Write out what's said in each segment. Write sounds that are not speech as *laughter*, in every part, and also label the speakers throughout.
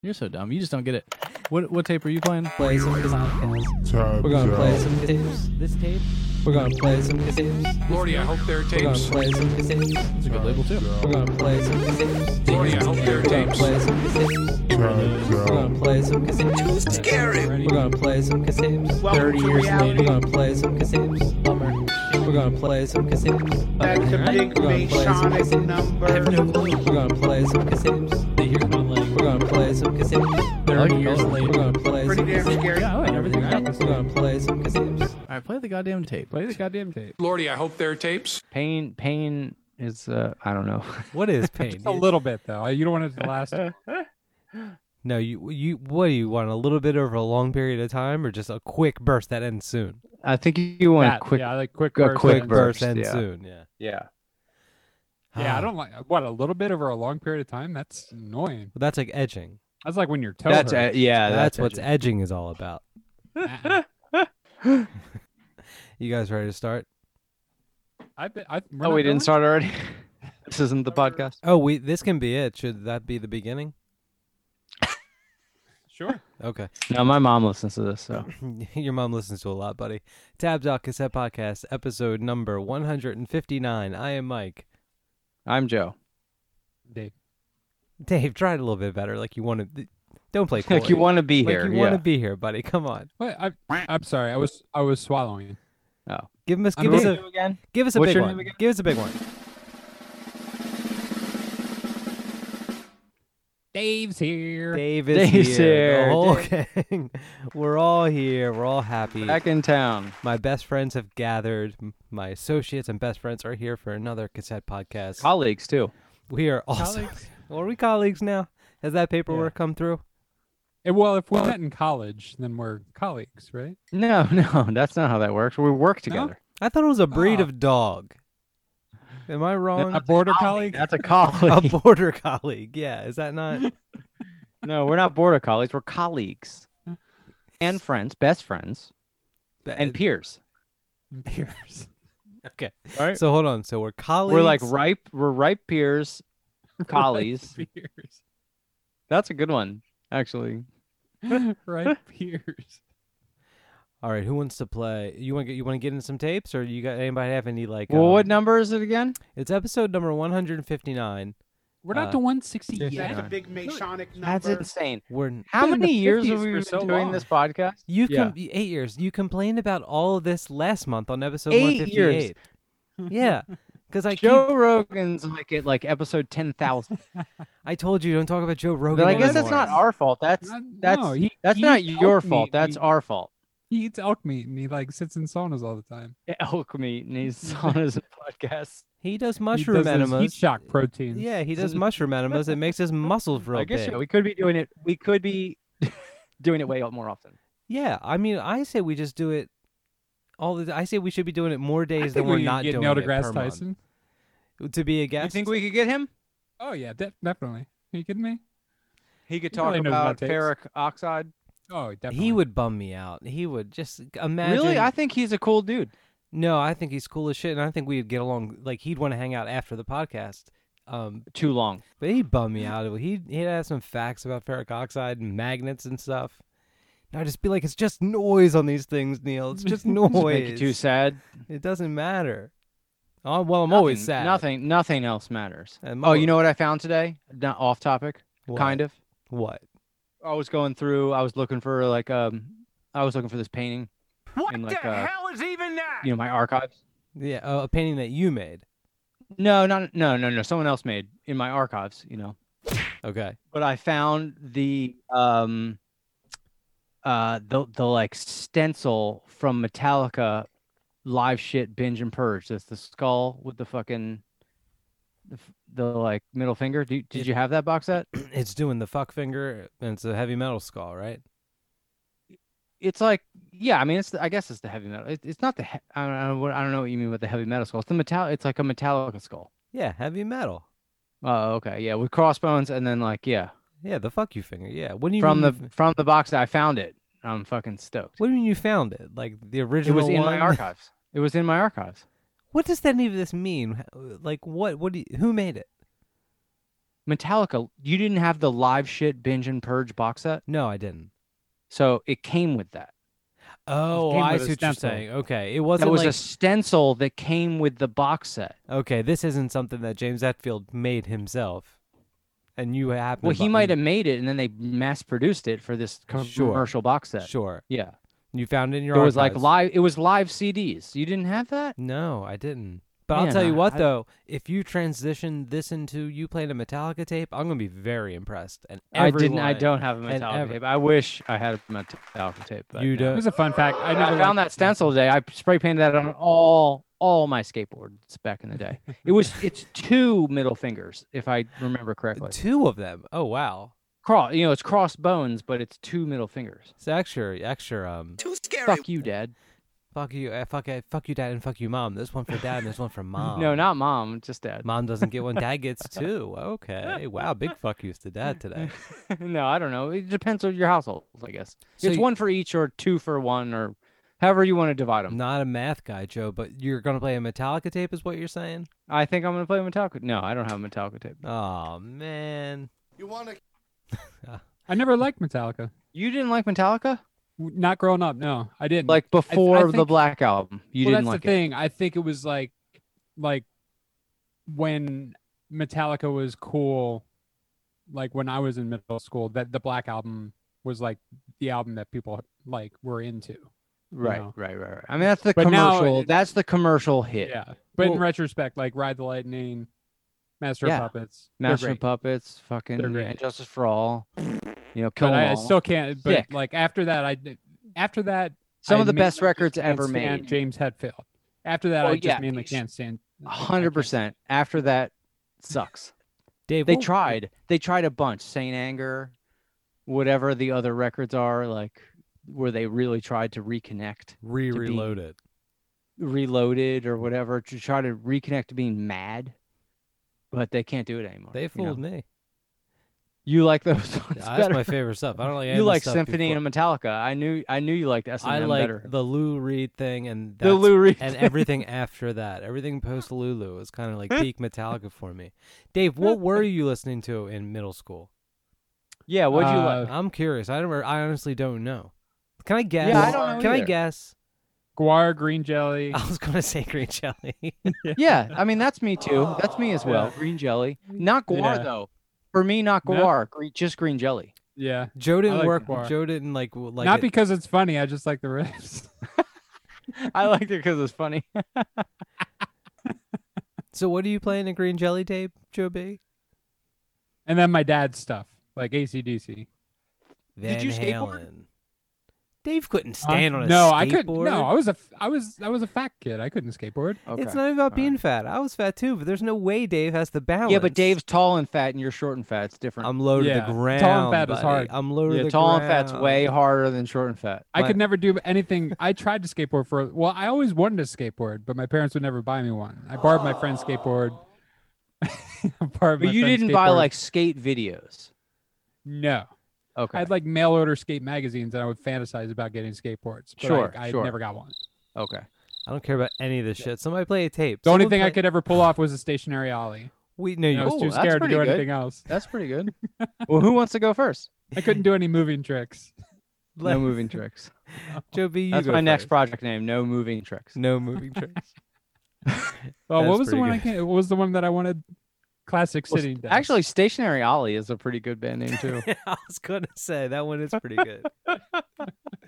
Speaker 1: You're so dumb. You just don't get it. What what tape are you playing?
Speaker 2: play some podcast. We're gonna play some tapes.
Speaker 1: This tape.
Speaker 2: We're gonna play some tapes.
Speaker 3: Lordy, I hope there are
Speaker 2: We're gonna
Speaker 3: tapes.
Speaker 2: play some tapes.
Speaker 1: It's a good label too.
Speaker 2: We're gonna play some tapes.
Speaker 3: Lordy, I hope there are
Speaker 2: We're gonna
Speaker 3: tapes.
Speaker 2: play some tapes. We're gonna play some cassettes. scary. We're gonna play some cassettes. Thirty years later, we're gonna play some cassettes. Bummer. We're gonna play some cassettes. Back to big Masonic number. We're gonna play some cassettes. We're gonna play some cassettes. Thirty
Speaker 1: like
Speaker 2: years
Speaker 1: all of
Speaker 2: later, we're gonna play some cassettes.
Speaker 1: Yeah, Oh, I like everything. I like this.
Speaker 2: We're gonna play some cassettes.
Speaker 1: All right, play the goddamn tape.
Speaker 4: Play the goddamn tape.
Speaker 3: Lordy, I hope there are tapes.
Speaker 5: Pain, pain is uh, I don't know.
Speaker 4: What *laughs* is pain? a little bit though. You don't want it to *laughs* last. no, you you what do you want? A little bit over a long period of time, or just a quick burst that ends soon?
Speaker 5: I think you want a
Speaker 4: That,
Speaker 5: quick.
Speaker 4: yeah, like quick,
Speaker 5: a
Speaker 4: burst,
Speaker 5: quick
Speaker 4: ends-
Speaker 5: burst,
Speaker 4: ends
Speaker 5: yeah.
Speaker 4: soon. Yeah.
Speaker 5: Yeah.
Speaker 4: Yeah, Ah, I don't like what a little bit over a long period of time. That's annoying.
Speaker 2: Well, that's like edging.
Speaker 4: That's like when your toe
Speaker 5: That's uh,
Speaker 4: hurts. *laughs* Uh-uh.
Speaker 5: yeah.
Speaker 2: that's,
Speaker 5: That's,
Speaker 2: what's
Speaker 5: edgy.
Speaker 2: edging is all about. you guys ready to start?
Speaker 4: I've been, I, we're
Speaker 5: *laughs*
Speaker 4: not
Speaker 5: Oh, we
Speaker 4: going?
Speaker 5: didn't start already. this isn't the podcast.
Speaker 2: Oh, we this can be it. Should that be the beginning?
Speaker 4: Sure.
Speaker 2: Okay. *laughs*
Speaker 5: No, my mom listens to this, so
Speaker 2: Your mom listens to a lot, buddy. Tab Talk Cassette Podcast, episode number 159. I am Mike.
Speaker 5: I'm Joe.
Speaker 4: Dave.
Speaker 2: Dave, try it a little bit better. Like you want to. Don't play
Speaker 5: *laughs*
Speaker 2: coy.
Speaker 5: Like *laughs* you want to be
Speaker 2: Like
Speaker 5: here.
Speaker 2: you
Speaker 5: yeah.
Speaker 2: want to be here, buddy. Come on.
Speaker 4: Wait, I, I'm sorry. I was I was swallowing.
Speaker 2: Give us
Speaker 4: I'm
Speaker 2: give us
Speaker 4: ready.
Speaker 2: a
Speaker 5: again.
Speaker 2: give us a
Speaker 5: What's
Speaker 2: big
Speaker 5: your
Speaker 2: one.
Speaker 5: name again?
Speaker 2: Give us a big one.
Speaker 4: Dave's here.
Speaker 2: Dave is
Speaker 5: Dave's
Speaker 2: here. The
Speaker 5: here.
Speaker 2: whole
Speaker 5: Dave.
Speaker 2: gang. *laughs* We're all here. We're all happy.
Speaker 5: Back in town.
Speaker 2: My best friends have gathered. M- My associates and best friends are here for another cassette podcast.
Speaker 5: Colleagues too.
Speaker 2: we are also.
Speaker 4: Colleagues.
Speaker 2: *laughs* Well, are we colleagues now? Has that paperwork come through?
Speaker 4: Eh, well, if we met in college, then we're colleagues, right?
Speaker 5: No, *laughs* no, that's not how that works. We work
Speaker 4: No?
Speaker 5: *laughs* together.
Speaker 2: I thought it was a breed
Speaker 4: Ah.
Speaker 2: of dog. Am I wrong?
Speaker 4: A border colleague.
Speaker 5: That's a
Speaker 2: *laughs* a
Speaker 5: colleague.
Speaker 2: border colleague. Yeah, is that not?
Speaker 5: *laughs* no, we're not border colleagues. We're colleagues and friends, best friends, and peers.
Speaker 4: Peers.
Speaker 2: okay.
Speaker 5: *laughs* Right?
Speaker 2: So hold on. So we're colleagues.
Speaker 5: We're like ripe. We're ripe *laughs* peers, colleagues.
Speaker 4: Peers.
Speaker 5: That's a good one, actually.
Speaker 4: *laughs* right peers.
Speaker 2: All right. Who wants to play? You want to get you want to get in some tapes, or you got anybody have any like?
Speaker 5: Well, what
Speaker 2: um,
Speaker 5: number is it again?
Speaker 2: It's episode number one hundred and fifty nine.
Speaker 4: We're not
Speaker 2: Uh,
Speaker 4: to 160 yet.
Speaker 6: That's a big Masonic
Speaker 5: That's
Speaker 6: number.
Speaker 5: insane.
Speaker 2: We're
Speaker 5: How
Speaker 4: been in the
Speaker 5: *laughs* many years have
Speaker 4: 50s
Speaker 5: we
Speaker 4: for
Speaker 5: been
Speaker 4: so
Speaker 5: doing
Speaker 4: long.
Speaker 5: this podcast?
Speaker 2: You
Speaker 4: Yeah.
Speaker 2: can eight years. You complained about all of this last month on episode one
Speaker 5: Eight
Speaker 2: fifty
Speaker 5: years.
Speaker 2: eight.
Speaker 5: *laughs*
Speaker 2: Yeah, because I keep,
Speaker 5: Joe Rogan's like at like episode ten thousand.
Speaker 2: I told you don't talk about Joe Rogan.
Speaker 5: But I guess that's
Speaker 2: anymore.
Speaker 5: not our fault. That's
Speaker 4: Not-
Speaker 5: that's
Speaker 4: no, he-
Speaker 5: that's
Speaker 4: he
Speaker 5: not
Speaker 4: eats elk
Speaker 5: your fault.
Speaker 4: meat and
Speaker 5: That's
Speaker 4: he-
Speaker 5: our fault.
Speaker 4: He eats elk meat and he like sits in saunas all the time.
Speaker 5: Elk meat and he's *laughs* on his podcast.
Speaker 2: He does mushroom
Speaker 4: he does those heat
Speaker 2: enemas.
Speaker 4: shock proteins.
Speaker 2: yeah,
Speaker 5: *laughs*
Speaker 2: he does mushroom enemas. It makes his muscles real
Speaker 5: I guess
Speaker 2: big.
Speaker 5: yeah, we could be doing it. We could be *laughs* doing it way more often.
Speaker 2: Yeah, I mean, I say we just do it all the. I say we should be doing it more
Speaker 4: I
Speaker 2: days
Speaker 4: think
Speaker 2: than we're
Speaker 4: we could
Speaker 2: not
Speaker 4: get
Speaker 2: doing
Speaker 4: Neil
Speaker 2: it per
Speaker 4: deGrasse
Speaker 2: month.
Speaker 4: Tyson.
Speaker 2: to be a
Speaker 5: You
Speaker 2: guest.
Speaker 5: think we could get him?
Speaker 4: Oh yeah, de- definitely. Are you kidding me?
Speaker 5: He could
Speaker 4: He
Speaker 5: talk
Speaker 4: probably knows
Speaker 5: about
Speaker 4: about tapes.
Speaker 5: ferric oxide.
Speaker 4: Oh, definitely.
Speaker 2: he would bum me out. He would just imagine.
Speaker 5: Really, I think he's a cool dude.
Speaker 2: No, I think he's cool as shit, and I think we'd get along. Like he'd want to hang out after the podcast. Um,
Speaker 5: Too long.
Speaker 2: but he'd bum me out. He'd he'd have some facts about ferric oxide and magnets and stuff. And I'd just be like, it's just noise on these things, Neil. It's
Speaker 5: *laughs*
Speaker 2: just
Speaker 5: Just
Speaker 2: noise.
Speaker 5: make you too sad.
Speaker 2: It doesn't matter. Oh, well, I'm always
Speaker 5: Nothing-
Speaker 2: sad.
Speaker 5: Nothing. Nothing else matters.
Speaker 2: And
Speaker 5: Oh, you
Speaker 2: Mueller-
Speaker 5: know what I found today? Not off topic,
Speaker 2: What?
Speaker 5: kind of.
Speaker 2: What?
Speaker 5: I was going through. I was looking for like um, I was looking for this painting. What like, the hell is even that? You know my archives.
Speaker 2: Yeah, uh, a painting that you made.
Speaker 5: No, not no, no, no. Someone else made in my archives. You know,
Speaker 2: Okay.
Speaker 5: but I found the um, uh, the the like stencil from Metallica, live shit binge and purge. That's the skull with the fucking, the, f- the like middle finger. Do, did
Speaker 2: It-
Speaker 5: you have that box set?
Speaker 2: *clears throat* it's doing the fuck finger, and it's a heavy metal skull, right?
Speaker 5: it's like yeah i mean it's the- i guess it's the heavy metal it, it's not the he- I, don't, I, don't, what- I don't know what you mean with the heavy metal skull it's the metal it's like a metallica skull
Speaker 2: Yeah, heavy metal.
Speaker 5: oh okay yeah with crossbones and then like yeah
Speaker 2: Yeah, the fuck you finger. Yeah. What do you
Speaker 5: from
Speaker 2: mean
Speaker 5: the
Speaker 2: you f-
Speaker 5: from the box that i found it i'm fucking stoked
Speaker 2: What do you mean you found it? Like the
Speaker 5: it
Speaker 2: original
Speaker 5: was in my *laughs*
Speaker 2: one?
Speaker 5: archives it was in my archives
Speaker 2: What does that any of this mean? H- Like what? What do you, who made it?
Speaker 5: Metallica, you didn't have the live shit binge and purge box set,
Speaker 2: No, I didn't.
Speaker 5: so it came with that.
Speaker 2: Oh,
Speaker 4: came
Speaker 2: I
Speaker 4: with a
Speaker 2: see what you're
Speaker 4: stencil.
Speaker 2: saying. Okay, it wasn't
Speaker 5: That was
Speaker 2: like
Speaker 5: a stencil that came with the box set.
Speaker 2: okay. This isn't something that James Hetfield made himself, and you happen.
Speaker 5: Well,
Speaker 2: to
Speaker 5: he
Speaker 2: bu-
Speaker 5: might have made it, and then they mass produced it for this com-
Speaker 2: mm. Sure.
Speaker 5: commercial box set.
Speaker 2: Sure,
Speaker 5: Yeah,
Speaker 2: you found it in your.
Speaker 5: it was like
Speaker 2: archives.
Speaker 5: live. It was live CDs. You didn't have that.
Speaker 2: No, I didn't. But I'll
Speaker 5: Man,
Speaker 2: tell you
Speaker 5: I-
Speaker 2: what,
Speaker 5: I-
Speaker 2: though, if you transition this into you playing a Metallica tape, I'm gonna be very impressed. And
Speaker 5: I
Speaker 2: every
Speaker 5: didn't. I
Speaker 2: line-
Speaker 5: don't have a
Speaker 2: and
Speaker 5: Metallica
Speaker 2: every-
Speaker 5: tape. I wish I had a Metallica tape. But
Speaker 2: You
Speaker 5: no.
Speaker 2: don't.
Speaker 4: It was a fun fact. I never
Speaker 5: I found
Speaker 4: liked-
Speaker 5: that stencil today. I spray painted that on all all my skateboards back in the day. It
Speaker 2: *laughs*
Speaker 5: was it's two middle fingers, if I remember correctly.
Speaker 2: Two of them. Oh wow.
Speaker 5: Cross, you know, it's crossbones, but it's two middle fingers.
Speaker 2: It's extra, extra. Um,
Speaker 5: Fuck you, Dad.
Speaker 2: fuck you, uh, fuck, uh, fuck you, dad, and fuck you, mom. There's one for dad, and
Speaker 5: *laughs*
Speaker 2: there's one for mom.
Speaker 5: No, not mom, just Dad.
Speaker 2: Mom doesn't get one. Dad gets two. Okay. Wow. Big fuck yous to
Speaker 5: *laughs*
Speaker 2: dad today.
Speaker 5: *laughs* no, I don't know. It depends on your household, I guess.
Speaker 2: So
Speaker 5: it's
Speaker 2: you-
Speaker 5: one for each or two for one or however you want to divide them.
Speaker 2: I'm not a math guy, Joe, but you're gonna play a Metallica tape, is what you're saying?
Speaker 5: I think I'm gonna play Metallica. No, I don't have a Metallica tape.
Speaker 2: Oh man.
Speaker 4: I never liked Metallica.
Speaker 5: You didn't like Metallica?
Speaker 4: W- Not growing up. No, I didn't.
Speaker 5: Like before the
Speaker 4: think-
Speaker 5: Black Album, you
Speaker 4: well,
Speaker 5: didn't
Speaker 4: that's
Speaker 5: like
Speaker 4: the
Speaker 5: it.
Speaker 4: thing. I think it was like, like, when Metallica was cool, like when I was in middle school, that the Black Album was like the album that people like were into.
Speaker 5: Right,
Speaker 4: know.
Speaker 5: right, right, right. I mean, that's the
Speaker 4: But now
Speaker 5: commercial.
Speaker 4: it-
Speaker 5: that's the commercial hit.
Speaker 4: Yeah, but in
Speaker 5: Well-
Speaker 4: retrospect, like Ride the Lightning, Master
Speaker 5: Yeah.
Speaker 4: of Puppets, they're
Speaker 5: Master of
Speaker 4: great.
Speaker 5: Puppets, fucking
Speaker 4: great.
Speaker 5: and Justice for All. You know, kill
Speaker 4: But
Speaker 5: 'Em
Speaker 4: I, I
Speaker 5: all.
Speaker 4: still can't. But
Speaker 5: Sick.
Speaker 4: like after that, I d- after that
Speaker 5: Some
Speaker 4: I
Speaker 5: of the
Speaker 4: admit
Speaker 5: best
Speaker 4: I just
Speaker 5: records
Speaker 4: can't
Speaker 5: ever
Speaker 4: stand
Speaker 5: made.
Speaker 4: James Hetfield. After that,
Speaker 5: Well,
Speaker 4: I just
Speaker 5: yeah,
Speaker 4: mainly
Speaker 5: he's-
Speaker 4: can't stand.
Speaker 5: A hundred percent. After that, sucks.
Speaker 2: Dave,
Speaker 5: They
Speaker 2: what-
Speaker 5: tried. They tried a bunch. Saint Anger, whatever the other records are like, where they really tried to reconnect,
Speaker 2: re-reload it.
Speaker 5: reloaded or whatever to try to reconnect to being mad. But they can't do it anymore.
Speaker 2: They
Speaker 5: you know? *laughs*
Speaker 2: fooled me.
Speaker 5: You like those *laughs* ones
Speaker 2: That's
Speaker 5: better.
Speaker 2: my favorite stuff. I don't like. any
Speaker 5: you
Speaker 2: of the
Speaker 5: like
Speaker 2: stuff
Speaker 5: Symphony
Speaker 2: before.
Speaker 5: and Metallica. I knew. I knew you liked S
Speaker 2: I
Speaker 5: and M
Speaker 2: like
Speaker 5: better.
Speaker 2: the Lou Reed thing and
Speaker 5: the
Speaker 2: that's-
Speaker 5: Lou Reed *laughs*
Speaker 2: and
Speaker 5: thing.
Speaker 2: everything after that. Everything post Lulu was kind
Speaker 5: *laughs*
Speaker 2: of like peak Metallica for me. Dave, what were you listening to in middle school?
Speaker 5: Yeah, what'd you like?
Speaker 4: Uh,
Speaker 2: I'm curious. I don't. re- I honestly don't know. Can I guess?
Speaker 5: I don't know
Speaker 2: Can I
Speaker 5: either.
Speaker 2: guess? *laughs*
Speaker 4: Guar, Green Jelly.
Speaker 5: Ah,
Speaker 2: I was gonna say
Speaker 4: *laughs*
Speaker 2: green jelly.
Speaker 5: *laughs* Yeah, I mean that's me
Speaker 2: *laughs*
Speaker 5: too. That's me as well. Green jelly, not guar
Speaker 4: Yeah.
Speaker 5: though. For me, not
Speaker 4: No.
Speaker 5: guar. Gre- just green jelly. *laughs*
Speaker 4: Yeah,
Speaker 2: Joe didn't
Speaker 4: like
Speaker 2: work.
Speaker 4: Guar.
Speaker 2: Joe didn't like w- like.
Speaker 4: not
Speaker 2: it.
Speaker 4: because it's funny. I just like the riffs. *laughs*
Speaker 5: I liked it because it's funny.
Speaker 2: So what are you playing a green jelly tape, Joe B?
Speaker 4: and then my dad's stuff, like ACDC.
Speaker 2: Van
Speaker 5: you skateboard?
Speaker 2: Halen. Dave couldn't
Speaker 4: Huh?
Speaker 2: stand on a
Speaker 4: Uh, no,
Speaker 2: skateboard.
Speaker 4: I couldn't. No, I was a, f- I was, I was a fat kid. I couldn't skateboard.
Speaker 5: Okay.
Speaker 2: It's not even about
Speaker 5: All
Speaker 2: being fat. I was fat too, but there's no way Dave has the balance.
Speaker 5: yeah, but Dave's tall and fat, and you're short and fat. It's different.
Speaker 2: I'm low to
Speaker 4: Yeah,
Speaker 2: the
Speaker 4: tall
Speaker 2: ground.
Speaker 4: and fat is
Speaker 2: buddy.
Speaker 4: hard.
Speaker 2: I'm low to
Speaker 5: yeah,
Speaker 2: the
Speaker 5: tall
Speaker 2: ground.
Speaker 5: and fat's way harder than short and fat.
Speaker 4: I could never do anything. I tried to skateboard for. Well, I always wanted to skateboard, but my parents would never buy me one. I borrowed my friend's skateboard. *laughs* I borrowed
Speaker 5: But
Speaker 4: my
Speaker 5: you
Speaker 4: friend's
Speaker 5: didn't buy
Speaker 4: skateboard.
Speaker 5: like skate videos.
Speaker 4: no.
Speaker 5: Okay.
Speaker 4: I had like mail order skate magazines, and I would fantasize about getting skateboards. But
Speaker 5: Sure,
Speaker 4: I, I
Speaker 5: sure.
Speaker 4: never got one.
Speaker 5: okay.
Speaker 2: I don't care about any of this shit. Somebody play a tape.
Speaker 4: The only
Speaker 2: Someone
Speaker 4: thing I
Speaker 2: play-
Speaker 4: could ever pull off was a stationary ollie.
Speaker 2: We no,
Speaker 4: And I
Speaker 2: you. *laughs*
Speaker 4: was
Speaker 5: Ooh,
Speaker 4: too
Speaker 5: that's
Speaker 4: scared to
Speaker 5: pretty
Speaker 4: do
Speaker 5: good.
Speaker 4: anything else.
Speaker 5: That's pretty *laughs* good. well, who wants to go first?
Speaker 4: I couldn't do any moving tricks.
Speaker 5: No moving *laughs* tricks.
Speaker 2: Joe B, you
Speaker 5: That's
Speaker 2: go
Speaker 5: my next
Speaker 2: first.
Speaker 5: project name. No moving tricks.
Speaker 2: No moving tricks.
Speaker 4: Well,
Speaker 2: That's
Speaker 4: what was the
Speaker 2: pretty
Speaker 4: one I
Speaker 2: good.
Speaker 4: can't? What was the one that I wanted? Classic
Speaker 5: Well,
Speaker 4: sitting. desk.
Speaker 5: Actually, Stationary Ollie is a pretty good band name *laughs* too.
Speaker 2: *laughs* I was gonna say that one is pretty *laughs* good.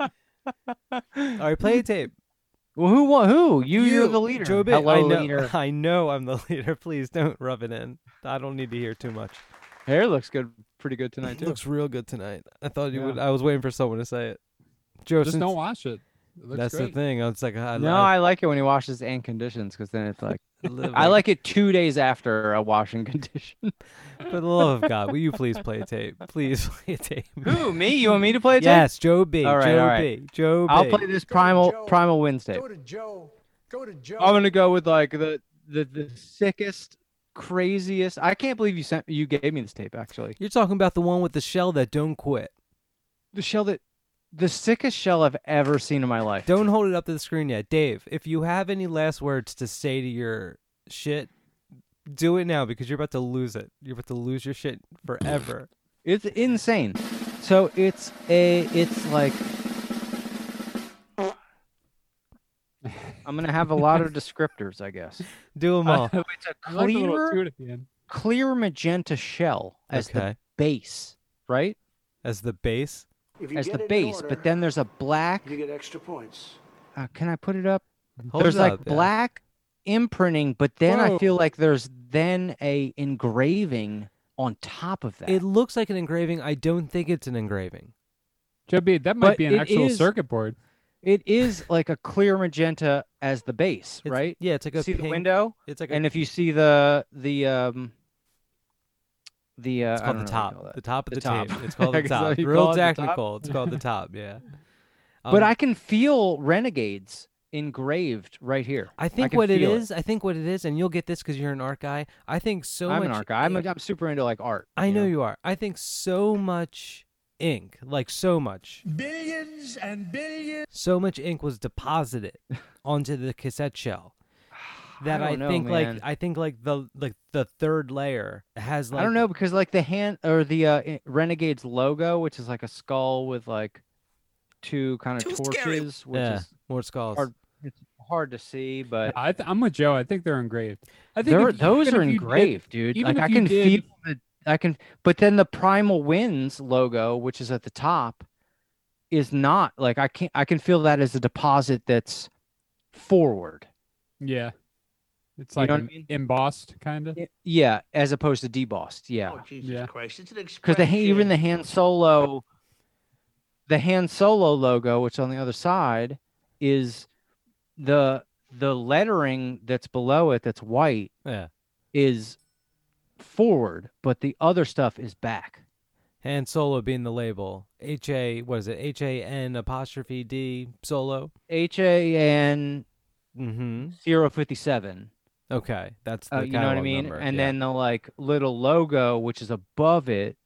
Speaker 2: All right, play a tape.
Speaker 5: well, who? wa- Who? You? You, are the leader.
Speaker 2: Joe B.
Speaker 5: Hello,
Speaker 2: I know.
Speaker 5: leader.
Speaker 2: *laughs* I know I'm the leader. Please don't rub it in. I don't need to hear too much.
Speaker 5: Hair looks good, pretty good tonight
Speaker 2: It
Speaker 5: too.
Speaker 2: looks real good tonight. I thought you
Speaker 4: Yeah.
Speaker 2: would. I was waiting for someone to say it. Joe,
Speaker 4: just
Speaker 2: since-
Speaker 4: don't wash it. It looks
Speaker 2: that's the
Speaker 4: great.
Speaker 2: thing. I was like, I,
Speaker 5: *laughs* no,
Speaker 2: I,
Speaker 5: I like it when he washes and conditions because then it's like
Speaker 2: live
Speaker 5: I like it two days after a washing *laughs* condition.
Speaker 2: For the love of God, will you please play a tape? Please *laughs* play a tape.
Speaker 5: who? Me? You want me *laughs* to play it?
Speaker 2: Yes, Joe B.
Speaker 5: All right,
Speaker 2: Joe
Speaker 5: all right.
Speaker 2: B. Joe B.
Speaker 5: I'll play this primal primal Wednesday.
Speaker 7: Go to Joe. Go to Joe.
Speaker 5: I'm gonna go with like the the the sickest, craziest. I can't believe you sent you gave me this tape actually.
Speaker 2: You're talking about the one with the shell that don't quit.
Speaker 5: The shell that the sickest shell I've ever seen in my life.
Speaker 2: Don't hold it up to the screen yet, Dave. If you have any last words to say to your shit, do it now because you're about to lose it. You're about to lose your shit forever.
Speaker 5: It's insane. So it's a it's like I'm gonna have a
Speaker 7: *laughs*
Speaker 5: lot of descriptors, I guess.
Speaker 2: do them
Speaker 7: Oh.
Speaker 2: all.
Speaker 4: I
Speaker 5: It's a
Speaker 4: like the little
Speaker 5: clear
Speaker 4: toot at the end.
Speaker 5: clear magenta shell as the
Speaker 2: okay.
Speaker 5: base, right?
Speaker 2: As the base.
Speaker 7: If
Speaker 5: As the base, but then there's a black.
Speaker 7: you get extra points.
Speaker 5: Uh, can I put it up?
Speaker 2: Hold
Speaker 5: there's
Speaker 2: it
Speaker 5: like
Speaker 2: up, yeah.
Speaker 5: black imprinting, but then I feel
Speaker 4: Whoa.
Speaker 5: like there's then a engraving on top of that.
Speaker 2: It looks like an engraving. I don't think it's an engraving.
Speaker 4: Joe B, that might
Speaker 5: But
Speaker 4: be an
Speaker 5: it
Speaker 4: actual
Speaker 5: is-
Speaker 4: circuit board.
Speaker 5: it is like a clear magenta as the base,
Speaker 2: It's-
Speaker 5: right?
Speaker 2: Yeah, it's like a
Speaker 5: see the
Speaker 2: pink-
Speaker 5: window,
Speaker 2: It's like a,
Speaker 5: and if you see the the um the uh,
Speaker 2: it's
Speaker 5: I
Speaker 2: called the
Speaker 5: don't know what you call
Speaker 2: top.
Speaker 5: that.
Speaker 2: The top of
Speaker 5: The
Speaker 2: the,
Speaker 5: top.
Speaker 2: tape.
Speaker 5: *laughs*
Speaker 2: It's called
Speaker 5: I
Speaker 2: the
Speaker 5: guess that's
Speaker 2: top.
Speaker 5: what you
Speaker 2: Real
Speaker 5: call it, the top.
Speaker 2: technical. It's called the top. Yeah.
Speaker 5: *laughs* but
Speaker 2: Um,
Speaker 5: I can feel renegades engraved right here.
Speaker 2: I think
Speaker 5: can
Speaker 2: what it
Speaker 5: feel it.
Speaker 2: is, I think what it is, and you'll get this because you're an art guy. I think so
Speaker 5: I'm
Speaker 2: much.
Speaker 5: an art guy. I'm, a,
Speaker 2: ink-
Speaker 5: I'm super into like art.
Speaker 2: I
Speaker 5: you
Speaker 2: know you are. I think so much ink, like so much,
Speaker 7: Billions and billions.
Speaker 2: so much ink was deposited *laughs* onto the
Speaker 5: *sighs*
Speaker 2: cassette shell. That I,
Speaker 5: don't know,
Speaker 2: think
Speaker 5: man.
Speaker 2: like I think like the like the third layer has like
Speaker 5: I don't know because like the hand or the uh, i- Renegades logo, which is like a skull with like two kind of torches, which
Speaker 2: Yeah.
Speaker 5: is
Speaker 2: eh, more skulls.
Speaker 5: Hard- it's hard to see, but
Speaker 4: I th- I'm with Joe. I think they're engraved. I think
Speaker 5: They're-
Speaker 4: if-
Speaker 5: those
Speaker 4: even
Speaker 5: are
Speaker 4: if you did-
Speaker 5: engraved, dude.
Speaker 4: even
Speaker 5: Like
Speaker 4: if
Speaker 5: I
Speaker 4: you
Speaker 5: can
Speaker 4: did-
Speaker 5: feel the I can, but then the Primal Winds logo, which is at the top, is not like I can't. I can feel that as a deposit that's forward.
Speaker 4: yeah, it's
Speaker 5: You
Speaker 4: like
Speaker 5: know what I
Speaker 4: em-
Speaker 5: mean?
Speaker 4: embossed kind of.
Speaker 5: Yeah, as opposed to debossed. Yeah,
Speaker 7: Oh Jesus
Speaker 4: Yeah.
Speaker 7: Christ! It's an
Speaker 5: because the
Speaker 7: expression.
Speaker 5: Han- even the Han Solo, the Han Solo logo, which on the other side is the the lettering that's below it that's white
Speaker 2: yeah,
Speaker 5: is forward, but the other stuff is back.
Speaker 2: and Solo being the label. H A what is it? H A N apostrophe D Solo.
Speaker 5: H A N
Speaker 2: Mm-hmm.
Speaker 5: zero fifty seven.
Speaker 2: Okay, that's the
Speaker 5: Uh, you know what I
Speaker 2: catalog
Speaker 5: mean?
Speaker 2: number,
Speaker 5: and
Speaker 2: yeah.
Speaker 5: then the like little logo, which is above it,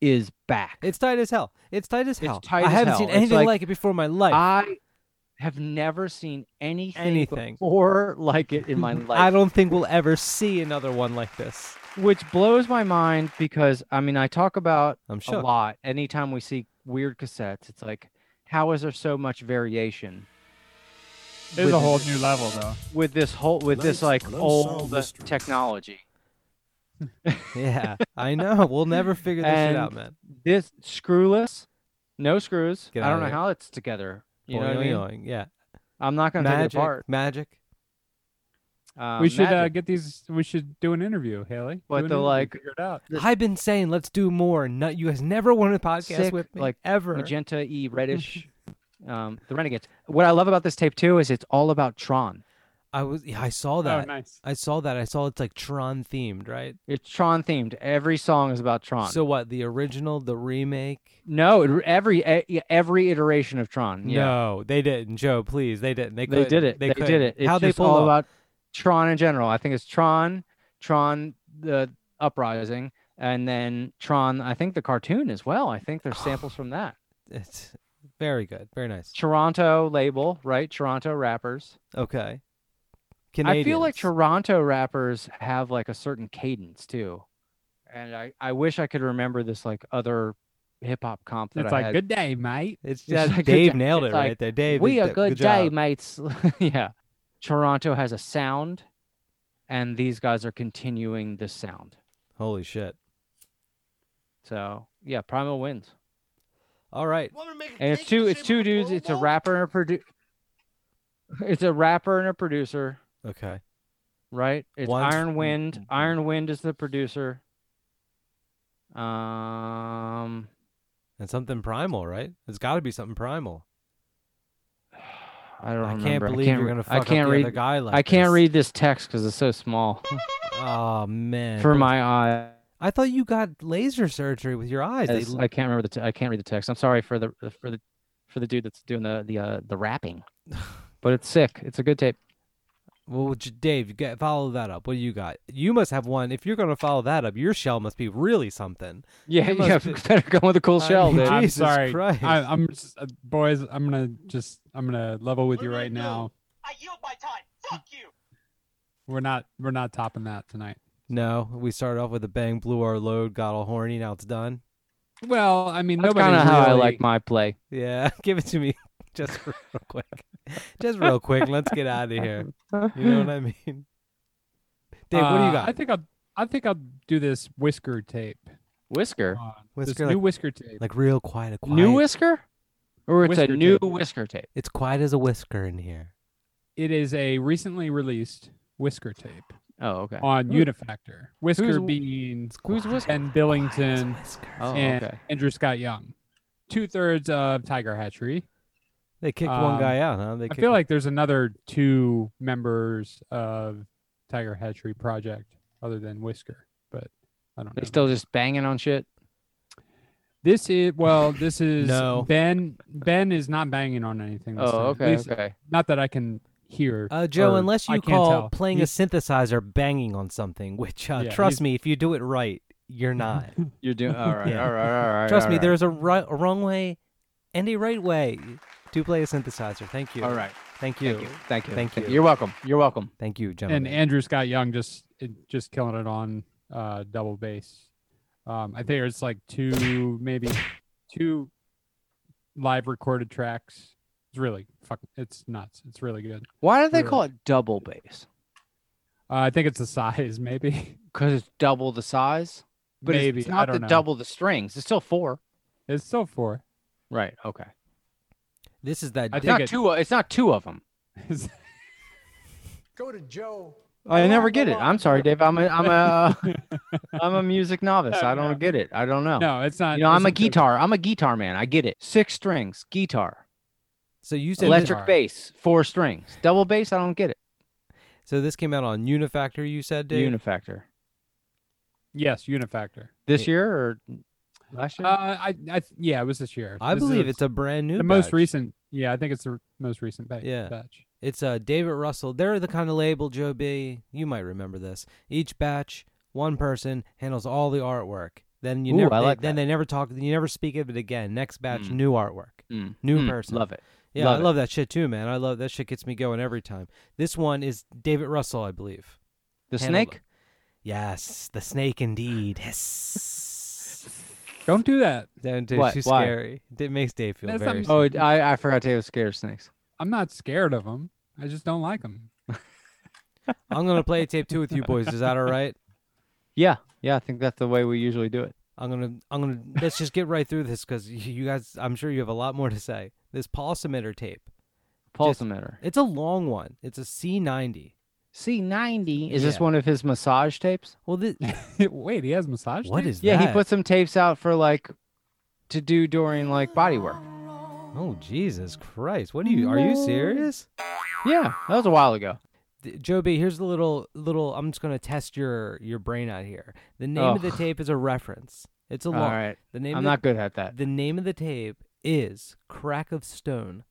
Speaker 5: is back.
Speaker 2: it's tight as hell. It's tight as
Speaker 5: It's
Speaker 2: hell.
Speaker 5: tight
Speaker 2: I
Speaker 5: as
Speaker 2: haven't
Speaker 5: hell.
Speaker 2: seen
Speaker 5: It's
Speaker 2: anything
Speaker 5: like-
Speaker 2: like, it before in my life.
Speaker 5: I have never seen anything,
Speaker 2: Anything.
Speaker 5: before like it in my life.
Speaker 2: *laughs* I don't think we'll ever see another one like this.
Speaker 5: which blows my mind because I mean I talk about
Speaker 2: I'm
Speaker 5: a
Speaker 2: shook.
Speaker 5: lot. Anytime we see weird cassettes, it's like, how is there so much variation
Speaker 4: There's
Speaker 5: With-
Speaker 4: a whole new level though.
Speaker 5: with this whole with this like
Speaker 8: Life's an
Speaker 5: old
Speaker 8: unsolved mystery.
Speaker 5: technology?
Speaker 2: *laughs* Yeah, I know. We'll never figure this shit out,
Speaker 5: And
Speaker 2: man.
Speaker 5: this screwless, no screws.
Speaker 2: Get
Speaker 5: I
Speaker 2: outta
Speaker 5: don't know
Speaker 2: here.
Speaker 5: how it's together. You know what I
Speaker 2: Boing,
Speaker 5: mean?
Speaker 2: boing, Yeah,
Speaker 5: I'm not gonna
Speaker 2: magic,
Speaker 5: take it apart.
Speaker 2: magic.
Speaker 5: Uh,
Speaker 4: we should uh,
Speaker 5: magic.
Speaker 4: get these. We should do an interview, Haley. Do
Speaker 5: But
Speaker 4: an
Speaker 5: the,
Speaker 4: interview,
Speaker 5: like,
Speaker 4: figure it out.
Speaker 5: This-
Speaker 2: I've been saying let's do more. No, you guys never wanted a podcast
Speaker 5: Sick,
Speaker 2: with me,
Speaker 5: like,
Speaker 2: ever.
Speaker 5: magenta
Speaker 2: *laughs*
Speaker 5: e reddish. um, the renegades. What I love about this tape too is it's all about Tron.
Speaker 2: I was. Yeah, I saw
Speaker 4: Oh,
Speaker 2: that.
Speaker 4: nice.
Speaker 2: I saw that. I saw it's like Tron themed, right?
Speaker 5: It's Tron themed. Every song is about Tron.
Speaker 2: So what? The original, the remake.
Speaker 5: no, it- every e- every iteration of Tron. Yeah,
Speaker 2: No, they didn't, Joe. Please, they didn't. They,
Speaker 5: they did
Speaker 2: couldn't.
Speaker 5: it. They, did
Speaker 2: couldn't.
Speaker 5: it. It's
Speaker 2: How they
Speaker 5: just
Speaker 2: pull
Speaker 5: all
Speaker 2: off?
Speaker 5: about Tron in general. I think it's Tron, Tron the Uprising, and then Tron. I think the cartoon as well. I think
Speaker 2: *sighs*
Speaker 5: there's samples from that.
Speaker 2: It's very good. Very nice.
Speaker 5: Toronto label, right? Toronto rappers.
Speaker 2: Okay. Canadians.
Speaker 5: I feel like Toronto rappers have like a certain cadence too, and I, I wish I could remember this like other hip hop comp that
Speaker 4: It's
Speaker 5: I
Speaker 4: like
Speaker 5: had.
Speaker 4: good day, mate.
Speaker 5: *laughs*
Speaker 2: It's
Speaker 5: It's
Speaker 2: just
Speaker 5: like a
Speaker 2: Dave
Speaker 5: job.
Speaker 2: nailed
Speaker 5: It's
Speaker 2: it
Speaker 5: like,
Speaker 2: right there. Dave,
Speaker 5: we
Speaker 2: did
Speaker 5: a
Speaker 2: the-
Speaker 5: good, day,
Speaker 2: job.
Speaker 5: mates. *laughs* yeah, Toronto has a sound, and these guys are continuing this sound.
Speaker 2: Holy shit!
Speaker 5: So yeah, Primal wins,
Speaker 2: All right,
Speaker 5: and it's two it's two dudes. It's a rapper and a produ- It's a rapper and a producer,
Speaker 2: okay.
Speaker 5: right? It's
Speaker 2: One's-
Speaker 5: Iron Wind.
Speaker 2: Mm-hmm.
Speaker 5: Iron Wind is the producer. Um,
Speaker 2: And something primal, right? It's got to be something primal.
Speaker 5: I don't
Speaker 2: I
Speaker 5: remember.
Speaker 2: can't believe
Speaker 5: I can't
Speaker 2: you're
Speaker 5: re-
Speaker 2: gonna
Speaker 5: I
Speaker 2: fuck
Speaker 5: can't
Speaker 2: up the
Speaker 5: read.
Speaker 2: other guy like
Speaker 5: I can't
Speaker 2: this.
Speaker 5: read this text because it's so small
Speaker 2: Oh man!
Speaker 5: *laughs* for
Speaker 2: But
Speaker 5: my eye.
Speaker 2: I thought you got laser surgery with your eyes. They
Speaker 5: Yes,
Speaker 2: l-
Speaker 5: I can't remember the. T- I can't read the text. I'm sorry for the for the for the dude that's doing the the uh, the *sighs* rapping. But it's sick. It's a good tape.
Speaker 2: well, would you- Dave, you get, follow that up. What do you got? You must have one. If you're gonna follow that up, your shell must be really something.
Speaker 5: Yeah,
Speaker 2: It
Speaker 5: yeah.
Speaker 2: must be-
Speaker 5: *laughs* Better go with a cool
Speaker 2: I
Speaker 5: shell, *laughs*
Speaker 2: mean,
Speaker 5: dude.
Speaker 2: dude.
Speaker 4: I'm
Speaker 2: Jesus
Speaker 4: sorry.
Speaker 2: Christ.
Speaker 4: I, I'm just, uh, boys. I'm gonna just. I'm gonna level with you right now. We're not we're not topping that tonight.
Speaker 2: No, we started off with a bang, blew our load, got all horny. Now it's done.
Speaker 4: Well, I mean,
Speaker 5: That's
Speaker 4: nobody
Speaker 5: kind of how I like
Speaker 4: really-
Speaker 5: my *laughs* play.
Speaker 2: Yeah, *laughs* give it to me just real quick. Just real quick. Let's get out of here. You
Speaker 4: *laughs*
Speaker 2: know what I mean? Dave, what do
Speaker 4: Uh,
Speaker 2: you got?
Speaker 4: I think I'll I think I'll do this whisker tape.
Speaker 5: Whisker,
Speaker 4: on-
Speaker 2: Whisker,
Speaker 4: this
Speaker 2: like,
Speaker 4: new whisker tape.
Speaker 2: like real quiet, a quiet.
Speaker 5: new whisker, or it's
Speaker 4: Whisker
Speaker 5: a new
Speaker 4: tape.
Speaker 5: whisker tape.
Speaker 2: It's quiet as a whisker in here.
Speaker 4: It is a recently released whisker tape
Speaker 5: Oh, okay.
Speaker 4: on Unifactor. Whisker
Speaker 5: who's-
Speaker 4: being
Speaker 5: Who's whisker?
Speaker 4: Ben Billington
Speaker 5: Oh,
Speaker 4: and
Speaker 5: okay.
Speaker 4: Andrew Scott Young, two thirds of Tiger Hatchery.
Speaker 2: They kicked
Speaker 4: Um,
Speaker 2: one guy out, huh? They
Speaker 4: I
Speaker 2: kicked
Speaker 4: feel like there's another two members of Tiger Hatchery project other than Whisker, but I don't know.
Speaker 5: They still just banging on shit.
Speaker 4: this is well, this is
Speaker 2: No.
Speaker 4: Ben. Ben is not banging on anything. This time.
Speaker 5: Oh,
Speaker 4: At
Speaker 5: okay,
Speaker 4: least-
Speaker 5: okay.
Speaker 4: Not that I can hear.
Speaker 2: Uh, Joe,
Speaker 4: or
Speaker 2: unless
Speaker 4: I
Speaker 2: you
Speaker 4: can't
Speaker 2: call
Speaker 4: tell.
Speaker 2: playing
Speaker 4: He's-
Speaker 2: a synthesizer banging on something, which uh,
Speaker 4: Yeah,
Speaker 2: trust
Speaker 4: he's-
Speaker 2: me, if you do it right,
Speaker 4: *laughs*
Speaker 2: you're not.
Speaker 5: You're *laughs* doing all right,
Speaker 2: Yeah.
Speaker 5: all right, all right.
Speaker 2: trust
Speaker 5: all
Speaker 2: me,
Speaker 5: right.
Speaker 2: there's a, ri- a wrong way and a right way to play a synthesizer. Thank you.
Speaker 5: All right.
Speaker 2: Thank you.
Speaker 5: Thank you. Thank you.
Speaker 2: Thank you.
Speaker 5: You're welcome. You're welcome.
Speaker 2: Thank you, gentlemen.
Speaker 4: and Andrew Scott Young just it- just killing it on uh, double bass. Um, I think it's like two, maybe two live recorded tracks. It's really fucking. It's nuts. It's really good.
Speaker 5: Why do they
Speaker 4: Really.
Speaker 5: call it double bass?
Speaker 4: Uh, I think it's the size, *laughs* maybe.
Speaker 5: Because it's double the size. But it's-
Speaker 4: maybe
Speaker 5: it's
Speaker 4: I
Speaker 5: not
Speaker 4: don't
Speaker 5: the
Speaker 4: know.
Speaker 5: double the strings. It's still four.
Speaker 4: It's still four. *laughs*
Speaker 5: Right. Okay.
Speaker 2: this is that.
Speaker 4: I
Speaker 5: It's
Speaker 2: di-
Speaker 4: think
Speaker 5: not
Speaker 4: it-
Speaker 5: two. It's not two of them.
Speaker 7: Go to Joe.
Speaker 5: I never get it. I'm sorry, Dave. I'm a I'm a *laughs* I'm a music novice. I don't get it. I don't know.
Speaker 4: No, it's not.
Speaker 5: you know, I'm
Speaker 4: it's
Speaker 5: a
Speaker 4: not double-
Speaker 5: guitar. I'm a guitar man. I get it. Six strings, guitar,
Speaker 2: so you said
Speaker 5: electric
Speaker 4: guitar.
Speaker 5: bass, four strings, double bass. I don't get it.
Speaker 2: so this came out on Unifactor. You said, Dave.
Speaker 5: Unifactor.
Speaker 4: Yes, Unifactor.
Speaker 5: This year or last year?
Speaker 4: Uh, I, I, yeah, it was this year.
Speaker 2: I
Speaker 4: This is
Speaker 2: believe it's a brand new.
Speaker 4: the most
Speaker 2: batch.
Speaker 4: recent. Yeah, I think it's the r- most recent ba-
Speaker 2: Yeah.
Speaker 4: batch.
Speaker 2: It's uh, David Russell. They're the kind of label, Joe B. You might remember this. Each batch, one person handles all the artwork. Then you
Speaker 5: Ooh,
Speaker 2: never.
Speaker 5: I
Speaker 2: they-
Speaker 5: like
Speaker 2: then they never talk. You never speak of it again. Next batch,
Speaker 5: Mm.
Speaker 2: new artwork,
Speaker 5: Mm,
Speaker 2: new
Speaker 5: mm,
Speaker 2: person.
Speaker 5: Love it.
Speaker 2: Yeah,
Speaker 5: love
Speaker 2: I
Speaker 5: it.
Speaker 2: love that shit too, man. I love that shit. Gets me going every time. This one is David Russell, I believe.
Speaker 5: The
Speaker 2: Handled-
Speaker 5: snake.
Speaker 2: Yes, the snake
Speaker 5: *laughs*
Speaker 2: indeed. Hiss.
Speaker 4: Don't do that.
Speaker 2: Don't do
Speaker 5: What?
Speaker 2: too
Speaker 5: Why?
Speaker 2: scary. It makes Dave feel
Speaker 4: That's
Speaker 2: very.
Speaker 4: not-
Speaker 5: Oh, I, I forgot Dave was scared of snakes.
Speaker 4: I'm not scared of them. I just don't like them.
Speaker 2: I'm gonna play a tape two with you boys. Is that all right?
Speaker 5: Yeah, yeah. I think that's the way we usually do it.
Speaker 2: I'm gonna, I'm gonna. Let's just get right through this because you guys, I'm sure you have a lot more to say. This pulsimeter tape. Just-
Speaker 5: Pulsimeter.
Speaker 2: It's a long one. It's a C90.
Speaker 5: C90. Is this
Speaker 2: Yeah.
Speaker 5: one of his massage tapes?
Speaker 2: Well, this,
Speaker 4: *laughs* Wait, he has massage.
Speaker 2: what
Speaker 4: tapes?
Speaker 2: is
Speaker 5: Yeah,
Speaker 2: that?
Speaker 5: he put some tapes out for like to do during like body work.
Speaker 2: Oh Jesus Christ! What are you? Are you serious?
Speaker 5: Yeah, that was a while ago.
Speaker 2: D- Joe B, here's the little, little. I'm just gonna test your, your brain out here. The name of the
Speaker 5: Oh.
Speaker 2: tape is a reference. It's a
Speaker 5: All
Speaker 2: long.
Speaker 5: right,
Speaker 2: The name.
Speaker 5: I'm
Speaker 2: of the-
Speaker 5: not good at that.
Speaker 2: The name of the tape is Crack of Stone.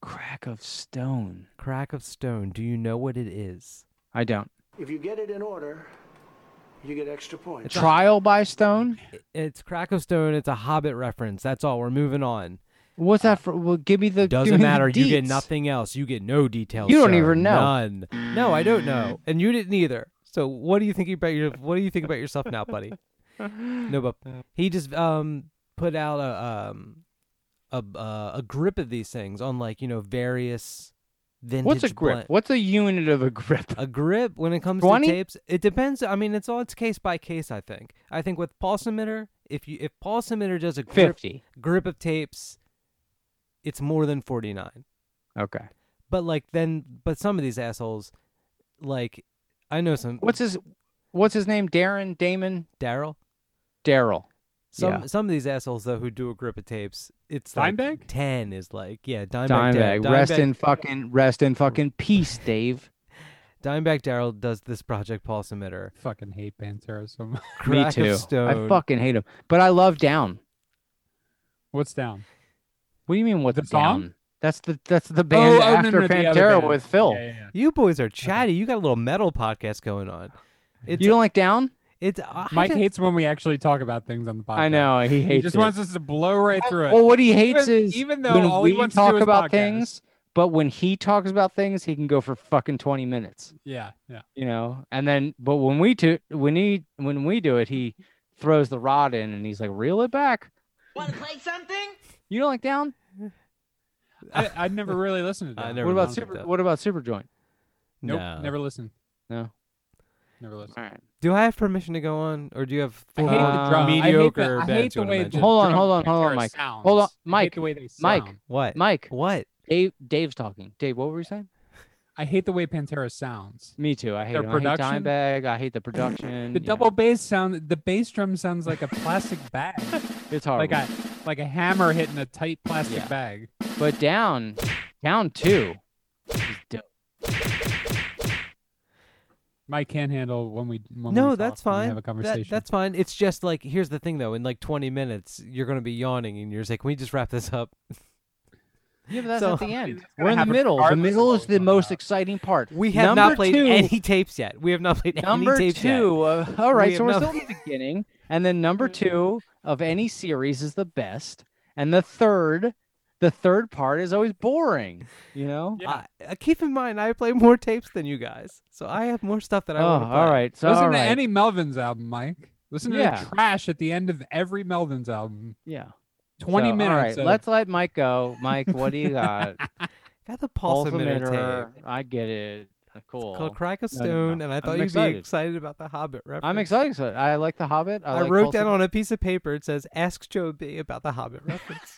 Speaker 5: Crack of stone.
Speaker 2: Crack of Stone. Do you know what it is?
Speaker 5: I don't.
Speaker 7: If you get it in order, you get extra points.
Speaker 5: Trial by stone.
Speaker 2: It's Crack of Stone. It's a Hobbit reference. That's all. We're moving on.
Speaker 5: What's that for? Well, give me the. give
Speaker 2: Uh, Doesn't
Speaker 5: me the
Speaker 2: matter. You get
Speaker 5: deets.
Speaker 2: nothing else. You get no details.
Speaker 5: You don't
Speaker 2: sir.
Speaker 5: even know.
Speaker 2: None. No, I don't know, and you didn't either. So what do you think about your? What do you think about yourself now, buddy? No, but he just um put out a um a uh, a grip of these things on like you know various vintage.
Speaker 5: What's a grip?
Speaker 2: blend-
Speaker 5: What's a unit of a grip? *laughs*
Speaker 2: a grip when it comes
Speaker 5: 20?
Speaker 2: to tapes it depends i mean it's all it's case by case i think i think with pulsimeter if you if pulsimeter does a grip,
Speaker 5: Fifty.
Speaker 2: grip of tapes it's more than 49
Speaker 5: Okay.
Speaker 2: but like then but some of these assholes like i know some
Speaker 5: What's his? What's his name? Darren. Damon.
Speaker 2: daryl
Speaker 5: Daryl.
Speaker 2: some
Speaker 5: Yeah.
Speaker 2: some of these assholes though who do a grip of tapes it's like
Speaker 4: Dimebag?
Speaker 2: 10 is like yeah dimeback
Speaker 5: Dimebag.
Speaker 2: Dar-
Speaker 5: Rest
Speaker 2: Dimebag-
Speaker 5: in fucking rest in fucking peace, Dave.
Speaker 2: dimeback daryl does this project pulsimeter
Speaker 4: Fucking hate Pantera so much.
Speaker 5: Me
Speaker 2: Crack of
Speaker 5: too. I
Speaker 2: Stone.
Speaker 5: fucking hate him, but I love Down.
Speaker 4: *laughs* What's down?
Speaker 5: What do you mean what's
Speaker 4: The
Speaker 5: down?
Speaker 4: song?
Speaker 5: That's the that's the
Speaker 4: oh,
Speaker 5: band after
Speaker 4: no, no, the other
Speaker 5: Pantera
Speaker 4: band.
Speaker 5: with Phil.
Speaker 4: Yeah, yeah, yeah.
Speaker 2: you boys are chatty you got a little metal podcast going on it's
Speaker 5: You don't like Down?
Speaker 2: It's I
Speaker 4: Mike
Speaker 2: just-
Speaker 4: hates when we actually talk about things on the podcast.
Speaker 5: I know he hates.
Speaker 4: He just
Speaker 5: it.
Speaker 4: wants us to blow right through it.
Speaker 5: Well, what he hates
Speaker 4: Even-
Speaker 5: is
Speaker 4: even though
Speaker 5: when
Speaker 4: all
Speaker 5: we
Speaker 4: he wants to
Speaker 5: talk
Speaker 4: do is
Speaker 5: about
Speaker 4: podcast.
Speaker 5: things, But when he talks about things, he can go for fucking 20 minutes,
Speaker 4: Yeah, yeah.
Speaker 5: you know? And then, but when we do, when he, when we do it, he throws the rod in and he's like, reel it back.
Speaker 8: Want to play something?
Speaker 5: You don't like down?
Speaker 4: I, I'd never really listened to *laughs*
Speaker 2: I
Speaker 4: that.
Speaker 2: never
Speaker 5: what about
Speaker 2: minded
Speaker 5: super,
Speaker 2: that.
Speaker 5: what about super joint?
Speaker 4: nope,
Speaker 2: No.
Speaker 4: never listened.
Speaker 5: No.
Speaker 4: Never listened.
Speaker 5: All right.
Speaker 2: Do I have permission to go on, or do you have
Speaker 4: I hate
Speaker 2: full-
Speaker 5: Uh,
Speaker 4: the drum.
Speaker 3: mediocre
Speaker 4: I
Speaker 3: bands
Speaker 4: hate the, I
Speaker 3: you
Speaker 4: hate the
Speaker 3: wanna
Speaker 4: way
Speaker 3: mention.
Speaker 4: the
Speaker 5: Hold on,
Speaker 4: drum
Speaker 5: hold on, hold on,
Speaker 4: guitar
Speaker 5: Mike.
Speaker 4: sounds.
Speaker 5: Hold on,
Speaker 4: I hate
Speaker 5: Mike.
Speaker 4: the way they
Speaker 5: Mike.
Speaker 4: sound.
Speaker 2: what?
Speaker 5: Mike,
Speaker 2: What?
Speaker 5: Dave, Dave's talking. Dave, what were you saying?
Speaker 4: I hate the way Pantera sounds.
Speaker 5: Me too. I hate,
Speaker 4: Their
Speaker 5: them. I hate
Speaker 4: production?
Speaker 5: Dimebag. I hate the production.
Speaker 4: The
Speaker 5: Mm, yeah.
Speaker 4: double bass sound, the bass drum sounds
Speaker 5: *laughs*
Speaker 4: like a plastic bag,
Speaker 5: It's hard.
Speaker 4: like a like a hammer hitting a tight plastic
Speaker 5: Oh. Yeah.
Speaker 4: bag.
Speaker 5: But down, down two. is dope.
Speaker 4: Mike can handle when we when we
Speaker 2: No,
Speaker 4: talk,
Speaker 2: that's
Speaker 4: when we
Speaker 2: fine.
Speaker 4: Have a
Speaker 2: That-
Speaker 4: conversation.
Speaker 2: that's fine. It's just like here's the thing though. In like 20 minutes, you're gonna be yawning, and you're just like, "Can we just wrap this up?"
Speaker 5: Yeah, but that's
Speaker 2: So-
Speaker 5: at the end.
Speaker 4: gonna
Speaker 5: We're in the
Speaker 4: happen
Speaker 5: middle. The
Speaker 4: regardless of
Speaker 5: middle
Speaker 4: what
Speaker 5: is
Speaker 4: we
Speaker 5: the
Speaker 4: talk
Speaker 5: most
Speaker 4: about.
Speaker 5: exciting part.
Speaker 2: We have
Speaker 5: Number
Speaker 2: not played
Speaker 5: two-
Speaker 2: any tapes yet. We have not played
Speaker 5: Number
Speaker 2: any tapes yet.
Speaker 5: two. uh, all right,
Speaker 2: We
Speaker 5: so
Speaker 2: have
Speaker 5: we're
Speaker 2: not-
Speaker 5: still in the beginning. And then
Speaker 2: *laughs*
Speaker 5: number two of any series is the best. And the third, the third part is always boring. You know.
Speaker 4: Yeah.
Speaker 2: I- uh, keep in mind, I play more tapes than you guys, so I have more stuff that I
Speaker 5: oh,
Speaker 2: want to play.
Speaker 5: all right. So
Speaker 4: Listen
Speaker 5: all right.
Speaker 4: to any Melvin's album, Mike. Listen to
Speaker 5: Yeah.
Speaker 4: the trash at the end of every Melvin's album.
Speaker 5: yeah.
Speaker 4: Twenty
Speaker 5: So,
Speaker 4: minutes.
Speaker 5: All right,
Speaker 4: of-
Speaker 5: let's let Mike go. Mike, what do you
Speaker 2: *laughs*
Speaker 5: got?
Speaker 2: Got the pulse emitter tape.
Speaker 5: Pulsimeter. I get it. Cool.
Speaker 2: Called Crack of
Speaker 5: No, no,
Speaker 2: Stone,
Speaker 5: no.
Speaker 2: and I thought
Speaker 5: I'm
Speaker 2: you'd
Speaker 5: excited.
Speaker 2: be excited about the Hobbit reference.
Speaker 5: I'm excited. So I like The Hobbit. I,
Speaker 2: I
Speaker 5: like
Speaker 2: wrote down
Speaker 5: Pulsam-
Speaker 2: on a piece of paper. It says, "Ask Joe B about the Hobbit reference."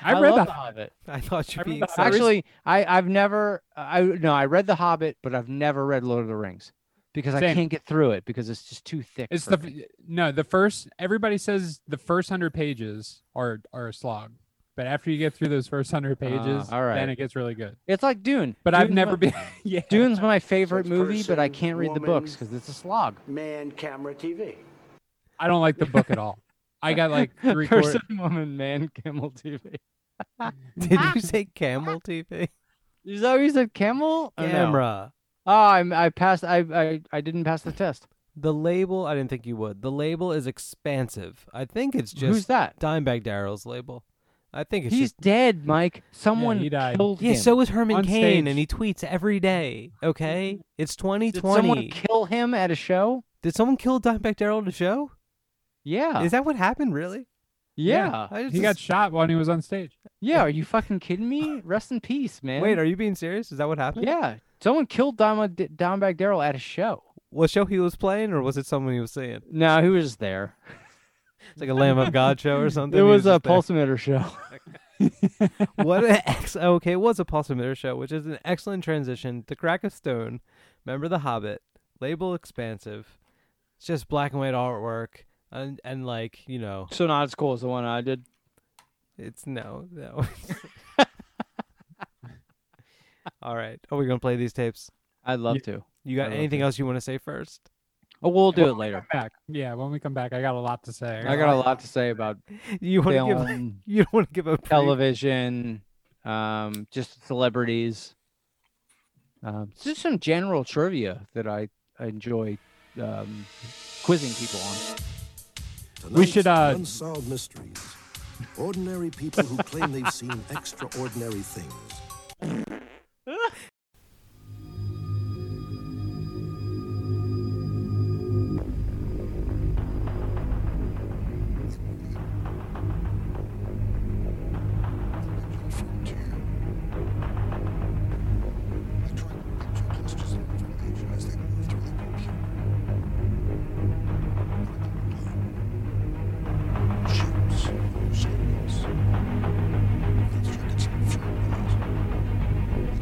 Speaker 4: I read
Speaker 5: love
Speaker 4: the.
Speaker 5: Hobbit.
Speaker 2: I thought
Speaker 4: I
Speaker 2: you'd be
Speaker 4: read the
Speaker 2: excited.
Speaker 4: Hobbit.
Speaker 5: Actually, I I've never I no I read The Hobbit, but I've never read Lord of the Rings because I
Speaker 4: Same.
Speaker 5: can't get through it because it's just too thick.
Speaker 4: It's
Speaker 5: for
Speaker 4: the
Speaker 5: me.
Speaker 4: f- no the first. Everybody says the first hundred pages are are a slog, but after you get through those first hundred
Speaker 5: Ah,
Speaker 4: pages,
Speaker 5: all right.
Speaker 4: then it gets really good.
Speaker 5: it's like Dune.
Speaker 4: But I've
Speaker 5: Dune's
Speaker 4: never
Speaker 5: my-
Speaker 4: been. *laughs* yeah.
Speaker 5: *laughs* Dune's my favorite movie, but I
Speaker 7: person,
Speaker 5: can't read the books
Speaker 7: woman.
Speaker 5: because it's a *laughs* slog.
Speaker 7: Man, camera, TV.
Speaker 4: I don't like the book at all. I got
Speaker 5: *laughs*
Speaker 4: like three quarters.
Speaker 5: Person, woman, man, *laughs* camel TV.
Speaker 2: Did you say camel *laughs* TV?
Speaker 5: Is that what you said? Camel? Or no?
Speaker 2: Camera.
Speaker 5: Oh, I'm, I passed. I, I I didn't pass the test.
Speaker 2: The label. I didn't think you would. The label is expansive. I think it's just
Speaker 5: Who's that?
Speaker 2: Dimebag Darrell's label. I think it's
Speaker 5: He's
Speaker 2: just.
Speaker 5: dead, Mike. Someone
Speaker 4: he died.
Speaker 5: killed
Speaker 2: Yeah,
Speaker 5: him.
Speaker 2: so is Herman
Speaker 4: On
Speaker 2: Cain, and he
Speaker 4: stage.
Speaker 2: tweets every day. Okay, it's
Speaker 5: Mm-hmm. Did someone
Speaker 2: 2020.
Speaker 5: kill him at a show?
Speaker 2: Did someone kill Dimebag Darrell at a show?
Speaker 5: Yeah.
Speaker 2: Is that what happened? Really?
Speaker 5: yeah.
Speaker 2: I
Speaker 4: He got shot when he was on stage.
Speaker 5: Yeah. Are you fucking kidding me? Rest in peace, man.
Speaker 2: Wait, are you being serious? Is that what happened?
Speaker 5: yeah. Someone killed Diamond D- Dimebag Daryl at a show.
Speaker 2: What show he was playing, or was it someone he was seeing?
Speaker 5: No, he was just there.
Speaker 2: It's like a Lamb of God show or
Speaker 5: *laughs*
Speaker 2: something.
Speaker 5: it
Speaker 2: He
Speaker 5: was a
Speaker 2: just there.
Speaker 5: pulsometer show.
Speaker 2: what an ex- okay, it was a Paul Smith show, which is an excellent transition to Crack of Stone. Remember the Hobbit, label expansive, it's just black and white artwork, and and like you know,
Speaker 5: *laughs* so not as cool as the one I did.
Speaker 2: it's no no. *laughs* All right, are we gonna play these tapes?
Speaker 5: I'd love to.
Speaker 2: You got
Speaker 5: I love
Speaker 2: anything else you want to say first? *laughs*
Speaker 5: Oh, we'll do
Speaker 4: Well,
Speaker 5: it later. *laughs*
Speaker 4: Back. Yeah, when we come back, I got a lot to say.
Speaker 5: I got a lot to say *laughs* about
Speaker 2: You want to
Speaker 5: *laughs*
Speaker 2: give like,
Speaker 5: film,
Speaker 2: you don't want to give a pre-
Speaker 5: television, um, just celebrities. Um, just some general trivia that I, I enjoy um, quizzing people on.
Speaker 4: We should,
Speaker 9: Tonight's
Speaker 4: uh,
Speaker 9: unsolved mysteries. Ordinary people who claim they've seen extraordinary things.
Speaker 10: Ships, sailboats, constructed some front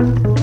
Speaker 8: Thank you.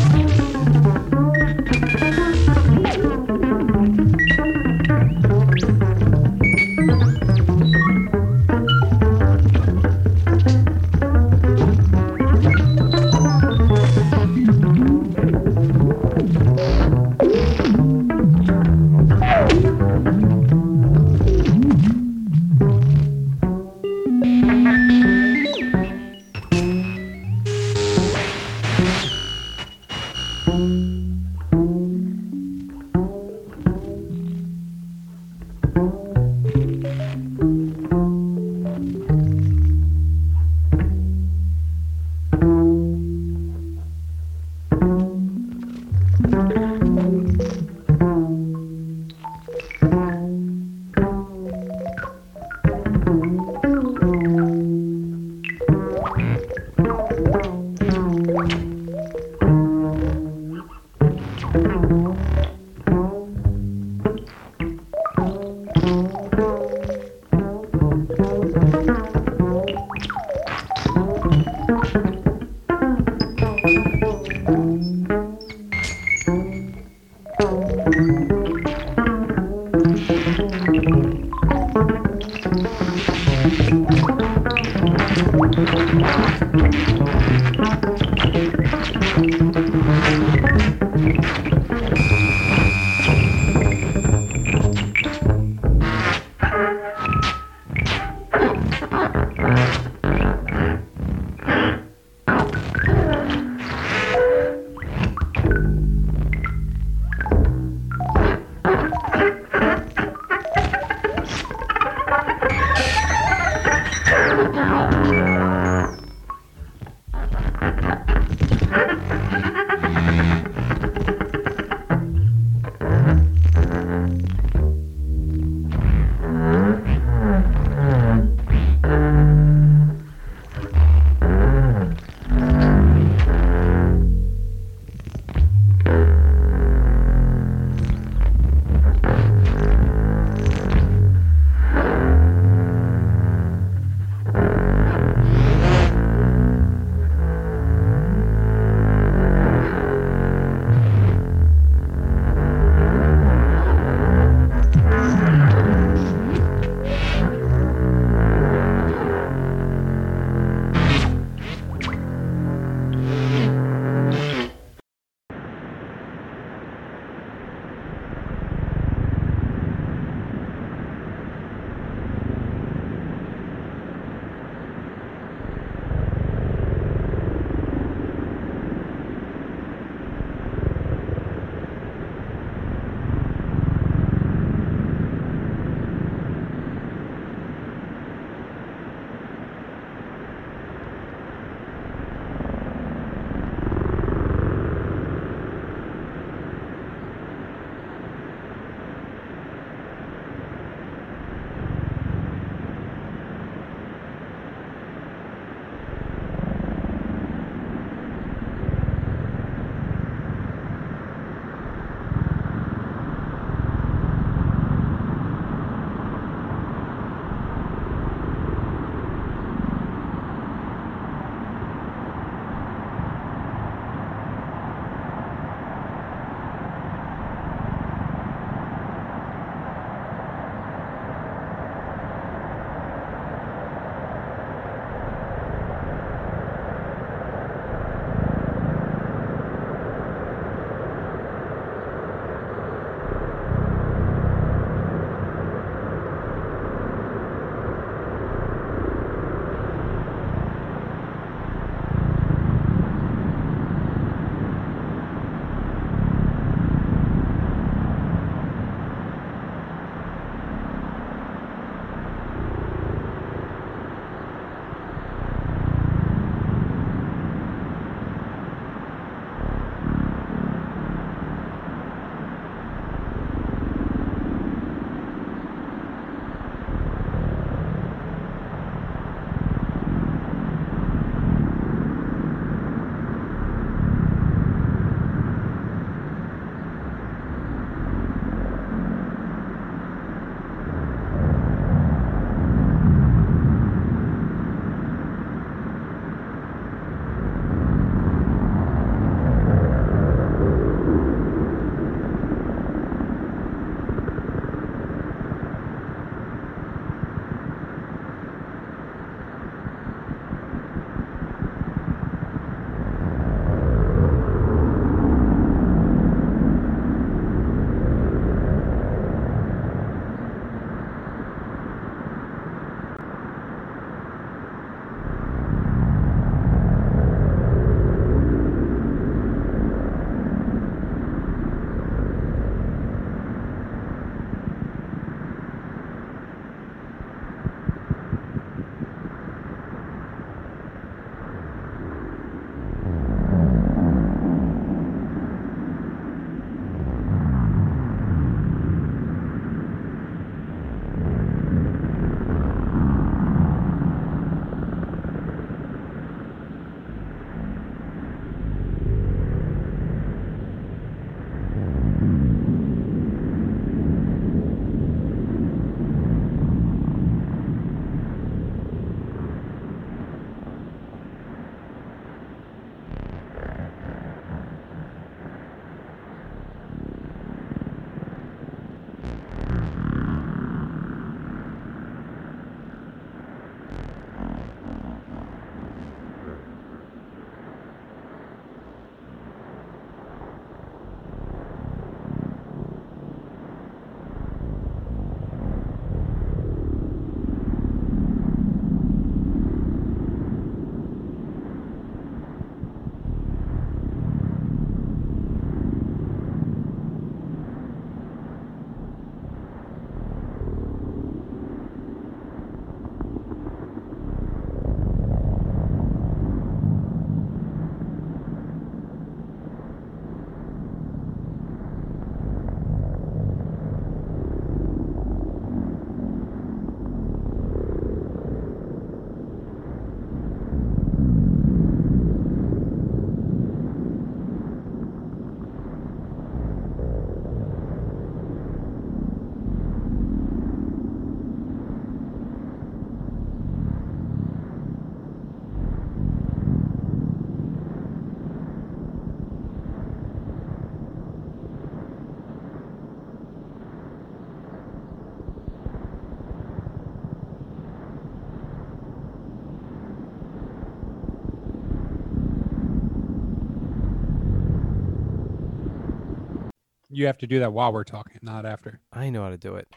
Speaker 4: you have to do that while we're talking, not after.
Speaker 2: I know how to do it.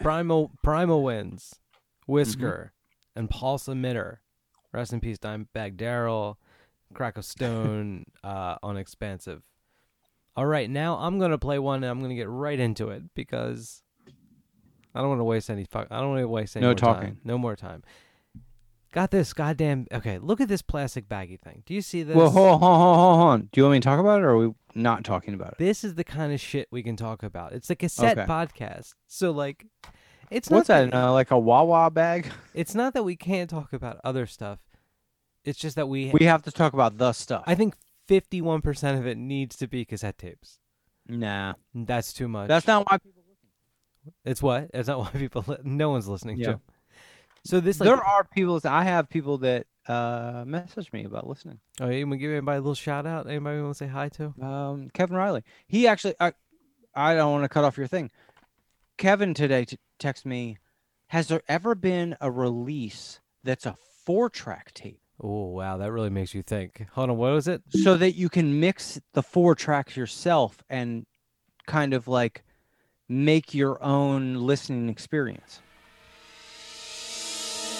Speaker 2: Primal Primal wins. Whisker
Speaker 5: Mm-hmm.
Speaker 2: and Paul Emitter. Rest in peace, Dimebag Daryl, Crack
Speaker 5: *laughs*
Speaker 2: of Stone, uh, on Expansive. All right, now I'm gonna play one and I'm gonna get right into it because I don't want to waste any fuck. I don't want to waste any
Speaker 5: No
Speaker 2: more
Speaker 5: talking.
Speaker 2: Time. No more time. Got this goddamn. Okay, look at this plastic baggy thing. Do you see this?
Speaker 5: Well, hold on, hold on, hold on. Do you want me to talk about it, or are we not talking about it?
Speaker 2: This is the kind of shit we can talk about. It's a cassette
Speaker 5: Okay.
Speaker 2: podcast. So like, it's
Speaker 5: What's
Speaker 2: not
Speaker 5: that? in, Uh, like a Wawa bag?
Speaker 2: it's not that we can't talk about other stuff. It's just that we,
Speaker 5: We have to talk about the stuff.
Speaker 2: I think 51% of it needs to be cassette tapes.
Speaker 5: nah,
Speaker 2: That's too much.
Speaker 5: that's not why. People,
Speaker 2: It's what? It's not *laughs* why people li- no one's listening
Speaker 5: Yeah.
Speaker 2: to. So this like
Speaker 5: there are people. that- I have people that uh, message me about listening.
Speaker 2: Oh, you want to give anybody a little shout out? Anybody want to say hi to?
Speaker 5: Um, Kevin Riley. He actually, I, I don't want to cut off your thing. Kevin today t- texted me. Has there ever been a release that's a four-track tape
Speaker 2: Oh, wow, that really makes you think. Hold on, what was it?
Speaker 5: so that you can mix the four tracks yourself and kind of like make your own listening experience?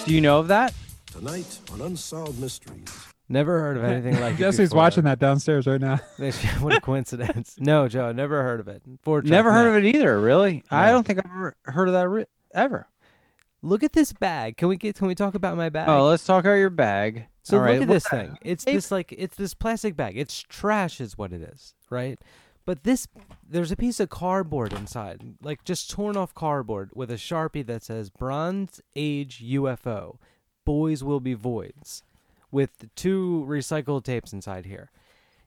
Speaker 5: Do you know of that?
Speaker 9: Tonight on Unsolved Mysteries.
Speaker 2: Never
Speaker 5: *laughs*
Speaker 2: heard of anything like it.
Speaker 4: Jesse's
Speaker 2: before. *laughs*
Speaker 4: watching that downstairs right now. *laughs*
Speaker 2: what
Speaker 5: *laughs*
Speaker 2: a coincidence. No, Joe, never heard of it. Four
Speaker 5: Never
Speaker 2: track,
Speaker 5: heard
Speaker 2: no.
Speaker 5: of it either. Really? I
Speaker 2: No.
Speaker 5: don't think I've ever heard of that re- ever.
Speaker 2: Look at this bag. Can we get can we talk about my bag?
Speaker 5: Oh, let's talk about your bag.
Speaker 2: So
Speaker 5: All right,
Speaker 2: look at
Speaker 5: what-
Speaker 2: this thing. It's
Speaker 5: tape?
Speaker 2: this like it's this plastic bag. It's trash is what it is, right? But this there's a piece of cardboard inside, like just torn off cardboard with a Sharpie that says Bronze Age UFO. Boys will be voids with two recycled tapes inside here.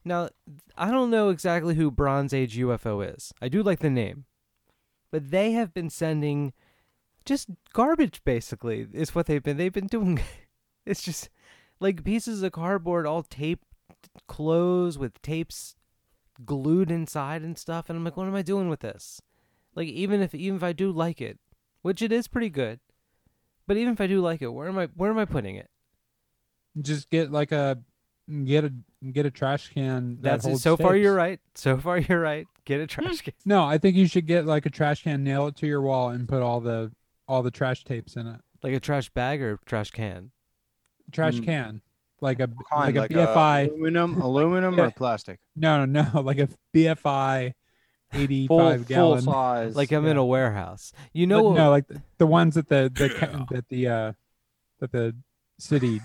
Speaker 2: Now, I don't know exactly who Bronze Age UFO is. I do like the name. But they have been sending just garbage basically is what they've been they've been doing *laughs* it's just like pieces of cardboard all taped closed with tapes glued inside and stuff and i'm like what am i doing with this like even if even if i do like it which it is pretty good but even if i do like it where am i where am i putting it
Speaker 4: Just get like a get a get a trash can. That
Speaker 2: that's it.
Speaker 4: holds
Speaker 2: so far you're
Speaker 4: tapes. Hmm.
Speaker 2: right so far you're right get a trash can
Speaker 4: No, I think you should get like a trash can, nail it to your wall, and put all the all the trash tapes in it.
Speaker 2: like a trash bag or trash can
Speaker 4: Trash
Speaker 5: Mm.
Speaker 4: can, like a
Speaker 5: Kind,
Speaker 4: like, a
Speaker 5: uh,
Speaker 4: BFI.
Speaker 5: aluminum, aluminum,
Speaker 4: Yeah.
Speaker 5: or plastic?
Speaker 4: No, no, *laughs* no, like a BFI, eighty-five
Speaker 5: *laughs* Full, full
Speaker 4: gallon.
Speaker 5: size.
Speaker 2: like i'm in
Speaker 4: yeah.
Speaker 2: a warehouse you
Speaker 4: But
Speaker 2: know
Speaker 5: uh,
Speaker 4: no, like the, the ones that the, the
Speaker 5: *clears throat*
Speaker 4: ca- that the uh that the city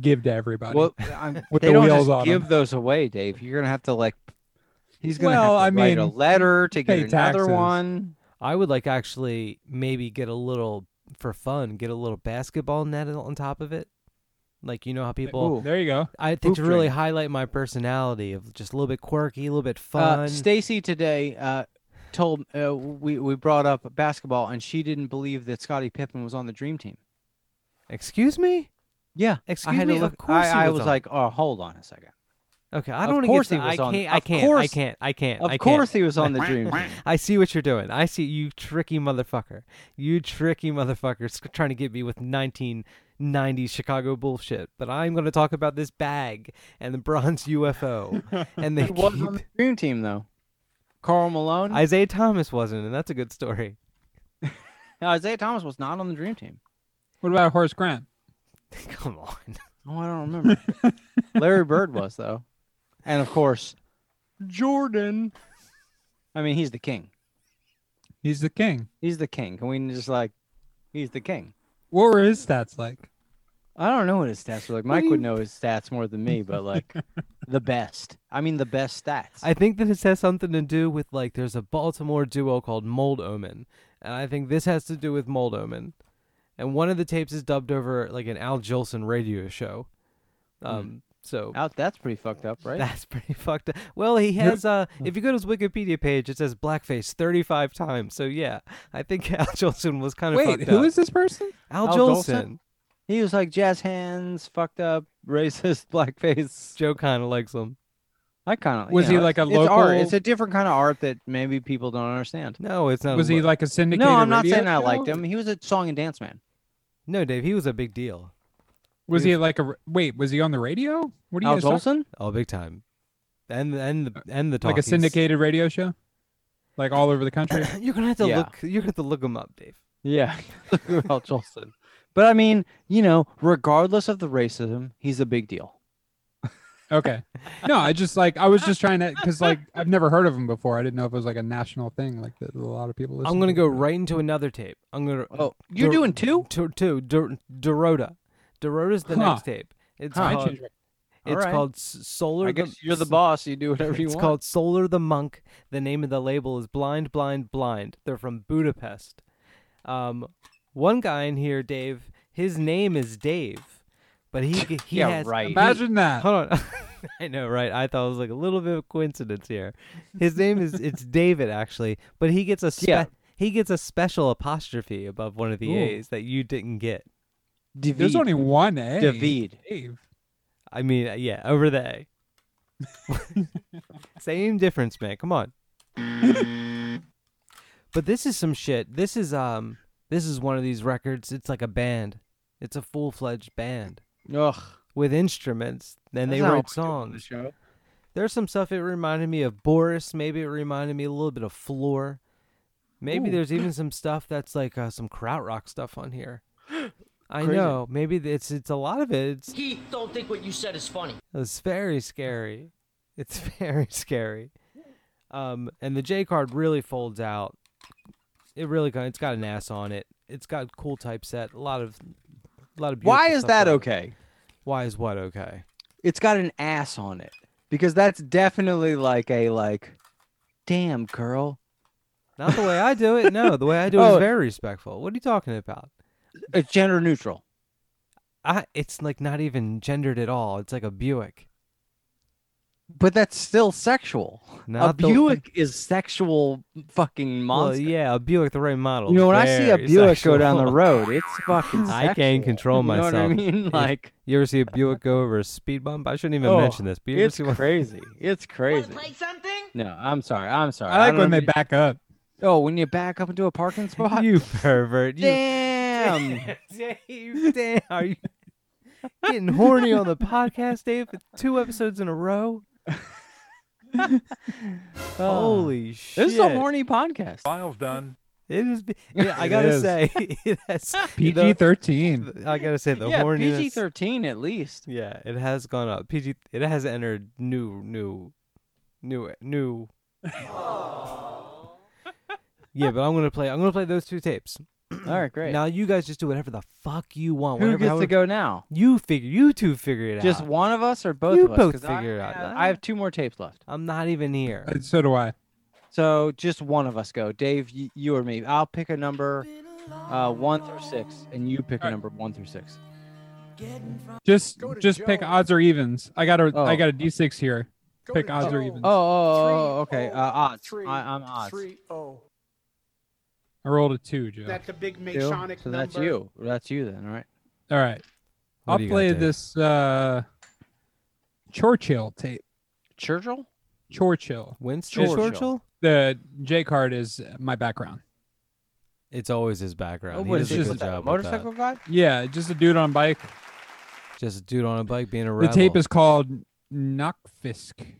Speaker 4: give to everybody.
Speaker 5: well, *laughs* I'm,
Speaker 4: with
Speaker 5: they
Speaker 4: the
Speaker 5: don't
Speaker 4: wheels
Speaker 5: just
Speaker 4: on 'em.
Speaker 5: give those away, Dave. You're gonna have to like. He's gonna
Speaker 4: Well, I
Speaker 5: have to write a
Speaker 4: mean,
Speaker 5: letter to get
Speaker 4: pay
Speaker 5: another
Speaker 4: taxes.
Speaker 5: one.
Speaker 2: I would like actually maybe get a little for fun, get a little basketball net on top of it. Like you know how people
Speaker 5: Ooh.
Speaker 4: there you go.
Speaker 2: I think to
Speaker 5: hoop
Speaker 2: really
Speaker 5: drink.
Speaker 2: highlight my personality of just a little bit quirky, a little bit fun.
Speaker 5: Uh, Stacy today uh, told uh, we we brought up basketball, and she didn't believe that Scottie Pippen was on the dream team.
Speaker 2: Excuse me?
Speaker 5: Yeah,
Speaker 2: Excuse
Speaker 5: I had
Speaker 2: me.
Speaker 5: to look.
Speaker 2: of course
Speaker 5: I,
Speaker 2: he
Speaker 5: I
Speaker 2: was,
Speaker 5: was
Speaker 2: on.
Speaker 5: like, oh, hold on a second.
Speaker 2: Okay, I
Speaker 5: of
Speaker 2: don't wanna
Speaker 5: course
Speaker 2: get
Speaker 5: he was
Speaker 2: I
Speaker 5: on-
Speaker 2: can't I
Speaker 5: of
Speaker 2: can't I
Speaker 5: course-
Speaker 2: can't I can't I
Speaker 5: Of
Speaker 2: can't.
Speaker 5: course, he was on the dream team.
Speaker 2: I see what you're doing. I see you tricky motherfucker. You tricky motherfucker sc- trying to get me with 1990s Chicago bullshit. But I'm going to talk about this bag and the
Speaker 5: *laughs*
Speaker 2: bronze UFO. and they
Speaker 5: He was on
Speaker 2: keep,
Speaker 5: the dream team though. Carl Malone,
Speaker 2: Isaiah Thomas wasn't, and that's a good story. *laughs*
Speaker 5: No, Isaiah Thomas was not on the dream team.
Speaker 4: What about Horace Grant?
Speaker 2: Come on.
Speaker 5: Oh, I don't
Speaker 2: *laughs*
Speaker 5: remember. Larry Bird was though, and of course, Jordan. I mean, he's the king.
Speaker 4: He's the king.
Speaker 5: He's the king. Can we just like, he's the king.
Speaker 4: What were his stats like?
Speaker 5: I don't know what his stats were like. Mike would know his stats more than me,
Speaker 4: *laughs*
Speaker 5: but like, the best. I mean, the best stats.
Speaker 2: I think that this has something to do with like there's a Baltimore duo called Mold Omen, and I think this has to do with Mold Omen. And one of the tapes is dubbed over like an Al Jolson radio show.
Speaker 4: Hmm.
Speaker 2: Um, so
Speaker 5: Out. That's pretty fucked up, right?
Speaker 2: That's *laughs* pretty fucked up. Well, he has. Uh,
Speaker 4: Hmm.
Speaker 2: if you go to his Wikipedia page, it says blackface 35 times. So yeah, I think *laughs* Al Jolson was kind of
Speaker 4: Wait,
Speaker 2: fucked
Speaker 4: who
Speaker 2: up.
Speaker 4: is this person?
Speaker 2: Al,
Speaker 5: Al
Speaker 2: Jolson?
Speaker 5: Jolson? He was like jazz hands, fucked up, racist, *laughs* blackface.
Speaker 2: Joe kind of likes him.
Speaker 5: I kind of
Speaker 4: Was he like a
Speaker 5: It's art.
Speaker 4: local-
Speaker 5: It's a different kind of art that maybe people don't understand.
Speaker 2: No, it's not.
Speaker 4: Was
Speaker 2: a
Speaker 4: he
Speaker 2: lo-
Speaker 4: like a syndicated?
Speaker 5: No, I'm not
Speaker 4: radio
Speaker 5: saying I liked
Speaker 4: show?
Speaker 5: him. He was a song and dance man.
Speaker 2: No, Dave. He was a big deal.
Speaker 4: Was he like a r- wait? Was he on the radio? What do you
Speaker 5: Al
Speaker 4: guys talk-
Speaker 5: Jolson?
Speaker 2: Oh, big time. And and the and the
Speaker 4: like a
Speaker 2: talkies.
Speaker 4: syndicated radio show? like all over the
Speaker 5: *laughs*
Speaker 4: country.
Speaker 2: You're gonna have to
Speaker 5: Yeah.
Speaker 2: look. You're gonna have to look them up, Dave.
Speaker 5: Yeah, *laughs* Al Jolson. But I mean, you know, regardless of the racism, he's a big deal.
Speaker 4: Okay. No, I just like I was just trying to because like I've never heard of him before. I didn't know if it was like a national thing. Like that a lot of people. Listen
Speaker 2: I'm gonna
Speaker 4: to.
Speaker 2: go right into another tape. I'm gonna.
Speaker 5: Oh, you're
Speaker 2: Dur-
Speaker 5: doing two?
Speaker 2: To, to Dur- Dorota. Dorota's the
Speaker 4: Huh.
Speaker 2: next tape. It's
Speaker 4: I
Speaker 2: called.
Speaker 4: changed my-
Speaker 2: It's
Speaker 5: Alright.
Speaker 2: called S- Solar.
Speaker 5: I
Speaker 2: the-
Speaker 4: *laughs*
Speaker 5: guess you're the
Speaker 2: S-
Speaker 5: boss. You do whatever you
Speaker 2: it's
Speaker 5: want.
Speaker 2: called Solar the Monk. The name of the label is Blind, Blind, Blind. They're from Budapest. Um, one guy in here, Dave. His name is Dave, but he g-
Speaker 5: *laughs*
Speaker 2: he
Speaker 5: Yeah,
Speaker 2: has
Speaker 5: right.
Speaker 2: he-
Speaker 4: Imagine that.
Speaker 2: *laughs* Hold on. I know, right? I thought it was like a little bit of coincidence here. His name
Speaker 5: *laughs*
Speaker 2: is it's David actually, but he gets a spe-
Speaker 5: Yeah.
Speaker 2: he gets a special apostrophe above one of the
Speaker 4: Ooh.
Speaker 2: A's that you didn't get.
Speaker 5: David.
Speaker 4: There's only one A.
Speaker 5: David.
Speaker 4: Dave.
Speaker 2: I mean, uh, yeah, over the
Speaker 5: *laughs*
Speaker 2: A. *laughs* Same difference, man. Come on. but this is some shit. This is um this is one of these records. It's like a band. It's a full-fledged band
Speaker 5: Ugh.
Speaker 2: with instruments. and they wrote songs. There's some stuff it reminded me of Boris. Maybe it reminded me a little bit of Floor. Maybe there's even some stuff that's like uh, some krautrock stuff on here. I know. Maybe it's it's a lot of it. It's
Speaker 8: Keith, don't think what you said is funny.
Speaker 2: it's very scary. It's *laughs* very scary. Um, and the J card really folds out. It really kind it's got an ass on it. It's got cool typeset. A lot of a lot of.
Speaker 5: Why
Speaker 2: beautiful
Speaker 5: is
Speaker 2: stuff
Speaker 5: that
Speaker 2: on it.
Speaker 5: okay?
Speaker 2: Why is what okay?
Speaker 5: It's got an ass on it because that's definitely like a like, damn girl.
Speaker 2: Not the way I do it. No, the way I do it is
Speaker 5: *laughs* Oh.
Speaker 2: very respectful. What are you talking about? Uh,
Speaker 5: It's gender neutral.
Speaker 2: I, it's like not even gendered at all. It's like a Buick.
Speaker 5: But that's still sexual. a
Speaker 2: Not the-
Speaker 5: Buick is sexual fucking
Speaker 2: Well,
Speaker 5: monster.
Speaker 2: yeah, a Buick, the right model.
Speaker 5: You know, when I see a
Speaker 2: Very
Speaker 5: Buick go down the
Speaker 2: *laughs* sexual.
Speaker 5: road, it's *laughs* fucking. Sexual.
Speaker 2: I can't control
Speaker 5: You know what I
Speaker 2: myself.
Speaker 5: mean? Like,
Speaker 2: You ever see a Buick go over a speed bump? I shouldn't even
Speaker 5: Oh,
Speaker 2: mention this. But *laughs* you ever
Speaker 5: it's
Speaker 2: see one-
Speaker 5: crazy. It's crazy.
Speaker 8: something?
Speaker 5: No, I'm sorry. I'm sorry.
Speaker 4: I like
Speaker 5: don't
Speaker 4: when
Speaker 5: know
Speaker 4: they
Speaker 5: if you-
Speaker 4: back up.
Speaker 5: Oh, when you back up into a parking spot.
Speaker 2: *laughs* You pervert. You *laughs*
Speaker 5: Damn.
Speaker 2: Dave, damn. Are you getting horny on the podcast, Dave? Two episodes in
Speaker 5: *laughs*
Speaker 2: a row? Holy shit.
Speaker 5: This is a horny podcast.
Speaker 11: File's done.
Speaker 2: It is. be- Yeah, I
Speaker 5: *laughs*
Speaker 4: It
Speaker 2: gotta
Speaker 4: is.
Speaker 2: say, *laughs* it has
Speaker 4: PG thirteen.
Speaker 2: the- I gotta say the
Speaker 5: *laughs* yeah,
Speaker 2: horniness.
Speaker 5: PG thirteen at least.
Speaker 2: Yeah, it has gone up. PG. It has entered new, new, new,
Speaker 5: *laughs*
Speaker 2: new. yeah, but I'm gonna play. I'm gonna play those two tapes.
Speaker 5: All right, great.
Speaker 2: Now you guys just do whatever the fuck you want.
Speaker 5: Who
Speaker 2: whatever,
Speaker 5: gets
Speaker 2: however-
Speaker 5: to go now?
Speaker 2: You figure. You two figure it
Speaker 5: Just
Speaker 2: out.
Speaker 5: one of us or both
Speaker 2: You
Speaker 5: of us?
Speaker 2: both
Speaker 5: 'Cause I
Speaker 2: figure it out.
Speaker 5: have- I have two more tapes left.
Speaker 2: I'm not even here.
Speaker 4: Uh, So do I.
Speaker 5: So just one of us go. Dave, you, you or me. I'll pick a number uh, one through six, and you pick a number one through six.
Speaker 4: Just just pick odds or evens. I got a I
Speaker 5: Oh.
Speaker 4: got a D six here. Pick
Speaker 7: to
Speaker 4: odds or
Speaker 7: Joe.
Speaker 4: evens.
Speaker 5: Oh, oh, oh,
Speaker 7: Three,
Speaker 5: okay.
Speaker 7: oh,
Speaker 5: Uh, odds.
Speaker 7: three,
Speaker 5: I, I'm odds.
Speaker 7: Three oh.
Speaker 4: I rolled a two, Joe.
Speaker 10: That's a big
Speaker 5: Two?
Speaker 10: Masonic
Speaker 5: So
Speaker 10: number.
Speaker 5: that's you. That's you then, all right?
Speaker 4: All right.
Speaker 2: What
Speaker 4: I'll
Speaker 2: do you got,
Speaker 4: play
Speaker 2: Dave?
Speaker 4: this uh Churchill tape.
Speaker 5: Churchill?
Speaker 4: Churchill.
Speaker 2: Winston
Speaker 5: Churchill.
Speaker 2: Churchill.
Speaker 4: The J card is my background.
Speaker 2: It's always his background.
Speaker 5: Oh,
Speaker 2: He
Speaker 5: what
Speaker 2: does
Speaker 5: is this?
Speaker 2: a good
Speaker 5: What's that,
Speaker 2: job with that.
Speaker 5: motorcycle guy?
Speaker 4: Yeah, just a dude on a bike.
Speaker 2: Just a dude on a bike being a
Speaker 4: The
Speaker 2: rebel.
Speaker 4: tape is called Knockfisk.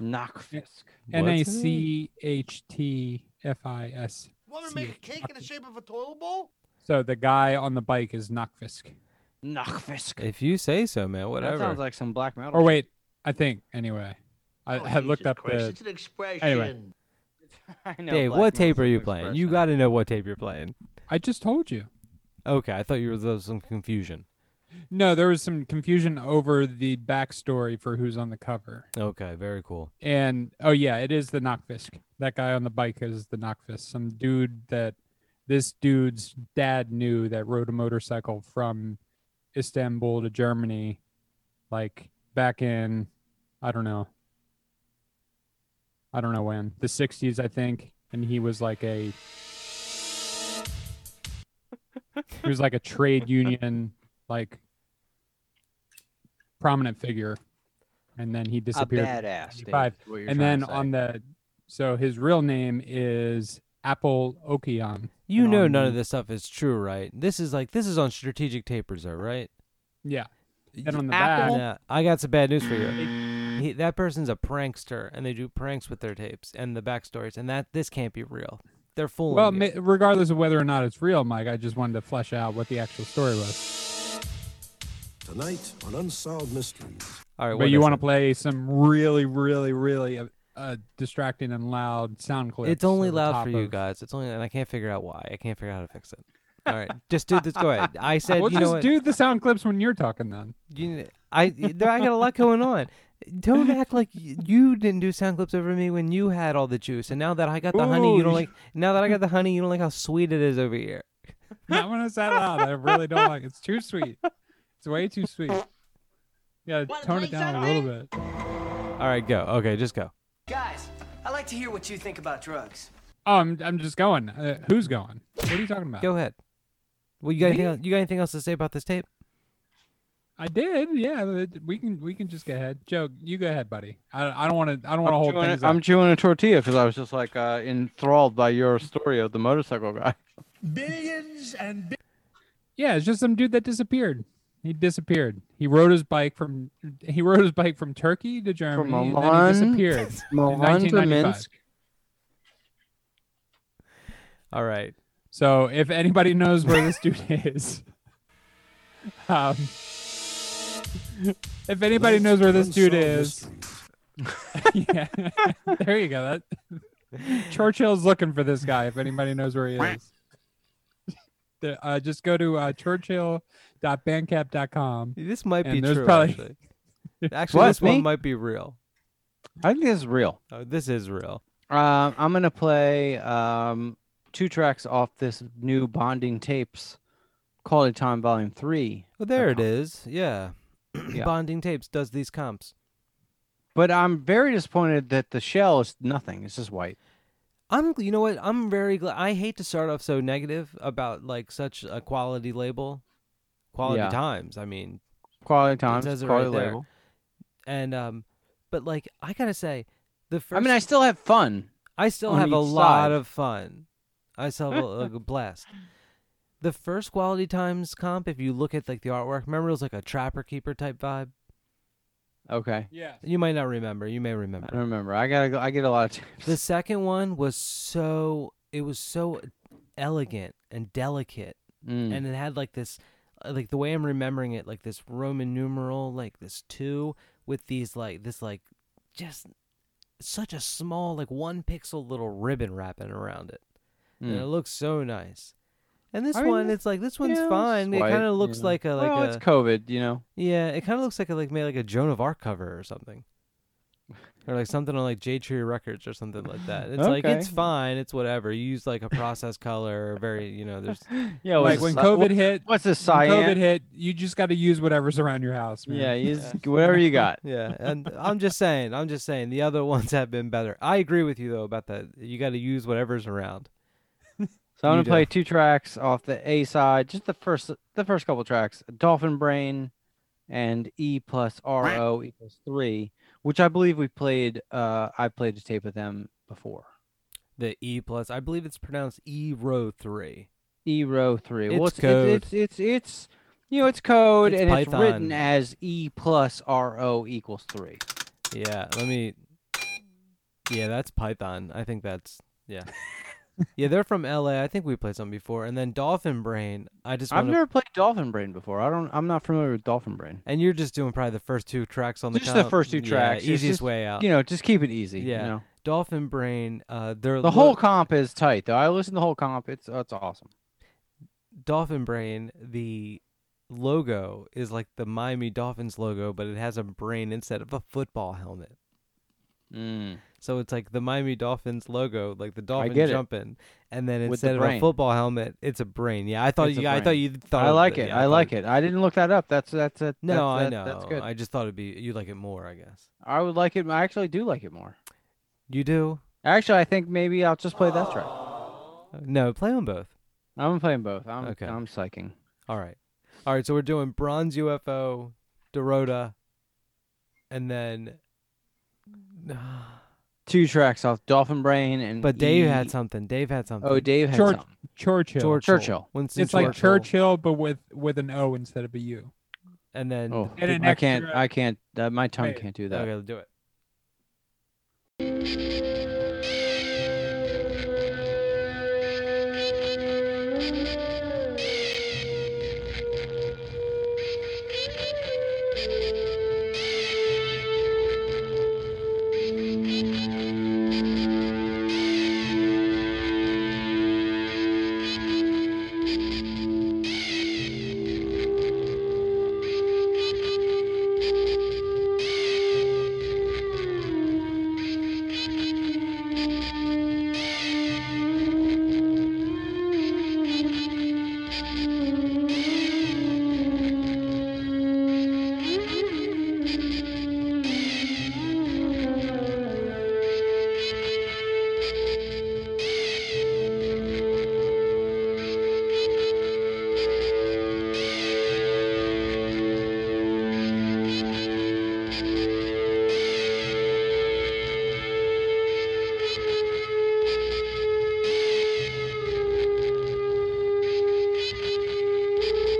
Speaker 5: Knockfisk.
Speaker 4: N A C H T F I S.
Speaker 10: Want to make a cake in the shape of a toilet bowl?
Speaker 4: So the guy on the bike is Knockfisk.
Speaker 5: Knockfisk.
Speaker 2: If you say so, man.
Speaker 5: That
Speaker 2: Whatever.
Speaker 5: sounds like some black metal.
Speaker 4: Or wait, I think anyway. I
Speaker 10: Oh,
Speaker 4: had looked
Speaker 10: Jesus
Speaker 4: up
Speaker 10: Christ,
Speaker 4: the
Speaker 10: It's an expression.
Speaker 5: *laughs* I know
Speaker 2: Dave,
Speaker 5: black
Speaker 2: what tape
Speaker 5: metal's
Speaker 2: are
Speaker 5: an
Speaker 2: you playing? You
Speaker 5: expression.
Speaker 2: got to know what tape you're playing.
Speaker 4: I just told you.
Speaker 2: Okay, I thought you were there was some confusion.
Speaker 4: No, there was some confusion over the backstory for who's on the cover.
Speaker 2: Okay, very cool.
Speaker 4: And oh yeah, it is the Knockfisk. That guy on the bike is the Knockfisk. Some dude that this dude's dad knew that rode a motorcycle from Istanbul to Germany, like back in I don't know. I don't know when. The sixties, I think. And he was like a he was like a trade union, like prominent figure. And then he
Speaker 5: a
Speaker 4: disappeared.
Speaker 5: badass. Dave,
Speaker 4: Five.
Speaker 5: is what you're
Speaker 4: And then
Speaker 5: trying to say.
Speaker 4: on the so his real name is Apple Okion.
Speaker 2: You
Speaker 4: And
Speaker 2: know
Speaker 4: on
Speaker 2: none of
Speaker 4: the-
Speaker 2: this stuff is true, right? This is like this is on strategic tape reserve, right?
Speaker 4: Yeah. Then on the
Speaker 5: Apple-
Speaker 4: back,
Speaker 2: Yeah, I got some bad news for you. He, that person's a prankster, and they do pranks with their tapes and the backstories, and that this can't be real. They're fooling.
Speaker 4: well,
Speaker 2: you.
Speaker 4: ma- regardless of whether or not it's real, Mike, I just wanted to flesh out what the actual story was.
Speaker 9: Tonight on Unsolved Mysteries.
Speaker 2: all right.
Speaker 4: But you want to play some really, really, really uh, uh, distracting and loud sound clips.
Speaker 2: It's only
Speaker 4: over
Speaker 2: loud
Speaker 4: top
Speaker 2: for you
Speaker 4: of-
Speaker 2: guys. It's only, and I can't figure out why. I can't figure out how to fix it. All *laughs* right, just do this. Go ahead. I said,
Speaker 4: *laughs* We'll
Speaker 2: you know
Speaker 4: just
Speaker 2: what?
Speaker 4: do the sound clips when you're talking then.
Speaker 2: You, I there, I got a lot going on.
Speaker 4: *laughs*
Speaker 2: Don't act like y- you didn't do sound clips over me when you had all the juice, and now that I got the honey, you don't
Speaker 4: Ooh.
Speaker 2: like. Now that
Speaker 4: *laughs*
Speaker 2: I got the honey, you don't like how sweet it is over here.
Speaker 4: Not when it's that loud. I really don't like it. It's too sweet. It's way too sweet. Yeah,
Speaker 10: Wanna
Speaker 4: tone
Speaker 10: play
Speaker 4: it down a little bit.
Speaker 2: All right, go. Okay, just go.
Speaker 10: Guys, I like to hear what you think about drugs.
Speaker 4: Oh, I'm, I'm just going. Uh, who's going? What are you talking about?
Speaker 2: Go ahead. Well, you got anything else, you got anything else to say about this tape?
Speaker 4: I did. Yeah, but we can we can just go ahead. Joe, you go ahead, buddy. I, I don't want to I don't want to hold
Speaker 5: chewing,
Speaker 4: things
Speaker 5: a- I'm
Speaker 4: up.
Speaker 5: chewing a tortilla because I was just like uh, enthralled by your story of the motorcycle guy.
Speaker 4: Yeah, it's just some dude that disappeared. He disappeared. He rode his bike from he *laughs* rode his bike from Turkey to Germany and then
Speaker 5: Milan-
Speaker 4: he disappeared. in
Speaker 5: Milan to
Speaker 4: 1995.
Speaker 5: Minsk.
Speaker 2: All right.
Speaker 4: So if anybody knows where this dude *laughs* is, um, *laughs* if anybody knows where this dude
Speaker 9: Unsolved
Speaker 4: is,
Speaker 9: Mysteries.
Speaker 4: yeah, *laughs* there you go.
Speaker 5: *laughs*
Speaker 4: That Churchill's looking for this guy. If anybody knows where he is, The- uh, just go to uh, churchill.bandcamp.com.
Speaker 2: This might be
Speaker 4: And there's
Speaker 2: true.
Speaker 4: probably- *laughs*
Speaker 2: Actually, actually
Speaker 5: What,
Speaker 2: this
Speaker 5: me?
Speaker 2: one might be real.
Speaker 5: I think this is real.
Speaker 2: Oh, this is real.
Speaker 5: Um, I'm gonna play um, two tracks off this new Bonding tapes, Quality Time Volume Three.
Speaker 2: Well, there it is. Yeah. *clears throat*
Speaker 5: Yeah.
Speaker 2: Bonding tapes does these comps.
Speaker 5: But I'm very disappointed that the shell is nothing. It's just white.
Speaker 2: I'm, you know what? I'm very glad. I hate to start off so negative about like such a quality label, quality
Speaker 5: Yeah.
Speaker 2: times. I mean,
Speaker 5: Quality Time,
Speaker 2: says it right
Speaker 5: quality
Speaker 2: there.
Speaker 5: label.
Speaker 2: and um, but like I gotta say, the first.
Speaker 5: I mean, I still have fun.
Speaker 2: I still
Speaker 5: on
Speaker 2: have a
Speaker 5: each
Speaker 2: lot
Speaker 5: side.
Speaker 2: of fun. I still have a, a blast. The first quality times comp, if you look at like the artwork, remember it was like a trapper keeper type vibe.
Speaker 5: Okay,
Speaker 4: Yeah.
Speaker 2: You might not remember. You may
Speaker 5: I
Speaker 2: remember.
Speaker 5: don't remember. I gotta go. I get a lot of *laughs* tapes.
Speaker 2: The second one was so it was so elegant and delicate,
Speaker 5: Mm.
Speaker 2: and it had like this, uh, like the way I'm remembering it, like this Roman numeral, like this two with these like this like just such a small like one pixel little ribbon wrapping around it, and
Speaker 5: Mm.
Speaker 2: it looks so nice. And this
Speaker 5: I mean,
Speaker 2: one, it's like this one's
Speaker 5: yeah, it's
Speaker 2: fine. It
Speaker 5: white,
Speaker 2: kind of looks
Speaker 4: yeah.
Speaker 2: like a like uh,
Speaker 5: well,
Speaker 2: a
Speaker 5: it's COVID, you know.
Speaker 2: yeah, it kind of looks like a, like made like a Joan of Arc cover or something, or like something on like J Tree Records or something like that. It's like it's
Speaker 5: Okay.
Speaker 2: fine, it's whatever. You use like a process color, or very you know, there's
Speaker 5: Yeah,
Speaker 4: Like when
Speaker 5: what's the-
Speaker 4: COVID hit,
Speaker 5: What's this
Speaker 4: when COVID
Speaker 5: cyan?
Speaker 4: hit, you just got to use whatever's around your house, man.
Speaker 5: Yeah, you just- *laughs* whatever you got.
Speaker 2: *laughs* yeah. And I'm just saying, I'm just saying, the other *laughs* ones have been better. I agree with you though about that. You got to use whatever's around.
Speaker 5: So I'm gonna
Speaker 2: You do.
Speaker 5: play two tracks off the A side, just the first the first couple tracks, Dolphin Brain and E plus R O equals three, which I believe we played uh I played a tape of them before.
Speaker 2: The E plus, I believe it's pronounced E row three.
Speaker 5: E row three. well,
Speaker 2: It's
Speaker 5: it's, It's, it's it's it's you know it's code
Speaker 2: It's
Speaker 5: and it's
Speaker 2: Python.
Speaker 5: written as E plus R O equals three.
Speaker 2: Yeah, let me. Yeah, that's Python. I think that's yeah. yeah, they're from LA. I think we played some before. And then Dolphin Brain. I just
Speaker 5: I've
Speaker 2: want to.
Speaker 5: never played Dolphin Brain before. I don't I'm not familiar with Dolphin Brain.
Speaker 2: And you're just doing probably the first two tracks on the
Speaker 5: Just the
Speaker 2: comp.
Speaker 5: first two
Speaker 2: Yeah,
Speaker 5: tracks. It's
Speaker 2: easiest
Speaker 5: just,
Speaker 2: way out.
Speaker 5: You know, just keep it easy. you
Speaker 2: Uh, Yeah.
Speaker 5: know?
Speaker 2: Dolphin Brain. Uh, they're
Speaker 5: The whole comp is tight though. I listen to the whole comp. It's it's awesome.
Speaker 2: Dolphin Brain. The logo is like the Miami Dolphins logo, but it has a brain instead of a football helmet.
Speaker 5: Mm.
Speaker 2: So it's like the Miami Dolphins logo, like the dolphin
Speaker 5: get it.
Speaker 2: jumping, and then
Speaker 5: With the
Speaker 2: instead of a
Speaker 5: brain.
Speaker 2: football helmet, it's a brain. Yeah, I thought
Speaker 5: It's a
Speaker 2: you. I thought
Speaker 5: brain.
Speaker 2: you thought.
Speaker 5: I
Speaker 2: of
Speaker 5: like it.
Speaker 2: Yeah,
Speaker 5: I
Speaker 2: thought
Speaker 5: like
Speaker 2: you-
Speaker 5: it. I didn't look that up. That's that's it.
Speaker 2: No,
Speaker 5: that's,
Speaker 2: I know.
Speaker 5: that- That's good.
Speaker 2: I just thought it'd be you like it more. I guess
Speaker 5: I would like it. I actually do like it more.
Speaker 2: you do.
Speaker 5: Actually, I think maybe I'll just play that track.
Speaker 2: No, play on both.
Speaker 5: I'm playing both. I'm
Speaker 2: Okay.
Speaker 5: I'm psyching.
Speaker 2: All right, all right. So we're doing bronze UFO, Dorota, and
Speaker 5: *sighs*
Speaker 2: then.
Speaker 5: Two tracks off Dolphin Brain and
Speaker 2: But Dave
Speaker 5: E-
Speaker 2: had something. Dave had something.
Speaker 5: Oh, Dave had
Speaker 4: George-
Speaker 5: something.
Speaker 4: Churchill.
Speaker 2: Churchill.
Speaker 5: Churchill.
Speaker 2: Winston
Speaker 4: It's like
Speaker 2: Churchill.
Speaker 4: Churchill, but with with an O instead of a U.
Speaker 2: and then
Speaker 5: Oh,
Speaker 4: And an
Speaker 5: I can't.
Speaker 4: extra-
Speaker 5: I can't. Uh, my tongue
Speaker 4: Wait.
Speaker 5: can't do that.
Speaker 2: okay, do it.
Speaker 12: Thank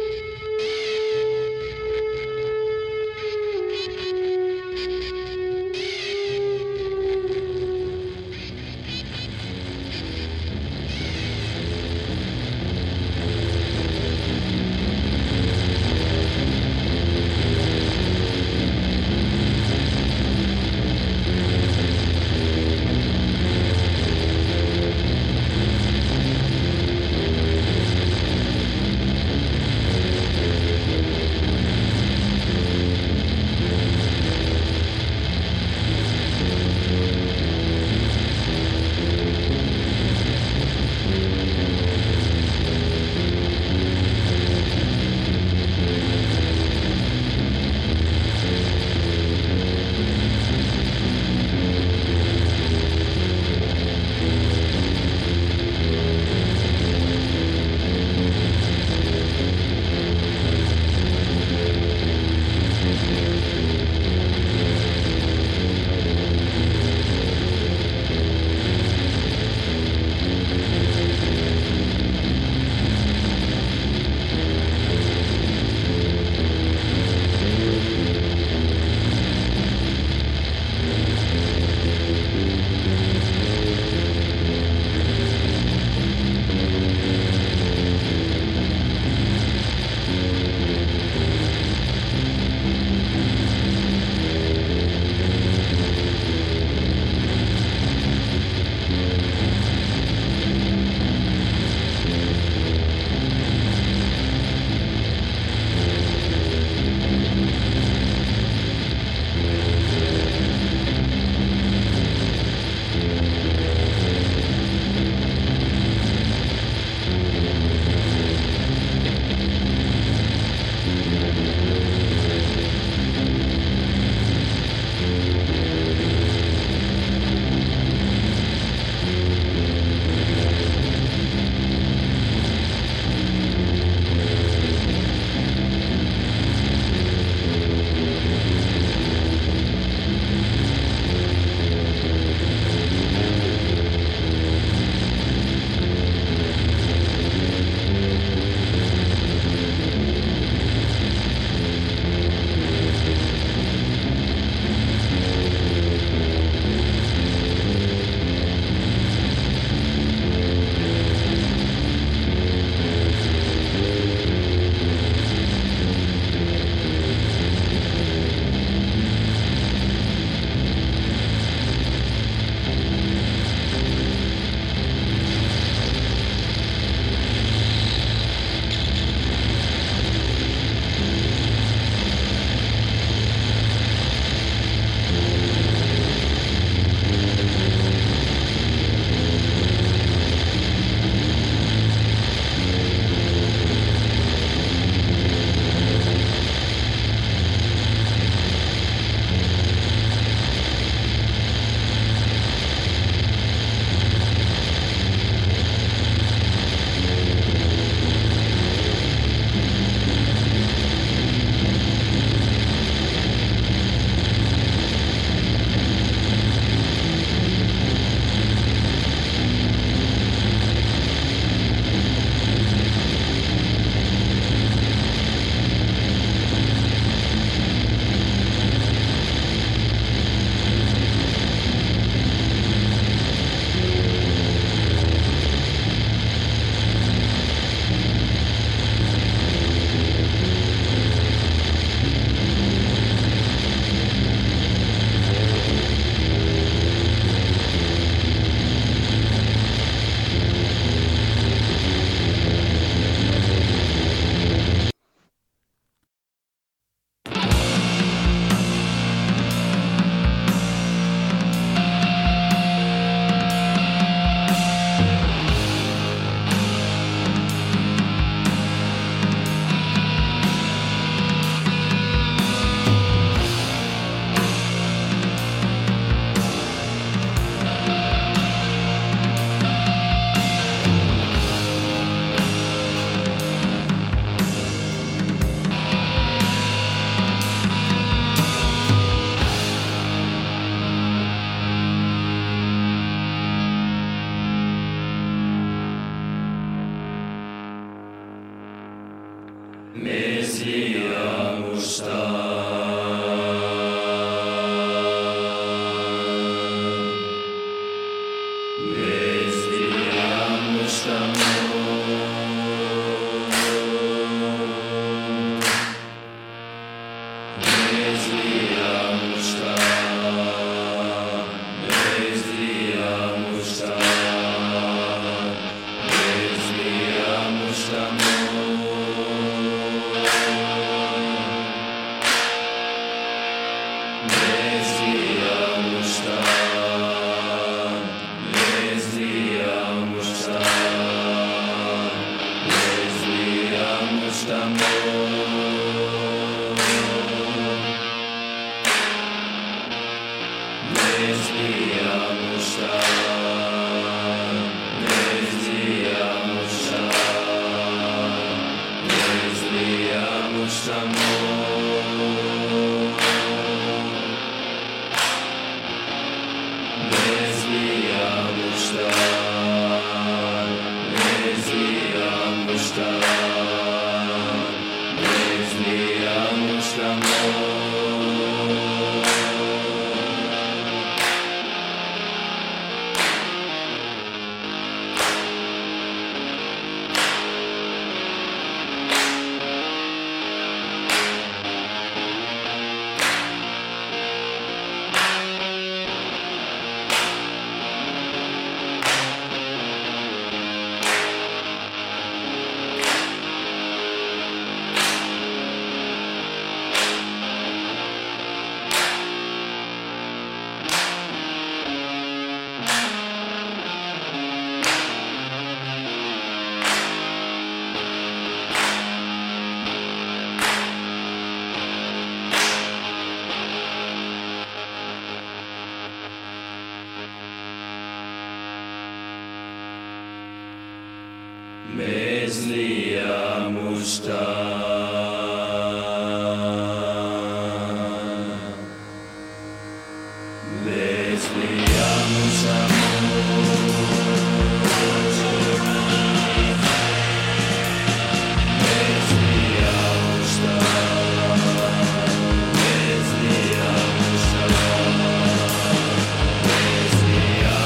Speaker 12: Mesliamos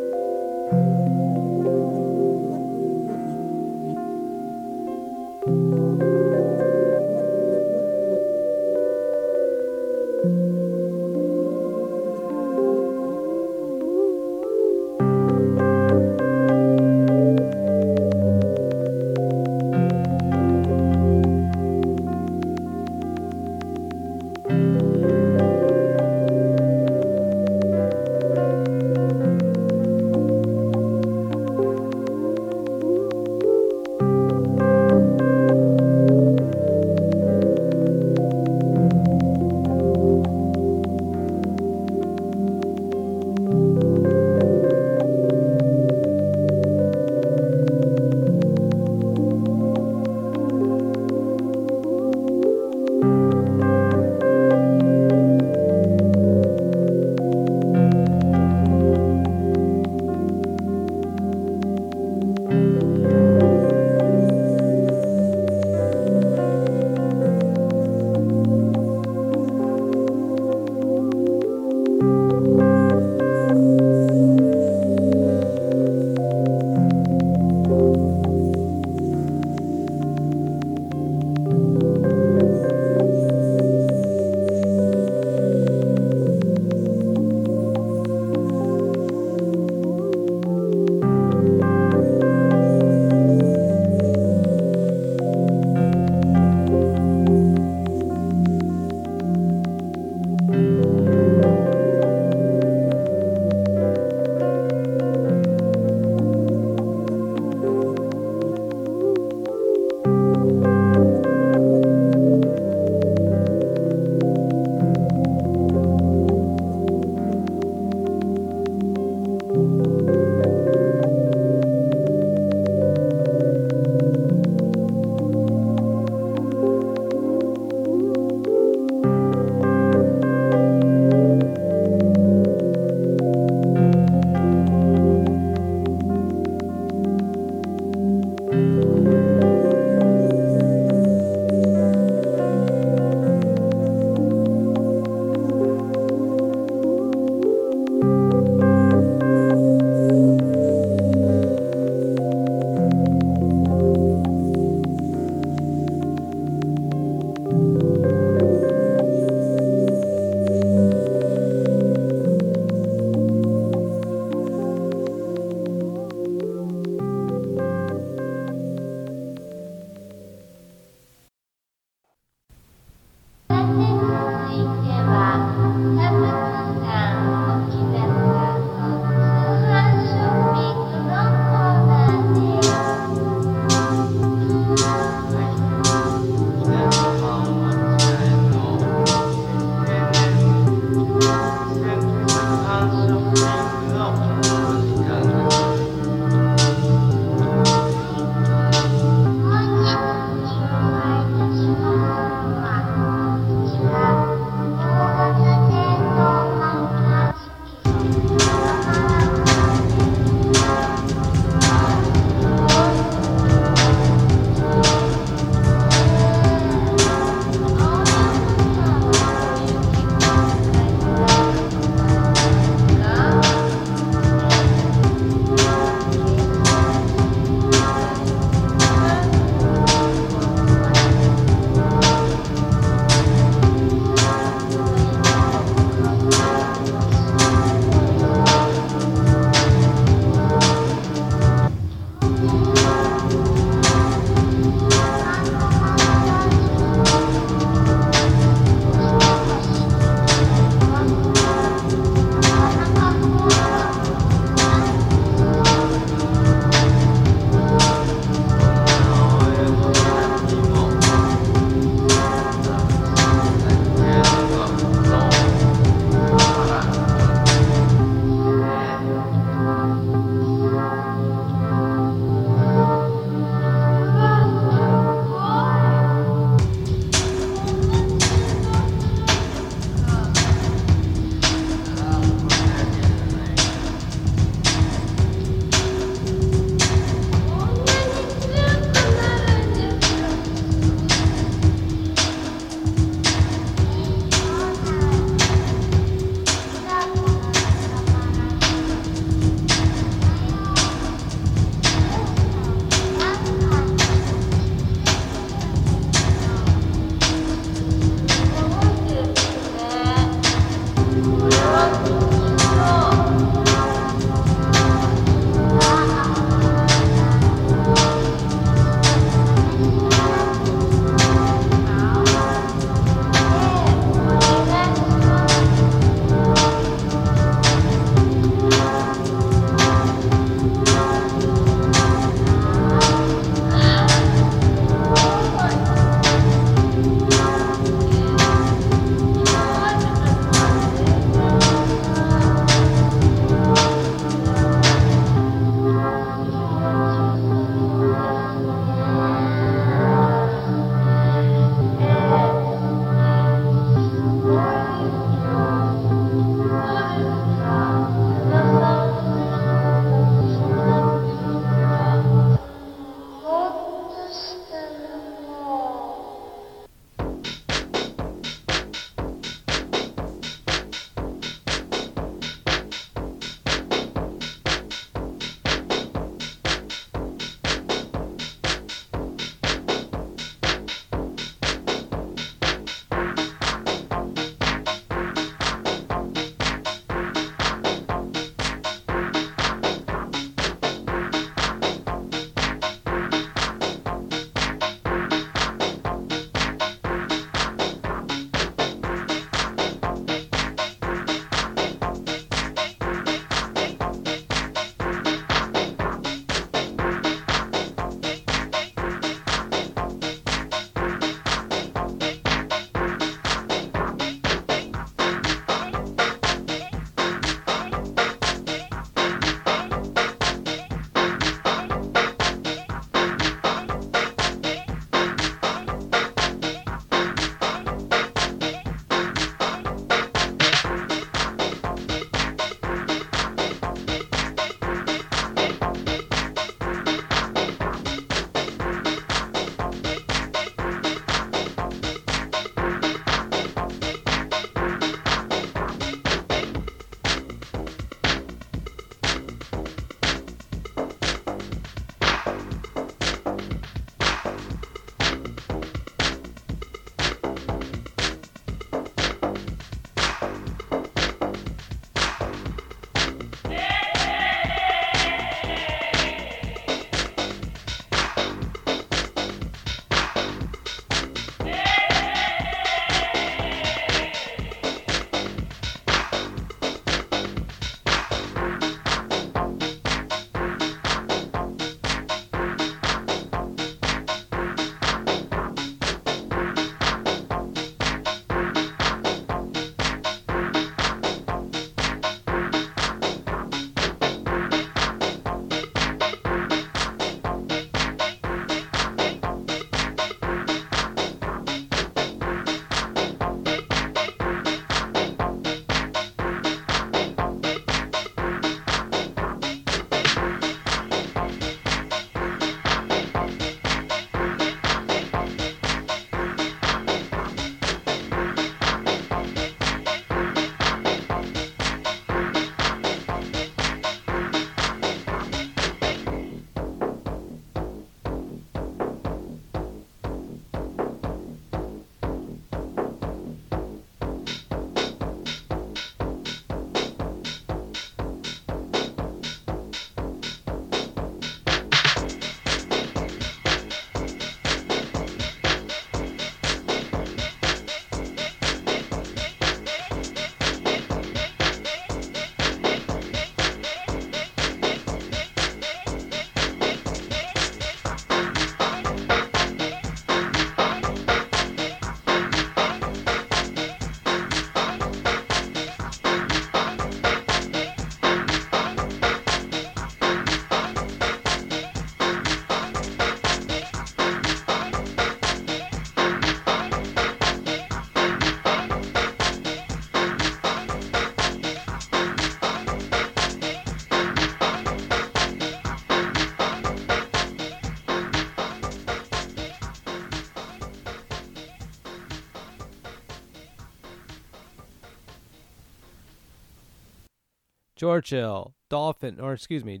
Speaker 2: Churchill, Dolphin, or excuse me,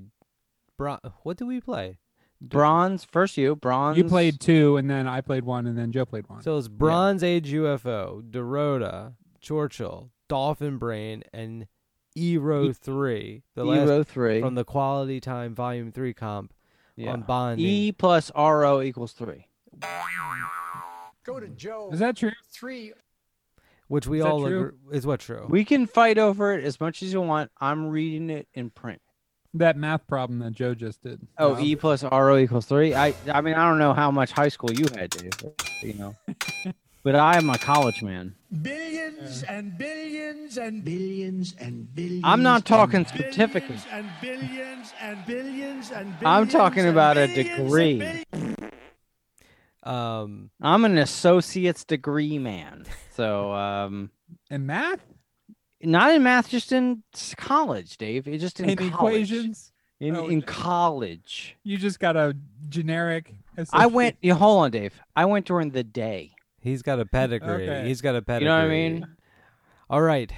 Speaker 2: Bron- what did we play?
Speaker 5: Bronze, first you, bronze.
Speaker 4: You played two, and then I played one, and then Joe played one.
Speaker 2: So it's Bronze Age UFO, Dorota, Churchill, Dolphin Brain, and Ero Three. The
Speaker 5: E row three.
Speaker 2: last from the Quality Time Volume Three comp
Speaker 5: Yeah.
Speaker 2: on bonding.
Speaker 5: E plus RO equals three.
Speaker 7: Go to Joe.
Speaker 4: Is that true?
Speaker 7: three?
Speaker 2: which we
Speaker 4: Is that
Speaker 2: all
Speaker 4: true?
Speaker 2: agree is what true.
Speaker 5: We can fight over it as much as you want. I'm reading it in print.
Speaker 4: That math problem that Joe just did.
Speaker 5: Oh,
Speaker 4: Um,
Speaker 5: E plus RO equals three. I I mean I don't know how much high school you had, Dave. You
Speaker 2: *laughs*
Speaker 5: know, but I'm a college man.
Speaker 7: Billions and billions and billions and billions.
Speaker 5: I'm not
Speaker 7: and
Speaker 5: talking
Speaker 7: billions
Speaker 5: specifically.
Speaker 7: And billions and billions and billions.
Speaker 5: I'm talking
Speaker 7: and
Speaker 5: about a
Speaker 7: billions and
Speaker 5: degree.
Speaker 2: Um,
Speaker 5: I'm an associate's degree man. So um,
Speaker 4: in math,
Speaker 5: not in math, just in s- college, Dave. It just in,
Speaker 4: in
Speaker 5: college.
Speaker 4: equations,
Speaker 5: in,
Speaker 4: Oh,
Speaker 5: in
Speaker 4: no.
Speaker 5: college.
Speaker 4: you just got a generic.
Speaker 5: I
Speaker 4: associate-
Speaker 5: went. Yeah, hold on, Dave. I went during the day.
Speaker 2: he's got a pedigree.
Speaker 4: Okay.
Speaker 2: He's got a pedigree.
Speaker 5: You know what I mean?
Speaker 2: All right,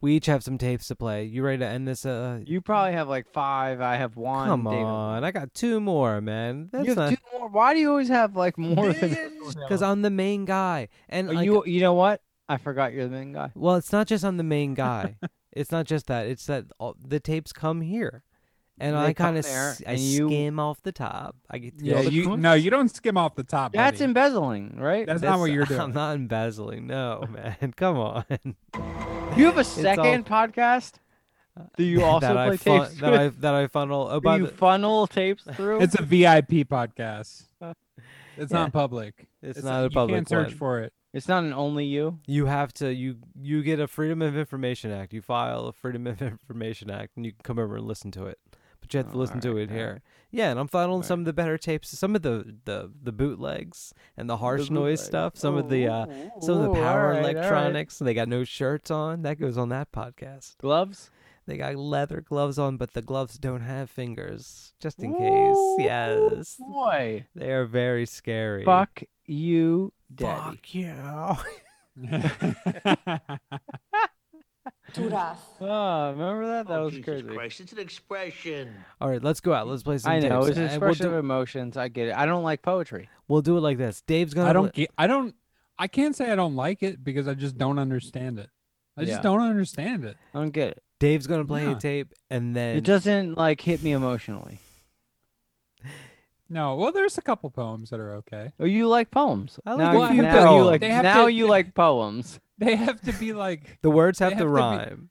Speaker 2: we each have some tapes to play. You ready to end this? Uh,
Speaker 5: You probably have like five. I have one.
Speaker 2: come
Speaker 5: David.
Speaker 2: on, I got two more, man. That's
Speaker 5: you have
Speaker 2: not
Speaker 5: two more. Why do you always have like more than? *laughs*
Speaker 2: because I'm the main guy, and
Speaker 5: Oh,
Speaker 2: like,
Speaker 5: you you know what? I forgot you're the main guy.
Speaker 2: Well, it's not just on
Speaker 5: *laughs*
Speaker 2: the main guy. it's not just that. It's that all, the tapes come here, and
Speaker 5: They
Speaker 2: I
Speaker 5: come
Speaker 2: kind of
Speaker 5: there,
Speaker 2: I
Speaker 5: and you-
Speaker 2: skim off the top. I get to
Speaker 4: Yeah,
Speaker 2: all the
Speaker 4: you
Speaker 2: clips.
Speaker 4: no, you don't skim off the top.
Speaker 5: That's
Speaker 4: buddy.
Speaker 5: embezzling, right?
Speaker 4: That's not what
Speaker 2: This- *laughs*
Speaker 4: you're
Speaker 2: I'm
Speaker 4: doing.
Speaker 2: not
Speaker 5: *laughs*
Speaker 2: embezzling. No, man. *laughs* Come on.
Speaker 5: you have a
Speaker 2: all-
Speaker 5: second podcast. Do you also
Speaker 2: *laughs* that I
Speaker 5: play
Speaker 2: fun-
Speaker 5: tapes?
Speaker 2: that I
Speaker 5: *laughs*
Speaker 2: that I funnel. Oh,
Speaker 5: Do
Speaker 2: by
Speaker 5: you
Speaker 2: the,
Speaker 5: funnel tapes through?
Speaker 4: It's a VIP podcast.
Speaker 2: *laughs*
Speaker 4: It's
Speaker 2: Yeah.
Speaker 4: not public.
Speaker 2: It's not a
Speaker 4: You
Speaker 2: public
Speaker 4: can't search
Speaker 2: one.
Speaker 4: for it.
Speaker 5: It's not an only you.
Speaker 2: you have to you you get a Freedom of Information Act. You file a Freedom of *laughs* Information Act, and you can come over and listen to it. But you have to
Speaker 5: Oh,
Speaker 2: listen to
Speaker 5: alright,
Speaker 2: it
Speaker 5: alright.
Speaker 2: here. Yeah, and I'm funneling some of the better tapes, some of the the the bootlegs and the harsh
Speaker 5: bootlegs.
Speaker 2: noise stuff, some of the uh
Speaker 5: Ooh,
Speaker 2: some of the
Speaker 5: ooh,
Speaker 2: power
Speaker 5: alright, alright.
Speaker 2: electronics. They got no shirts on. That goes on that podcast.
Speaker 5: Gloves.
Speaker 2: They got leather gloves on, but the gloves don't have fingers, just in case. Yes,
Speaker 5: Boy,
Speaker 2: they are very scary.
Speaker 5: fuck you, daddy.
Speaker 2: yeah.
Speaker 5: Oh, remember that? That was crazy.
Speaker 7: It's an expression.
Speaker 4: *laughs*
Speaker 2: All right, let's go out. Let's play some.
Speaker 5: I know.
Speaker 2: tapes.
Speaker 5: It's an
Speaker 2: And we'll
Speaker 5: expression
Speaker 2: do-
Speaker 5: of emotions. I get it. I don't like poetry.
Speaker 2: We'll do it like this. Dave's gonna.
Speaker 4: I don't
Speaker 2: li-
Speaker 4: get. I don't. I can't say I don't like it because I just don't understand it. I
Speaker 5: Yeah.
Speaker 4: just don't understand it.
Speaker 5: I don't get it.
Speaker 2: Dave's gonna play
Speaker 4: Yeah.
Speaker 2: a tape, and then
Speaker 5: It doesn't like hit me emotionally.
Speaker 4: No. Well, there's a couple poems that are okay.
Speaker 5: Oh, you like poems.
Speaker 2: I like
Speaker 5: now,
Speaker 2: a
Speaker 5: you,
Speaker 2: few
Speaker 5: now you
Speaker 2: poems.
Speaker 5: like
Speaker 4: They have
Speaker 5: now
Speaker 4: to-
Speaker 2: *laughs*
Speaker 5: you like poems.
Speaker 4: They have to be like.
Speaker 2: the words have,
Speaker 4: They have
Speaker 2: to
Speaker 4: to be-
Speaker 2: rhyme.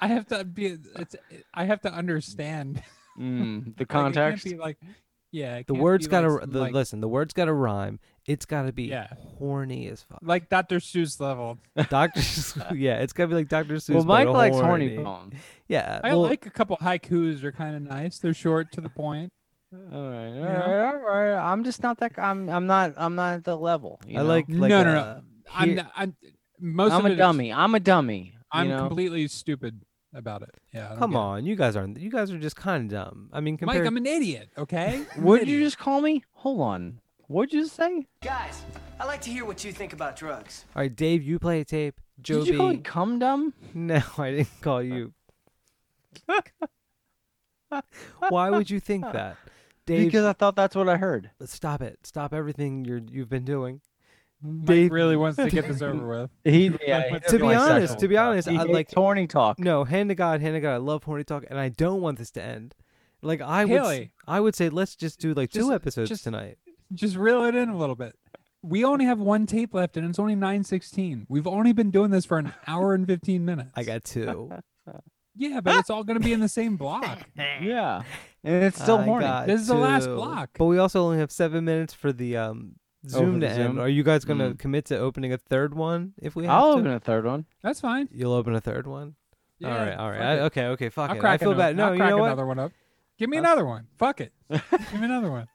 Speaker 4: I have to be. It's. I have to understand. *laughs*
Speaker 5: Mm, the
Speaker 4: Like, it can't
Speaker 5: context.
Speaker 4: be like. Yeah. it
Speaker 2: the
Speaker 4: can't
Speaker 2: words
Speaker 4: be
Speaker 2: gotta.
Speaker 4: like
Speaker 2: r-
Speaker 4: some,
Speaker 2: the,
Speaker 4: like,
Speaker 2: listen, the words gotta rhyme. It's gotta be
Speaker 4: Yeah.
Speaker 2: horny as
Speaker 4: *laughs*
Speaker 2: fuck.
Speaker 4: like Dr. Seuss level.
Speaker 2: Doctor, yeah, it's gotta be like Doctor Seuss.
Speaker 5: well,
Speaker 2: but
Speaker 5: Mike likes horny
Speaker 2: horny.
Speaker 5: poems.
Speaker 2: Yeah,
Speaker 4: I
Speaker 2: well,
Speaker 4: like a couple haikus. They're kind of nice. They're short to the point.
Speaker 5: All right, all
Speaker 4: know?
Speaker 5: right, all right. I'm just not that. I'm. I'm not. I'm not at the level. you
Speaker 2: I
Speaker 5: know?
Speaker 2: like, like
Speaker 4: no, no, no.
Speaker 2: uh,
Speaker 4: I'm.
Speaker 2: here-
Speaker 4: Not, I'm. Most
Speaker 5: I'm
Speaker 4: of it
Speaker 5: a
Speaker 4: is-
Speaker 5: dummy. I'm a dummy.
Speaker 4: I'm
Speaker 5: you know?
Speaker 4: completely stupid about it. Yeah. I don't
Speaker 2: Come
Speaker 4: get it.
Speaker 2: on, you guys aren't. You guys are just kind of dumb. I mean, compared.
Speaker 4: Mike, I'm an idiot.
Speaker 2: *laughs*
Speaker 4: Okay. I'm an
Speaker 5: What did you
Speaker 4: idiot.
Speaker 5: just call me? Hold on. What'd you say?
Speaker 10: Guys, I like to hear what you think about drugs.
Speaker 2: All right, Dave, you play a tape.
Speaker 5: Did you call me
Speaker 2: *laughs* Joby,
Speaker 5: cum dumb?
Speaker 2: no, I didn't
Speaker 4: *laughs*
Speaker 2: call you. Why would you think that, Dave?
Speaker 5: Because I thought that's what I heard.
Speaker 2: stop it. Stop everything you're you've been doing.
Speaker 4: Mike
Speaker 2: Dave-
Speaker 4: really wants to get
Speaker 2: *laughs*
Speaker 4: this over with. he
Speaker 5: He,
Speaker 2: To be honest, to be honest,
Speaker 5: he
Speaker 2: I
Speaker 5: hates
Speaker 2: like
Speaker 5: horny talk.
Speaker 2: no hand to God, hand to God. I love horny talk, and I don't want this to end. Like I would, s-
Speaker 4: Haley.
Speaker 2: I would say let's just do like
Speaker 4: Just-
Speaker 2: two episodes
Speaker 4: just-
Speaker 2: tonight.
Speaker 4: Just reel it in a little bit. We only have one tape left, and it's only nine sixteen. We've only been doing this for an hour and fifteen minutes.
Speaker 2: I
Speaker 4: *laughs*
Speaker 2: got two.
Speaker 4: Yeah, but it's all going to be in the same
Speaker 2: *laughs*
Speaker 4: block.
Speaker 5: Yeah, and it's still
Speaker 2: I
Speaker 5: horny.
Speaker 2: got
Speaker 4: This is the last
Speaker 2: two.
Speaker 4: block.
Speaker 2: But we also only have seven minutes for the um
Speaker 5: Oh,
Speaker 2: Zoom
Speaker 5: for
Speaker 2: to
Speaker 5: the
Speaker 2: end.
Speaker 5: Zoom?
Speaker 2: Are you guys gonna
Speaker 5: Mm.
Speaker 2: commit to opening a third one if we have
Speaker 5: I'll
Speaker 2: to?
Speaker 5: open a third one.
Speaker 4: That's fine.
Speaker 2: You'll open a third one. all
Speaker 4: Yeah,
Speaker 2: right, all right.
Speaker 4: fuck
Speaker 2: I,
Speaker 4: it.
Speaker 2: okay, okay. Fuck
Speaker 4: I'll
Speaker 2: it. I
Speaker 4: crack
Speaker 2: feel
Speaker 4: ano-
Speaker 2: bad. No,
Speaker 4: I'll
Speaker 2: you
Speaker 4: crack
Speaker 2: know what? Uh,
Speaker 4: another one up. Give me
Speaker 2: I'll-
Speaker 4: another one. Fuck
Speaker 2: *laughs*
Speaker 4: it. Give me another one.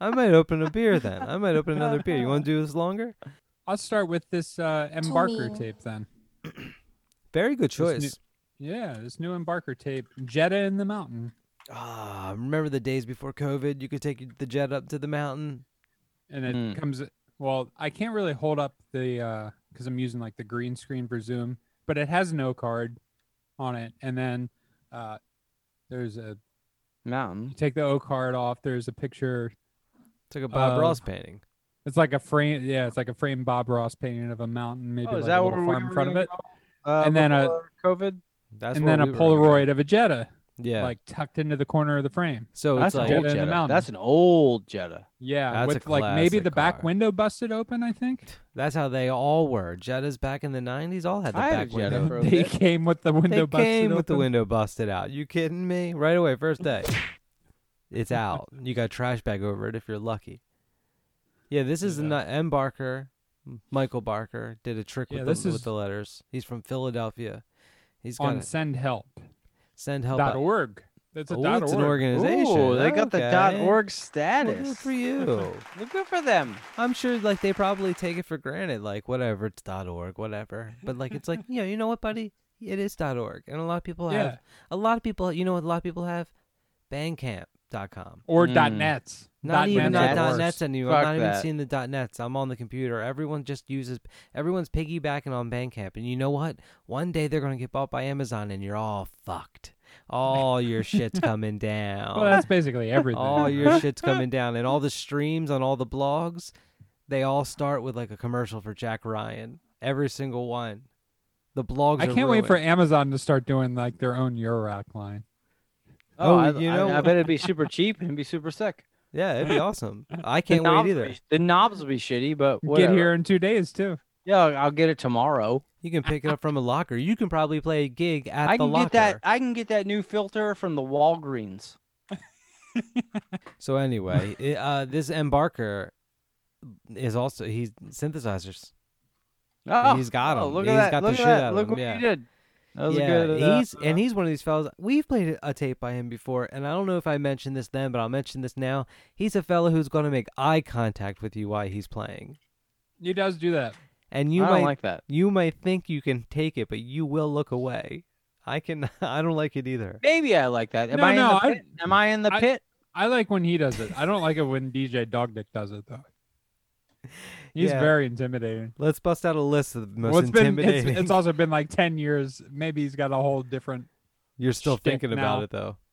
Speaker 2: I might open a beer then. I might open another beer. You want to do this longer?
Speaker 4: I'll start with this uh, Embarker tape then.
Speaker 2: Very good
Speaker 4: new-
Speaker 2: choice.
Speaker 4: Yeah, this new Embarker tape, Jetta in the Mountain.
Speaker 2: Ah, remember the days before COVID? You could take the jet up to the mountain.
Speaker 4: and it
Speaker 2: Hmm.
Speaker 5: Mm.
Speaker 4: comes well i can't really hold up the uh, because i'm using like the green screen for zoom but it has no card on it and then Uh, there's a
Speaker 5: Mountain.
Speaker 4: you take the O card off. There's a picture.
Speaker 2: It's like a Bob
Speaker 4: Of-
Speaker 2: Ross painting.
Speaker 4: It's like a frame. Yeah, it's like a framed Bob Ross painting of a mountain. Maybe
Speaker 12: Oh, is
Speaker 4: like
Speaker 12: that
Speaker 4: a
Speaker 12: where
Speaker 4: little
Speaker 12: we
Speaker 4: farm
Speaker 12: were
Speaker 4: in front of
Speaker 12: gonna
Speaker 4: it,
Speaker 12: go, uh,
Speaker 4: and then a
Speaker 12: before COVID.
Speaker 2: That's
Speaker 4: and
Speaker 2: where
Speaker 4: then a
Speaker 2: we were.
Speaker 4: Polaroid of a Jetta,
Speaker 2: Yeah.
Speaker 4: like tucked into the corner of the frame.
Speaker 2: so
Speaker 5: That's
Speaker 2: it's
Speaker 5: an
Speaker 2: like
Speaker 5: old
Speaker 4: Jetta in the
Speaker 5: Jetta.
Speaker 4: mountain.
Speaker 5: That's an old Jetta.
Speaker 4: Yeah,
Speaker 2: That's a
Speaker 4: with like maybe the
Speaker 2: classic
Speaker 4: back
Speaker 2: car.
Speaker 4: window busted open. I think
Speaker 2: that's how they all were. Jettas back in the '90s all had the
Speaker 5: I had a
Speaker 2: back
Speaker 5: Jetta
Speaker 2: window.
Speaker 5: for a
Speaker 4: they
Speaker 5: bit.
Speaker 4: came with the
Speaker 2: They
Speaker 4: window busted
Speaker 2: came with the
Speaker 4: open.
Speaker 2: window busted out. You kidding me? Right away, first day. it's out. You got trash bag over it if you're lucky. Yeah, this is not M Barker. M- Michael Barker did a trick
Speaker 4: Yeah,
Speaker 2: with,
Speaker 4: this
Speaker 2: the,
Speaker 4: is-
Speaker 2: with the letters. He's from Philadelphia. He's got
Speaker 4: on
Speaker 2: a,
Speaker 4: sendhelp.org.
Speaker 2: send help. out-
Speaker 4: That's a
Speaker 2: Oh,
Speaker 4: dot
Speaker 2: it's
Speaker 4: org.
Speaker 2: an organization.
Speaker 5: Ooh, they got the dot
Speaker 2: Okay.
Speaker 5: org
Speaker 2: Well,
Speaker 5: status.
Speaker 2: good for you.
Speaker 5: *laughs* Well, good for them.
Speaker 2: I'm sure like they probably take it for granted, like whatever it's dot org, whatever. But
Speaker 5: *laughs*
Speaker 2: like it's like, yeah, you know what, buddy? It is dot org. And a lot of people have
Speaker 4: Yeah.
Speaker 2: a lot of people you know what a lot of people have? Bandcamp.com.
Speaker 4: or dot
Speaker 5: Mm.
Speaker 4: nets.
Speaker 2: Hmm. Not
Speaker 5: nets
Speaker 2: even not
Speaker 5: is
Speaker 2: dot
Speaker 5: worse.
Speaker 2: nets anymore.
Speaker 5: Fuck
Speaker 2: I'm not even
Speaker 5: that.
Speaker 2: seeing the dot nets. I'm on the computer. Everyone just uses everyone's piggybacking on Bandcamp. And you know what? One day they're gonna get bought by Amazon and you're all fucked. All
Speaker 5: *laughs*
Speaker 2: your shit's coming down.
Speaker 4: Well, that's basically everything. *laughs*
Speaker 2: All your shit's coming down, and all the streams on all the blogs, they all start with like a commercial for Jack Ryan. Every single one. The blogs.
Speaker 4: I
Speaker 2: are
Speaker 4: can't wait for
Speaker 2: ruined.
Speaker 4: Amazon to start doing like their own Eurorack line.
Speaker 5: Oh,
Speaker 2: Oh,
Speaker 5: I,
Speaker 2: you
Speaker 5: I-
Speaker 2: know-
Speaker 5: I, bet it'd be super cheap and it'd be super sick.
Speaker 2: Yeah, it'd be
Speaker 5: *laughs*
Speaker 2: awesome. I
Speaker 5: The
Speaker 2: can't wait
Speaker 5: knobs
Speaker 2: either.
Speaker 5: will be- the knobs will be shitty, but whatever.
Speaker 4: Get here in two days too.
Speaker 5: Yeah, I'll get it tomorrow.
Speaker 2: You can pick it up from a locker. You can probably play a gig at
Speaker 5: I
Speaker 2: the
Speaker 5: can
Speaker 2: locker.
Speaker 5: get that. I can get that new filter from the Walgreens.
Speaker 2: So anyway, i uh, this Embarker is also he's synthesizers.
Speaker 5: Oh,
Speaker 2: he's got
Speaker 5: oh,
Speaker 2: 'em.
Speaker 5: Look
Speaker 2: He's
Speaker 5: at that.
Speaker 2: got the
Speaker 5: look
Speaker 2: shit
Speaker 5: at that.
Speaker 2: out of
Speaker 5: Look
Speaker 2: 'em,
Speaker 5: what
Speaker 2: yeah.
Speaker 5: he did. That was
Speaker 2: yeah,
Speaker 5: a good. uh,
Speaker 2: he's and he's one of these fellas. We've played a tape by him before, and I don't know if I mentioned this then, but I'll mention this now. He's a fella who's going to make eye contact with you while he's playing,
Speaker 4: He does do that.
Speaker 2: and you
Speaker 5: I
Speaker 2: might
Speaker 5: don't like that.
Speaker 2: you might think you can take it, but you will look away. I can. *laughs* I don't like it either.
Speaker 5: Maybe I like that. Am
Speaker 4: No,
Speaker 5: I
Speaker 4: no,
Speaker 5: in the
Speaker 4: I-
Speaker 5: pit? Am I in the
Speaker 4: I-
Speaker 5: pit?
Speaker 4: I like when he does it. I don't like it when DJ Dogdick does it though. He's
Speaker 2: *laughs* Yeah.
Speaker 4: very intimidating.
Speaker 2: Let's bust out a list of the most
Speaker 4: well, it's been it's,
Speaker 2: intimidating.
Speaker 4: it's also been like ten years. Maybe he's got a whole different.
Speaker 2: You're still
Speaker 4: shtick
Speaker 2: thinking about
Speaker 4: now.
Speaker 2: it though. *laughs*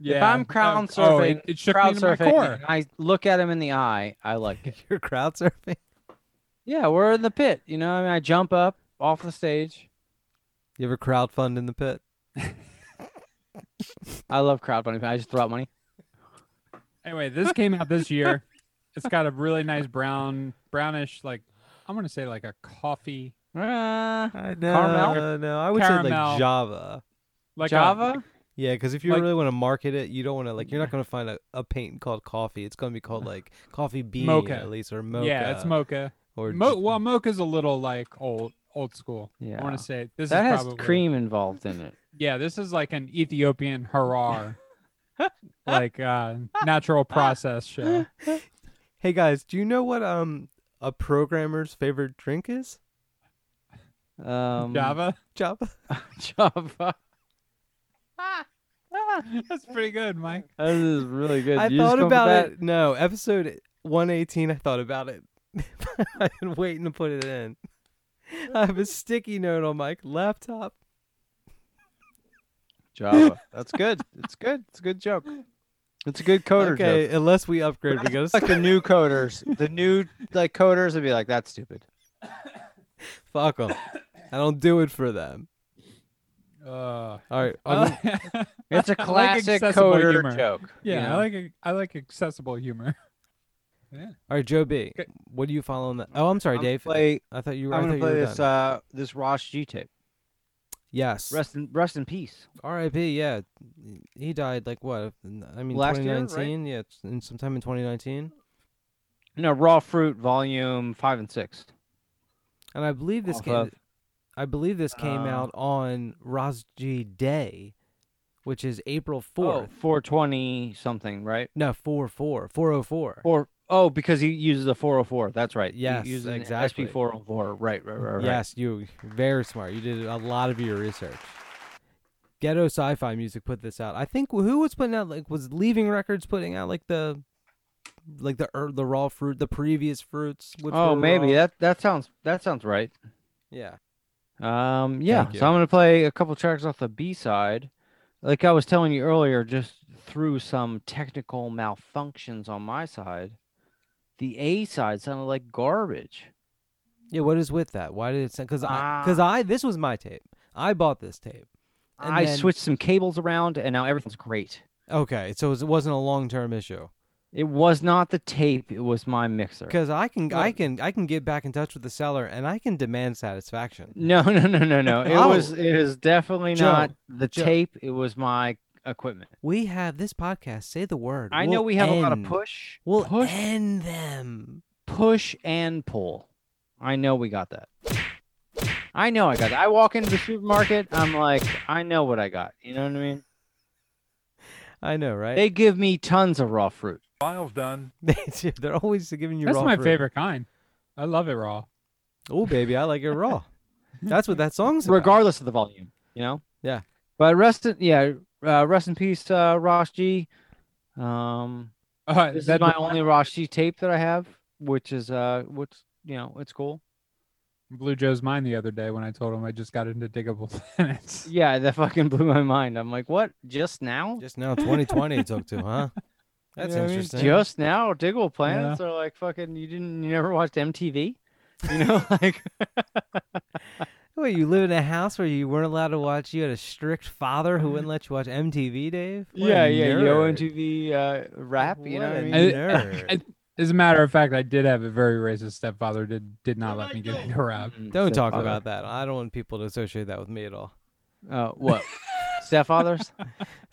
Speaker 4: Yeah,
Speaker 5: if I'm
Speaker 4: uh,
Speaker 5: crowd surfing,
Speaker 4: oh, it, it shook me
Speaker 5: crowd
Speaker 4: to my
Speaker 5: surfing,
Speaker 4: core.
Speaker 5: and I look at him in the eye. I like
Speaker 2: *laughs*
Speaker 5: it.
Speaker 2: You're crowd surfing.
Speaker 5: Yeah, we're in the pit. You know, I mean, I jump up off the stage.
Speaker 2: You ever crowdfund in the pit?
Speaker 5: I love crowdfunding. I just throw out money.
Speaker 4: Anyway, this came out this year. *laughs* It's got a really nice brown, brownish, like I'm gonna say like a coffee,
Speaker 5: Uh,
Speaker 2: I know.
Speaker 4: Caramel?
Speaker 2: No, I would say like
Speaker 4: Caramel.
Speaker 2: Java.
Speaker 4: like a-
Speaker 5: Java.
Speaker 2: Yeah, because if you
Speaker 4: Like-
Speaker 2: really want to market it, you don't want to like you're not going to find a, a paint called coffee. It's going to
Speaker 5: *sighs*
Speaker 2: be called like coffee bean
Speaker 4: Mocha.
Speaker 2: at least or mocha.
Speaker 4: yeah, it's mocha.
Speaker 2: Or
Speaker 4: Mo-
Speaker 2: j-
Speaker 4: well, mocha's a little like old, old school. I
Speaker 5: Yeah.
Speaker 4: want to say this
Speaker 5: That
Speaker 4: is
Speaker 5: has
Speaker 4: probably,
Speaker 5: cream involved in it.
Speaker 4: Yeah, this is like an Ethiopian
Speaker 5: *laughs*
Speaker 4: harar, like uh, natural process show.
Speaker 2: hey guys, do you know what um a programmer's favorite drink is?
Speaker 5: *laughs* Um,
Speaker 4: Java.
Speaker 2: Java.
Speaker 5: *laughs* Java.
Speaker 4: That's pretty good, Mike.
Speaker 5: This is really good.
Speaker 2: I
Speaker 5: You just
Speaker 2: thought
Speaker 5: come with
Speaker 2: about
Speaker 5: that?
Speaker 2: it. No, episode 118. I thought about it. *laughs* I've been waiting to put it in. *laughs* I have a sticky note on my laptop.
Speaker 5: Java. That's good. It's good. It's a good joke. It's a good coder
Speaker 2: okay,
Speaker 5: joke.
Speaker 2: unless we upgrade, we gotta
Speaker 5: It's *laughs* like the new coders. The new like coders would be like, that's stupid.
Speaker 2: fuck them. I don't do it for them.
Speaker 4: Uh,
Speaker 2: All
Speaker 5: *laughs*
Speaker 2: right,
Speaker 4: I
Speaker 5: Oh,
Speaker 2: I'm-
Speaker 4: *laughs* like-
Speaker 5: It's a
Speaker 4: I like
Speaker 5: classic
Speaker 4: accessible
Speaker 5: coder
Speaker 4: humor.
Speaker 5: joke. you
Speaker 4: Yeah, I
Speaker 5: know?
Speaker 4: like a, I like accessible humor. *laughs*
Speaker 2: All right, Joe B.
Speaker 4: Okay.
Speaker 2: What do you follow on that? Oh, I'm sorry,
Speaker 5: I'm gonna
Speaker 2: Dave.
Speaker 5: play-
Speaker 2: I thought you were.
Speaker 5: I'm
Speaker 2: I
Speaker 5: gonna
Speaker 2: thought you
Speaker 5: play
Speaker 2: were
Speaker 5: this
Speaker 2: done.
Speaker 5: uh this Ross G tape.
Speaker 2: yes.
Speaker 5: Rest in rest in peace.
Speaker 2: R.I.P. Yeah, he died like what? I mean,
Speaker 5: Last year, right?
Speaker 2: 2019. Yeah, it's in sometime in 2019.
Speaker 5: No, raw fruit volume five and six.
Speaker 2: And I believe this
Speaker 5: Off
Speaker 2: came.
Speaker 5: of-
Speaker 2: I believe this came
Speaker 5: Uh,
Speaker 2: out on Rosji Day, which is April
Speaker 5: Four.
Speaker 2: 4th.
Speaker 5: Oh. Four twenty something, right?
Speaker 2: No, four four four oh four.
Speaker 5: Or oh, because he uses a four oh four. That's right.
Speaker 2: Yes,
Speaker 5: he uses
Speaker 2: exactly.
Speaker 5: SP four oh four. Right, right, right, right.
Speaker 2: Yes, you very smart. You did a lot of your research. Ghetto Sci-Fi Music put this out. I think who was putting out like was Leaving Records putting out like the like the er, the raw fruit, the previous fruits. Which
Speaker 5: Oh,
Speaker 2: were
Speaker 5: maybe
Speaker 2: raw.
Speaker 5: that that sounds that sounds right.
Speaker 2: Yeah.
Speaker 5: Um, yeah.
Speaker 2: Thank
Speaker 5: So I'm gonna play a couple tracks off the B side. like I was telling you earlier, just through some technical malfunctions on my side, the A side sounded like garbage.
Speaker 2: Yeah, what is with that? Why did it send? Because
Speaker 5: Ah.
Speaker 2: I, because I, this was my tape. I bought this tape. And
Speaker 5: I
Speaker 2: then-
Speaker 5: switched some cables around, and now everything's great.
Speaker 2: Okay, so it wasn't a long term issue.
Speaker 5: It was not the tape; it was my mixer.
Speaker 2: Because I can, I can, I can get back in touch with the seller and I can demand satisfaction.
Speaker 5: No, *laughs* no, no, no, no. It
Speaker 2: Oh.
Speaker 5: was, it is definitely
Speaker 2: Joe,
Speaker 5: not the
Speaker 2: Joe.
Speaker 5: tape. It was my equipment.
Speaker 2: We have this podcast. Say the word.
Speaker 5: I know
Speaker 2: We'll
Speaker 5: we have a lot of
Speaker 2: end-
Speaker 5: push,
Speaker 2: We'll
Speaker 5: push.
Speaker 2: end them.
Speaker 5: push and pull. I know we got that. I know I got that. I walk into the supermarket. I'm like, I know what I got. You know what I mean?
Speaker 2: I know, right?
Speaker 5: They give me tons of raw fruit.
Speaker 12: Miles done.
Speaker 2: *laughs* They, they're always giving you
Speaker 4: That's
Speaker 2: raw
Speaker 4: my
Speaker 2: fruit.
Speaker 4: favorite kind. I love it raw.
Speaker 2: Oh, baby, I like it
Speaker 5: *laughs*
Speaker 2: raw. That's what that song's about.
Speaker 5: regardless of the volume, you know?
Speaker 2: Yeah.
Speaker 5: But rest in yeah, uh, rest in peace, uh, Ross G. Um,
Speaker 4: Uh,
Speaker 5: this is
Speaker 4: that
Speaker 5: my only Ross G tape that I have, which is uh, what's you know, it's cool.
Speaker 4: blew Joe's mind the other day when I told him I just got into Diggable *laughs* Planets.
Speaker 5: Yeah, that *laughs* fucking blew my mind. I'm like, what? Just now?
Speaker 2: Just now, 2020 it took to, huh?
Speaker 5: *laughs* You
Speaker 2: That's
Speaker 5: know what I mean?
Speaker 2: interesting.
Speaker 5: Just now, Diggle planets are like fucking. You didn't, you never watched MTV, you know? *laughs* Like,
Speaker 2: Wait, you live in a house where you weren't allowed to watch? You had a strict father who wouldn't let you watch MTV, Dave. What a
Speaker 5: yeah, yeah, yo,
Speaker 2: nerd.
Speaker 5: MTV uh, rap. You know what *laughs* I
Speaker 2: What a
Speaker 5: mean?
Speaker 4: I-
Speaker 2: Nerd.
Speaker 4: I- as a matter of fact, I did have a very racist stepfather. Did did not let me get into rap.
Speaker 2: Don't talk
Speaker 5: Stepfather.
Speaker 2: about that. I don't want people to associate that with me at all. *laughs*
Speaker 5: Uh, what? Stepfathers?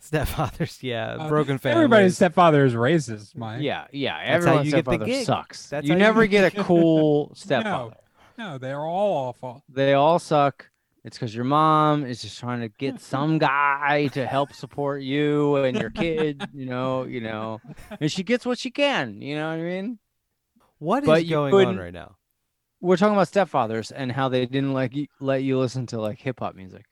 Speaker 2: Stepfathers, yeah,
Speaker 4: Uh,
Speaker 2: broken families.
Speaker 4: Everybody's stepfather is racist, Mike.
Speaker 5: Yeah, yeah.
Speaker 2: how
Speaker 5: Everyone's
Speaker 2: you get the
Speaker 5: stepfather
Speaker 2: gig.
Speaker 5: sucks.
Speaker 2: That's
Speaker 5: you
Speaker 2: how you
Speaker 5: never
Speaker 2: get
Speaker 5: get a
Speaker 2: *laughs*
Speaker 5: cool stepfather.
Speaker 4: No, they're all awful. *laughs*
Speaker 5: They all suck. It's because your mom is just trying to get
Speaker 2: *laughs*
Speaker 5: some guy to help support you and your kid. You know, you know, and she gets what she can. You know what I mean?
Speaker 2: What is
Speaker 5: but you
Speaker 2: going on
Speaker 5: couldn't-
Speaker 2: right now?
Speaker 5: We're talking about stepfathers and how they didn't like y- let you listen to like hip hop music.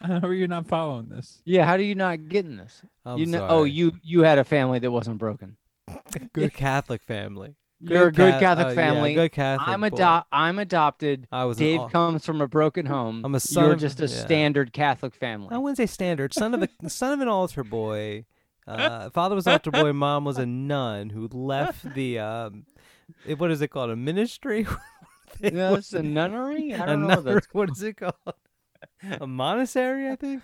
Speaker 4: How are you not following this?
Speaker 5: Yeah, how do you not get in this?
Speaker 2: I'm
Speaker 5: you know, oh,
Speaker 2: sorry.
Speaker 5: you you had a family that wasn't broken. *laughs*
Speaker 2: good Catholic family.
Speaker 5: You're a good
Speaker 2: Ca-
Speaker 5: Catholic
Speaker 2: uh, yeah,
Speaker 5: family.
Speaker 2: good Catholic.
Speaker 5: I'm
Speaker 2: boy.
Speaker 5: adop- I'm adopted.
Speaker 2: I was an
Speaker 5: Dave
Speaker 2: au-
Speaker 5: comes from a broken home.
Speaker 2: I'm a son
Speaker 5: You're
Speaker 2: of-
Speaker 5: just a
Speaker 2: yeah.
Speaker 5: standard Catholic family.
Speaker 2: I wouldn't say standard. Son of
Speaker 5: *laughs*
Speaker 2: a son of an altar boy. Uh, father was an altar boy. Mom was a nun who left the um, it- what is it called? A ministry? *laughs* It *laughs*
Speaker 5: Yeah,
Speaker 2: was
Speaker 5: it's a
Speaker 2: *laughs*
Speaker 5: nunnery. I
Speaker 2: a
Speaker 5: don't know know.
Speaker 2: nun-
Speaker 5: That's
Speaker 2: what is it called? A monastery, I think.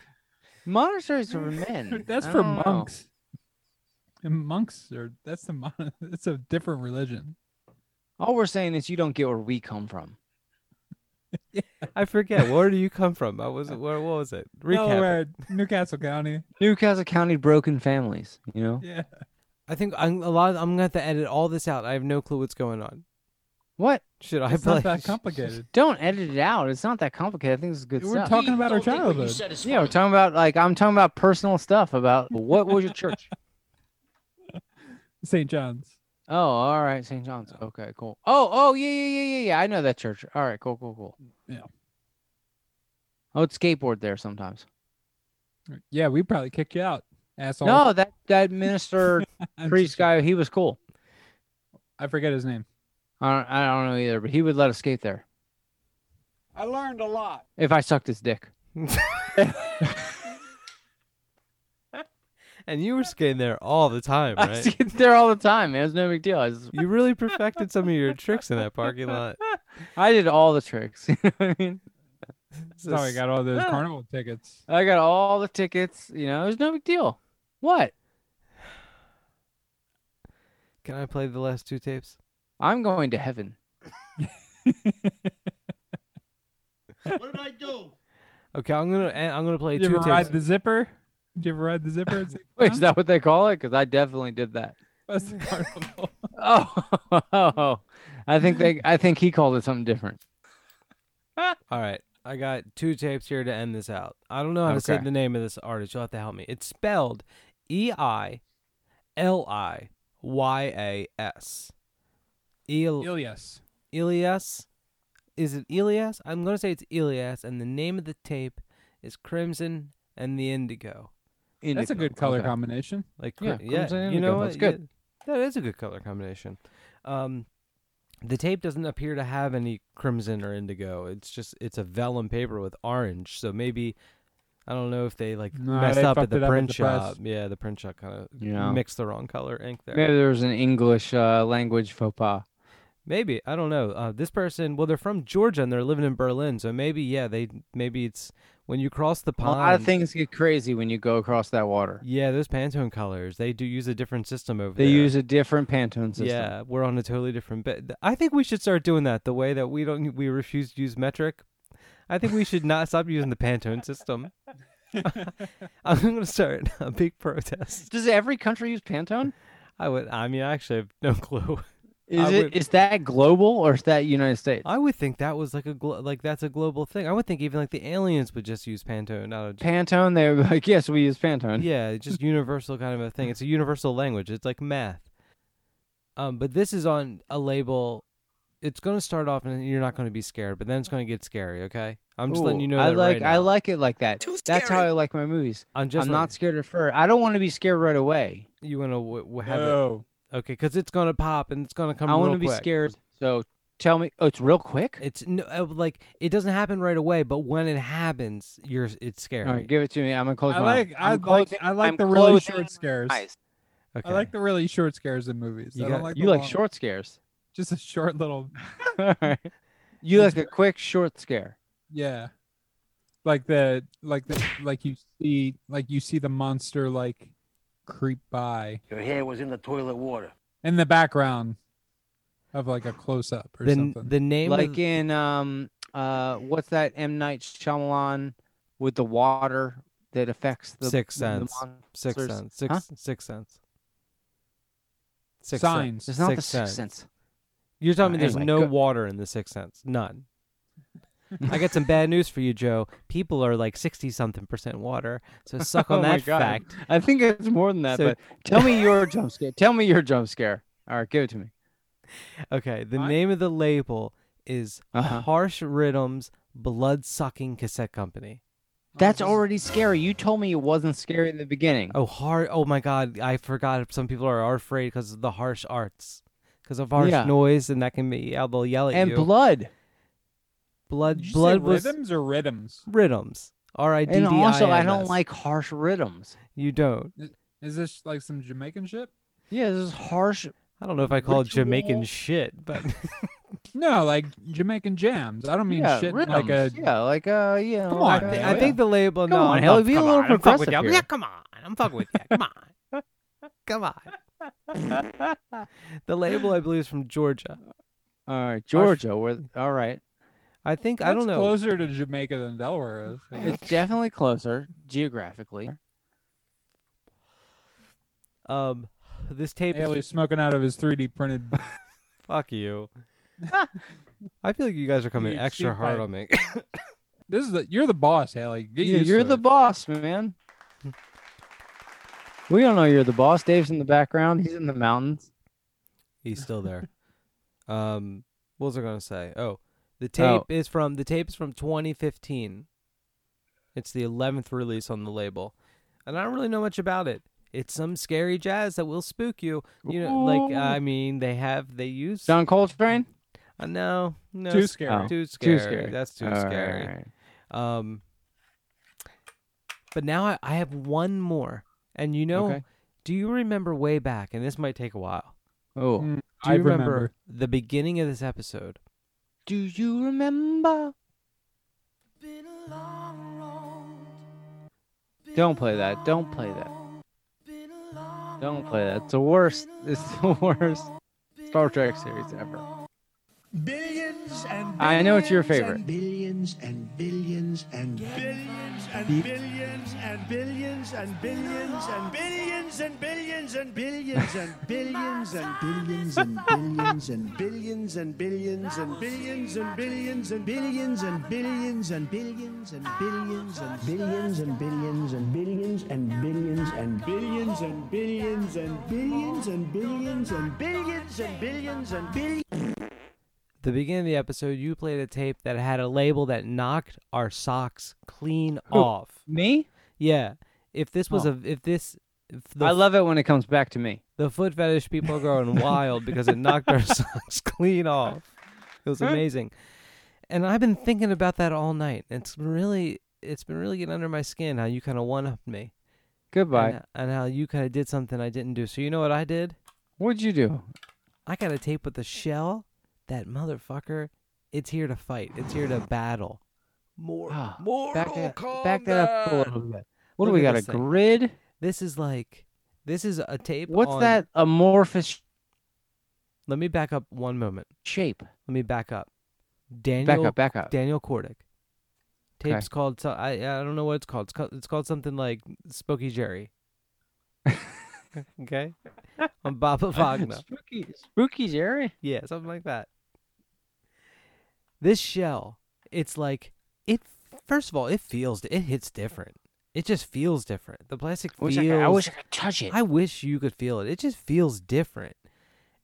Speaker 5: monasteries
Speaker 2: *laughs*
Speaker 5: are for men.
Speaker 4: That's
Speaker 5: I
Speaker 4: for
Speaker 5: don't know.
Speaker 4: monks. And monks are that's the mon- *laughs* that's a different religion.
Speaker 5: All we're saying is you don't get where we come from.
Speaker 2: I forget. Where do you come from? I was where? What
Speaker 5: *laughs*
Speaker 2: was it? Recap. it.
Speaker 4: Nowhere, Newcastle County.
Speaker 5: Newcastle County broken families. You know
Speaker 4: Yeah.
Speaker 2: I think I'm a lot. I'm gonna have to edit all this out. I have no clue what's going on.
Speaker 5: what?
Speaker 2: Should I
Speaker 4: It's
Speaker 2: play?
Speaker 4: not
Speaker 5: *laughs*
Speaker 4: that
Speaker 2: *laughs*
Speaker 4: complicated.
Speaker 5: Don't edit it out. It's not that complicated. I think it's good
Speaker 4: We're
Speaker 5: stuff.
Speaker 4: talking about our
Speaker 8: Don't think what
Speaker 4: childhood.
Speaker 8: You said is
Speaker 5: yeah, we're
Speaker 8: funny.
Speaker 5: talking about like I'm talking about personal stuff about what was
Speaker 4: *laughs*
Speaker 5: your church?
Speaker 4: St. John's.
Speaker 5: Oh, all right, St. John's. Okay, cool. Oh, oh, yeah, yeah, yeah, yeah, yeah. I know that church. All right, cool, cool, cool.
Speaker 4: Yeah.
Speaker 5: I would skateboard there sometimes.
Speaker 4: Yeah, we probably kicked you out, asshole.
Speaker 5: No, that that minister
Speaker 4: *laughs* I'm
Speaker 5: priest
Speaker 4: just-
Speaker 5: guy, he was cool.
Speaker 4: I forget his name.
Speaker 5: I don't, I don't know either, but he would let us skate there
Speaker 12: I learned a lot.
Speaker 5: if I sucked his dick. *laughs*
Speaker 2: and you were skating there all the time,
Speaker 5: *laughs* I
Speaker 2: right?
Speaker 5: skated there all the time, man. It was no big deal. I, just,
Speaker 2: You really perfected some of your tricks in that parking lot.
Speaker 5: I did all the tricks. *laughs* You know what I mean?
Speaker 4: That's how I got all those
Speaker 5: Ah.
Speaker 4: carnival tickets.
Speaker 5: I got all the tickets. You know, it was no big deal. What?
Speaker 2: Can I play the last two tapes?
Speaker 5: I'm going to heaven.
Speaker 8: What did I do?
Speaker 2: Okay, I'm gonna and I'm gonna play
Speaker 4: Did you
Speaker 2: two
Speaker 4: ever ride
Speaker 2: tapes.
Speaker 4: the zipper? Did you ever ride the zipper? It's like,
Speaker 5: *laughs* Wait, is that what they call it? Because I definitely did that.
Speaker 4: that's the
Speaker 5: *laughs*
Speaker 4: carnival.
Speaker 5: Oh, *laughs* I think they. I think he called it something different.
Speaker 2: All right, I got two tapes here to end this out. I don't know how to say
Speaker 5: Okay.
Speaker 2: the name of this artist. You'll have to help me. It's spelled E I L I Y A S. Il-
Speaker 4: Ilias.
Speaker 2: Elias. Is it Elias? I'm gonna say it's Elias, and the name of the tape is Crimson and the Indigo.
Speaker 4: That's a
Speaker 5: Indigo.
Speaker 4: good color
Speaker 5: Okay.
Speaker 4: combination.
Speaker 2: Like
Speaker 5: Yeah,
Speaker 2: cri- yeah,
Speaker 5: Crimson and
Speaker 2: you
Speaker 5: Indigo,
Speaker 2: know
Speaker 5: that's
Speaker 2: what? Yeah, that is a good color combination. Um, the tape doesn't appear to have any crimson or indigo. It's just it's a vellum paper with orange. So maybe I don't know if they like
Speaker 4: Nah,
Speaker 2: messed
Speaker 4: they
Speaker 2: up at
Speaker 4: fucked
Speaker 2: the
Speaker 4: it up at
Speaker 2: print
Speaker 4: the press.
Speaker 2: shop. Yeah, the print shop kind of
Speaker 5: Yeah.
Speaker 2: mixed the wrong color ink there.
Speaker 5: Maybe there was an English uh, language faux pas.
Speaker 2: Maybe I don't know. Uh, this person, well, they're from Georgia and they're living in Berlin, so maybe yeah, they maybe it's when you cross the
Speaker 5: A
Speaker 2: pond.
Speaker 5: lot of things get crazy when you go across that water.
Speaker 2: Yeah, those Pantone colors, they do use a different system over
Speaker 5: They
Speaker 2: there.
Speaker 5: use a different Pantone system.
Speaker 2: Yeah, we're on a totally different. But I think we should start doing that. The way that we don't, we refuse to use metric. I think we should not stop using the Pantone system. I'm gonna start a big protest.
Speaker 5: Does every country use Pantone?
Speaker 2: I would. I mean, I actually have no *laughs* clue.
Speaker 5: Is
Speaker 2: I
Speaker 5: it is
Speaker 2: would-
Speaker 5: that global or is that United States?
Speaker 2: I would think that was like a glo- like that's a global thing. I would think even like the aliens would just use Pantone. Not a,
Speaker 5: Pantone, they were like, yes, we use Pantone.
Speaker 2: yeah, it's just universal kind of a thing. It's a universal language. It's like math. Um, but this is on a label. It's gonna start off and you're not gonna be scared, but then it's gonna get scary. Okay, I'm just letting
Speaker 5: Ooh,
Speaker 2: you know.
Speaker 5: I
Speaker 2: that
Speaker 5: like
Speaker 2: right
Speaker 5: I
Speaker 2: now.
Speaker 5: like it like that. That's how I like my movies.
Speaker 2: I'm just
Speaker 5: I'm
Speaker 2: let-
Speaker 5: not scared at first. I don't want to be scared right away.
Speaker 2: You wanna w- w- have
Speaker 12: Oh.
Speaker 4: No.
Speaker 2: it? Okay, because it's gonna pop and it's gonna come.
Speaker 5: I
Speaker 2: want
Speaker 5: want
Speaker 2: to
Speaker 5: to be scared. So tell me, oh, it's real quick.
Speaker 2: It's no, uh, like it doesn't happen right away, but when it happens, you're it's scary.
Speaker 5: All right, give it to me. I'm gonna close
Speaker 4: I
Speaker 5: my
Speaker 4: like
Speaker 5: eyes.
Speaker 4: I like
Speaker 5: I'm closing-
Speaker 4: I like
Speaker 5: I'm
Speaker 4: the really
Speaker 5: closing
Speaker 4: short scares.
Speaker 5: my eyes.
Speaker 2: okay.
Speaker 4: I like the really short scares in movies.
Speaker 2: You
Speaker 4: I don't
Speaker 2: got-
Speaker 4: like the
Speaker 5: You like
Speaker 4: long- *laughs*
Speaker 5: short scares. *laughs*
Speaker 4: just a short little
Speaker 5: All right. You like a quick short scare.
Speaker 4: yeah. Like the like the like you see like you see the monster like creep by
Speaker 8: Your hair was in the toilet water.
Speaker 4: in the background of like a close up or
Speaker 2: the,
Speaker 4: something.
Speaker 2: the name of-
Speaker 5: Like in um uh what's that M Night Shyamalan with the water that affects the
Speaker 2: Sixth
Speaker 5: the
Speaker 2: Sense. Six
Speaker 5: monsters?
Speaker 2: cents. Six
Speaker 5: Huh?
Speaker 2: six cents. Six
Speaker 4: Signs.
Speaker 5: It's not
Speaker 2: Sixth
Speaker 5: the Sixth
Speaker 2: Sense.
Speaker 5: Sense.
Speaker 2: You're telling me there's
Speaker 5: Oh, Anyway,
Speaker 2: no
Speaker 5: go-
Speaker 2: water in the Sixth Sense?
Speaker 5: *laughs*
Speaker 2: None. I got some bad news for you, Joe. People are like sixty something percent water,
Speaker 5: *laughs*
Speaker 2: so suck on
Speaker 5: Oh my
Speaker 2: that
Speaker 5: God.
Speaker 2: fact.
Speaker 5: I think it's more than that,
Speaker 2: So-
Speaker 5: but tell me your jump scare. Tell me your jump scare. All right, give it to me.
Speaker 2: Okay, the
Speaker 4: I-
Speaker 2: name of the label is
Speaker 5: Uh-huh.
Speaker 2: Harsh Rhythms Blood Sucking Cassette Company.
Speaker 5: That's already scary. You told me it wasn't scary in the beginning.
Speaker 2: Oh, har Oh my God, I forgot. Some people are are afraid because of the harsh arts, because of harsh
Speaker 5: Yeah.
Speaker 2: noise, and that can be yeah, they'll yell at
Speaker 5: and
Speaker 2: you.
Speaker 5: blood.
Speaker 2: blood,
Speaker 4: Did you say
Speaker 2: blood was
Speaker 4: rhythms or rhythms.
Speaker 2: rhythms. R I D D I
Speaker 5: And
Speaker 2: M S.
Speaker 5: also, I don't like harsh rhythms.
Speaker 2: You don't.
Speaker 4: Is this like some Jamaican shit?
Speaker 5: Yeah, this is harsh.
Speaker 2: I don't know if I call it Jamaican
Speaker 4: Ritual.
Speaker 2: shit, but *laughs*
Speaker 4: No, like Jamaican jams. I don't mean
Speaker 5: yeah,
Speaker 4: shit
Speaker 5: rhythms.
Speaker 4: like a
Speaker 5: yeah, like uh, yeah.
Speaker 4: Come
Speaker 5: like
Speaker 4: on,
Speaker 5: a-
Speaker 4: man.
Speaker 2: I think the label.
Speaker 5: Come
Speaker 2: no,
Speaker 5: on,
Speaker 2: I'm
Speaker 5: Haley,
Speaker 2: fuck-
Speaker 5: be a
Speaker 2: come
Speaker 5: little
Speaker 2: on, I'm fuck with
Speaker 5: progressive
Speaker 2: y'all.
Speaker 5: here.
Speaker 2: Yeah, come on, I'm fucking with you. Come on, *laughs* come on.
Speaker 5: *laughs*
Speaker 2: the label, I believe, is from Georgia.
Speaker 5: All right, Georgia. We're all right.
Speaker 2: I think I
Speaker 4: that's
Speaker 2: don't know.
Speaker 4: Closer to Jamaica than Delaware is. I guess.
Speaker 5: It's definitely closer geographically.
Speaker 2: Um, this tape. is-
Speaker 4: Haley's smoking out of his 3D printed.
Speaker 5: *laughs*
Speaker 2: Fuck you. I feel like you guys are coming
Speaker 4: You
Speaker 2: extra
Speaker 4: cheap
Speaker 2: hard
Speaker 4: pipe.
Speaker 2: on me. *laughs*
Speaker 4: This is the, you're the boss, Haley. Get
Speaker 5: You,
Speaker 4: used
Speaker 5: you're
Speaker 4: to
Speaker 5: the
Speaker 4: it.
Speaker 5: boss, man. We don't know you're the boss. Dave's in the background. He's in the mountains.
Speaker 2: He's still there. um, what was I gonna say? Oh, the tape is from the tape is from 2015. It's the 11th release on the label, and I don't really know much about it. It's some scary jazz that will spook you. You know, like
Speaker 5: Ooh.
Speaker 2: I mean, they have they use
Speaker 5: John Coltrane.
Speaker 2: uh, no, no,
Speaker 4: Too
Speaker 2: s-
Speaker 4: scary.
Speaker 2: too scary,
Speaker 5: Too scary.
Speaker 2: That's too
Speaker 5: Oh. All
Speaker 2: scary.
Speaker 5: right.
Speaker 2: Um, but now I, I have one more, and you know,
Speaker 5: Okay.
Speaker 2: do you remember way back? And this might take a while.
Speaker 5: Oh,
Speaker 4: Mm,
Speaker 2: Do
Speaker 4: I
Speaker 2: you remember, the beginning of this episode?
Speaker 5: do you remember? Don't play that. Don't play that. Don't play that. It's the worst. It's the *laughs* worst Star Trek series ever.
Speaker 8: Billions and
Speaker 5: I know it's your
Speaker 8: billions
Speaker 5: favorite.
Speaker 8: and Billions and billions and billions and billions and billions and billions and billions and billions and billions and billions and billions and billions and billions and billions and billions and billions and billions and billions and billions and billions and billions and billions and billions and billions and billions and billions and billions and billions and billions and billions and billions
Speaker 2: The beginning of the episode, you played a tape that had a label that knocked our socks clean off.
Speaker 5: Me?
Speaker 2: Yeah. If this was a, if this, if the,
Speaker 5: I
Speaker 2: f-
Speaker 5: love it when it comes back to me.
Speaker 2: the foot fetish people are
Speaker 5: *laughs*
Speaker 2: going wild because it knocked our *laughs* socks clean off. It was amazing. And I've been thinking about that all night. It's really, it's been really getting under my skin how you kind of one upped me.
Speaker 5: Goodbye.
Speaker 2: And, and how you kind of did something I didn't do. So you know what I did?
Speaker 5: What'd you do?
Speaker 2: I got a tape with a shell. That motherfucker. It's here to fight. It's here
Speaker 5: *sighs*
Speaker 2: to battle. More, more.
Speaker 5: Ah, Back that, back that up a little bit. What
Speaker 2: Look
Speaker 5: do we
Speaker 2: at
Speaker 5: got? A
Speaker 2: this thing.
Speaker 5: grid?
Speaker 2: This is like, this is a tape.
Speaker 5: What's
Speaker 2: on-
Speaker 5: that amorphous
Speaker 2: Let me back up one moment.
Speaker 5: shape?
Speaker 2: Let me back up. Daniel.
Speaker 5: up, back up.
Speaker 2: Daniel Kordick.
Speaker 5: Okay.
Speaker 2: Tape's called. So, I I don't know what it's called. It's called, it's called something like Spooky
Speaker 5: *laughs*
Speaker 2: Jerry. okay. On Baba
Speaker 5: *laughs*
Speaker 2: Wagner.
Speaker 5: Spooky, spooky Jerry.
Speaker 2: Yeah, something like that. This shell, it's like it. First of all, it feels. It hits different. It just feels different. The plastic
Speaker 5: I
Speaker 2: feels.
Speaker 5: wish I, could, I wish I could touch it.
Speaker 2: I wish you could feel it. It just feels different,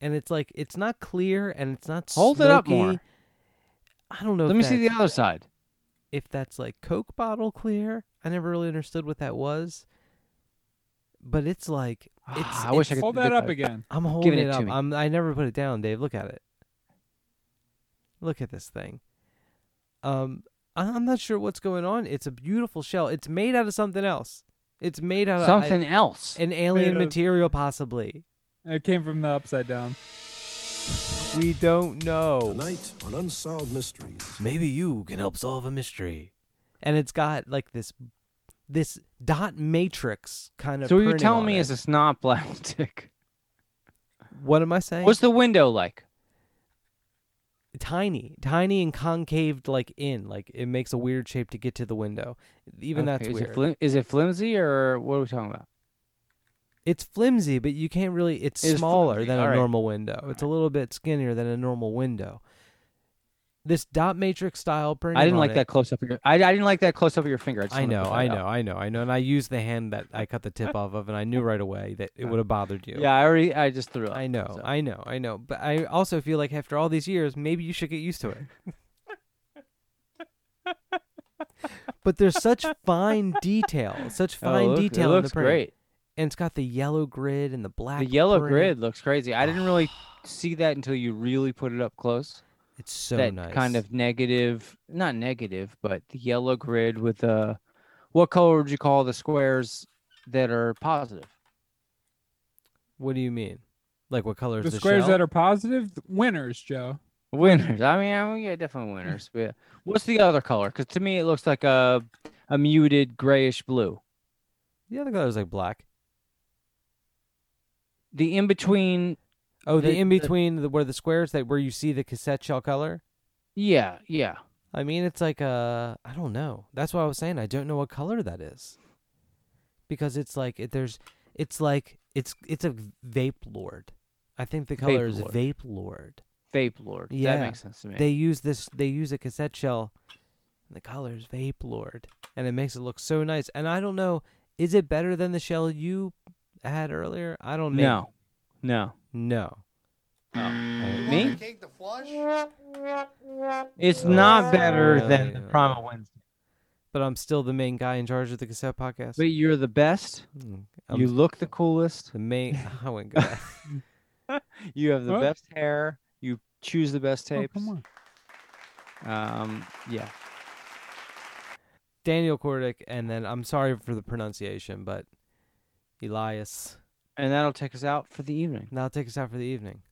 Speaker 2: and it's like it's not clear and it's not.
Speaker 5: Hold it up
Speaker 2: smoky.
Speaker 5: more.
Speaker 2: I don't know.
Speaker 5: Let
Speaker 2: if
Speaker 5: me see the
Speaker 2: that's-
Speaker 5: other side.
Speaker 2: if that's like Coke bottle clear. I never really understood what that was, but it's like it's.
Speaker 5: Ah, I wish I
Speaker 2: it's-
Speaker 4: Hold
Speaker 5: could do
Speaker 4: that
Speaker 5: that.
Speaker 4: up again.
Speaker 2: I'm holding
Speaker 5: it
Speaker 2: it,
Speaker 5: to
Speaker 2: up.
Speaker 5: me.
Speaker 2: I'm, I never put it down, Dave. Look at it. Look at this thing. Um, I- I'm not sure what's going on. It's a beautiful shell. It's made out of something else. It's made out of I-
Speaker 5: Something else.
Speaker 2: an alien
Speaker 4: Made of-
Speaker 2: material, possibly.
Speaker 4: It came from the upside down.
Speaker 2: We don't know.
Speaker 9: Tonight on Unsolved Mysteries.
Speaker 2: Maybe you can help solve a mystery. And it's got like this, this dot matrix kind of.
Speaker 5: So what you're
Speaker 2: printing
Speaker 5: telling
Speaker 2: on
Speaker 5: me
Speaker 2: it.
Speaker 5: is it's not
Speaker 2: *laughs*
Speaker 5: plastic.
Speaker 2: what am I saying?
Speaker 5: What's the window like?
Speaker 2: tiny, tiny and concaved like in, like it makes a weird shape to get to the window. Even that's
Speaker 5: Okay, is
Speaker 2: weird.
Speaker 5: It flim- is it flimsy or what are we talking about?
Speaker 2: It's flimsy, but you can't really. It's
Speaker 5: It's
Speaker 2: smaller
Speaker 5: flimsy,
Speaker 2: than a
Speaker 5: alright.
Speaker 2: normal window. It's a little bit skinnier than a normal window. This dot matrix style printing.
Speaker 5: I didn't
Speaker 2: on
Speaker 5: like
Speaker 2: it-
Speaker 5: that close up. Of your, I, I didn't like that close up of your finger. I, just
Speaker 2: I
Speaker 5: wanted to
Speaker 2: know,
Speaker 5: point
Speaker 2: I
Speaker 5: that
Speaker 2: know,
Speaker 5: out.
Speaker 2: I know, I know. And I used the hand that I cut the
Speaker 5: *laughs*
Speaker 2: tip off of, and I knew right away that
Speaker 5: Uh,
Speaker 2: it would have bothered you.
Speaker 5: Yeah, I already. I just threw up.
Speaker 2: I know,
Speaker 5: so.
Speaker 2: I know, I know. But I also feel like after all these years, maybe you should get used to it. *laughs* but there's such fine detail, such
Speaker 5: Oh,
Speaker 2: fine
Speaker 5: look,
Speaker 2: detail
Speaker 5: It
Speaker 2: in the
Speaker 5: looks
Speaker 2: print.
Speaker 5: great.
Speaker 2: And it's got the yellow grid and the black.
Speaker 5: The yellow
Speaker 2: print.
Speaker 5: grid looks crazy. I didn't
Speaker 2: *sighs*
Speaker 5: really see that until you really put it up close.
Speaker 2: It's so
Speaker 5: that
Speaker 2: nice.
Speaker 5: kind of negative, not negative, but the yellow grid with the. What color would you call the squares that are positive?
Speaker 2: What do you mean? Like what color is
Speaker 4: The
Speaker 2: the,
Speaker 4: squares
Speaker 2: shell?
Speaker 4: that are positive, winners, Joe.
Speaker 5: Winners. I mean, I mean, yeah, definitely winners. But what's the other color? Because to me, it looks like a a muted grayish blue.
Speaker 2: the other color is like black.
Speaker 5: The in between.
Speaker 2: Oh, the,
Speaker 5: The-
Speaker 2: in
Speaker 5: the-
Speaker 2: between the, where the squares that where you see the cassette shell color.
Speaker 5: Yeah, yeah.
Speaker 2: I mean, it's like uh, I don't know. That's why I was saying I don't know what color that is. Because it's like it, there's, it's like it's it's a vape lord. I think the color is
Speaker 5: lord.
Speaker 2: vape lord.
Speaker 5: Vape lord.
Speaker 2: Yeah,
Speaker 5: That makes sense to me.
Speaker 2: They use this. They use a cassette shell. And the color is vape lord, and it makes it look so nice. And I don't know, is it better than the shell you had earlier? I don't know.
Speaker 5: no, no.
Speaker 2: No.
Speaker 5: Me? It's
Speaker 2: Oh.
Speaker 5: not better than the
Speaker 2: yeah.
Speaker 5: Primal Wednesday.
Speaker 2: But I'm still the main guy in charge of the cassette podcast.
Speaker 5: But you're the best.
Speaker 2: Mm,
Speaker 5: you
Speaker 2: I'm
Speaker 5: look the coolest.
Speaker 2: the main. *laughs* Oh my god.
Speaker 5: You have the
Speaker 4: Oh.
Speaker 5: best hair. You choose the best
Speaker 4: Oh,
Speaker 5: tapes.
Speaker 4: come on.
Speaker 5: Um, yeah.
Speaker 2: Daniel Kordick, and then I'm sorry for the pronunciation, but Elias.
Speaker 5: And that'll take us out for the evening.
Speaker 2: Now take us out for the evening.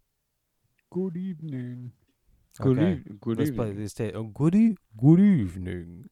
Speaker 4: Good evening.
Speaker 2: Good Okay.
Speaker 5: eve- good
Speaker 2: Let's play this tape. Oh, good, e- good evening.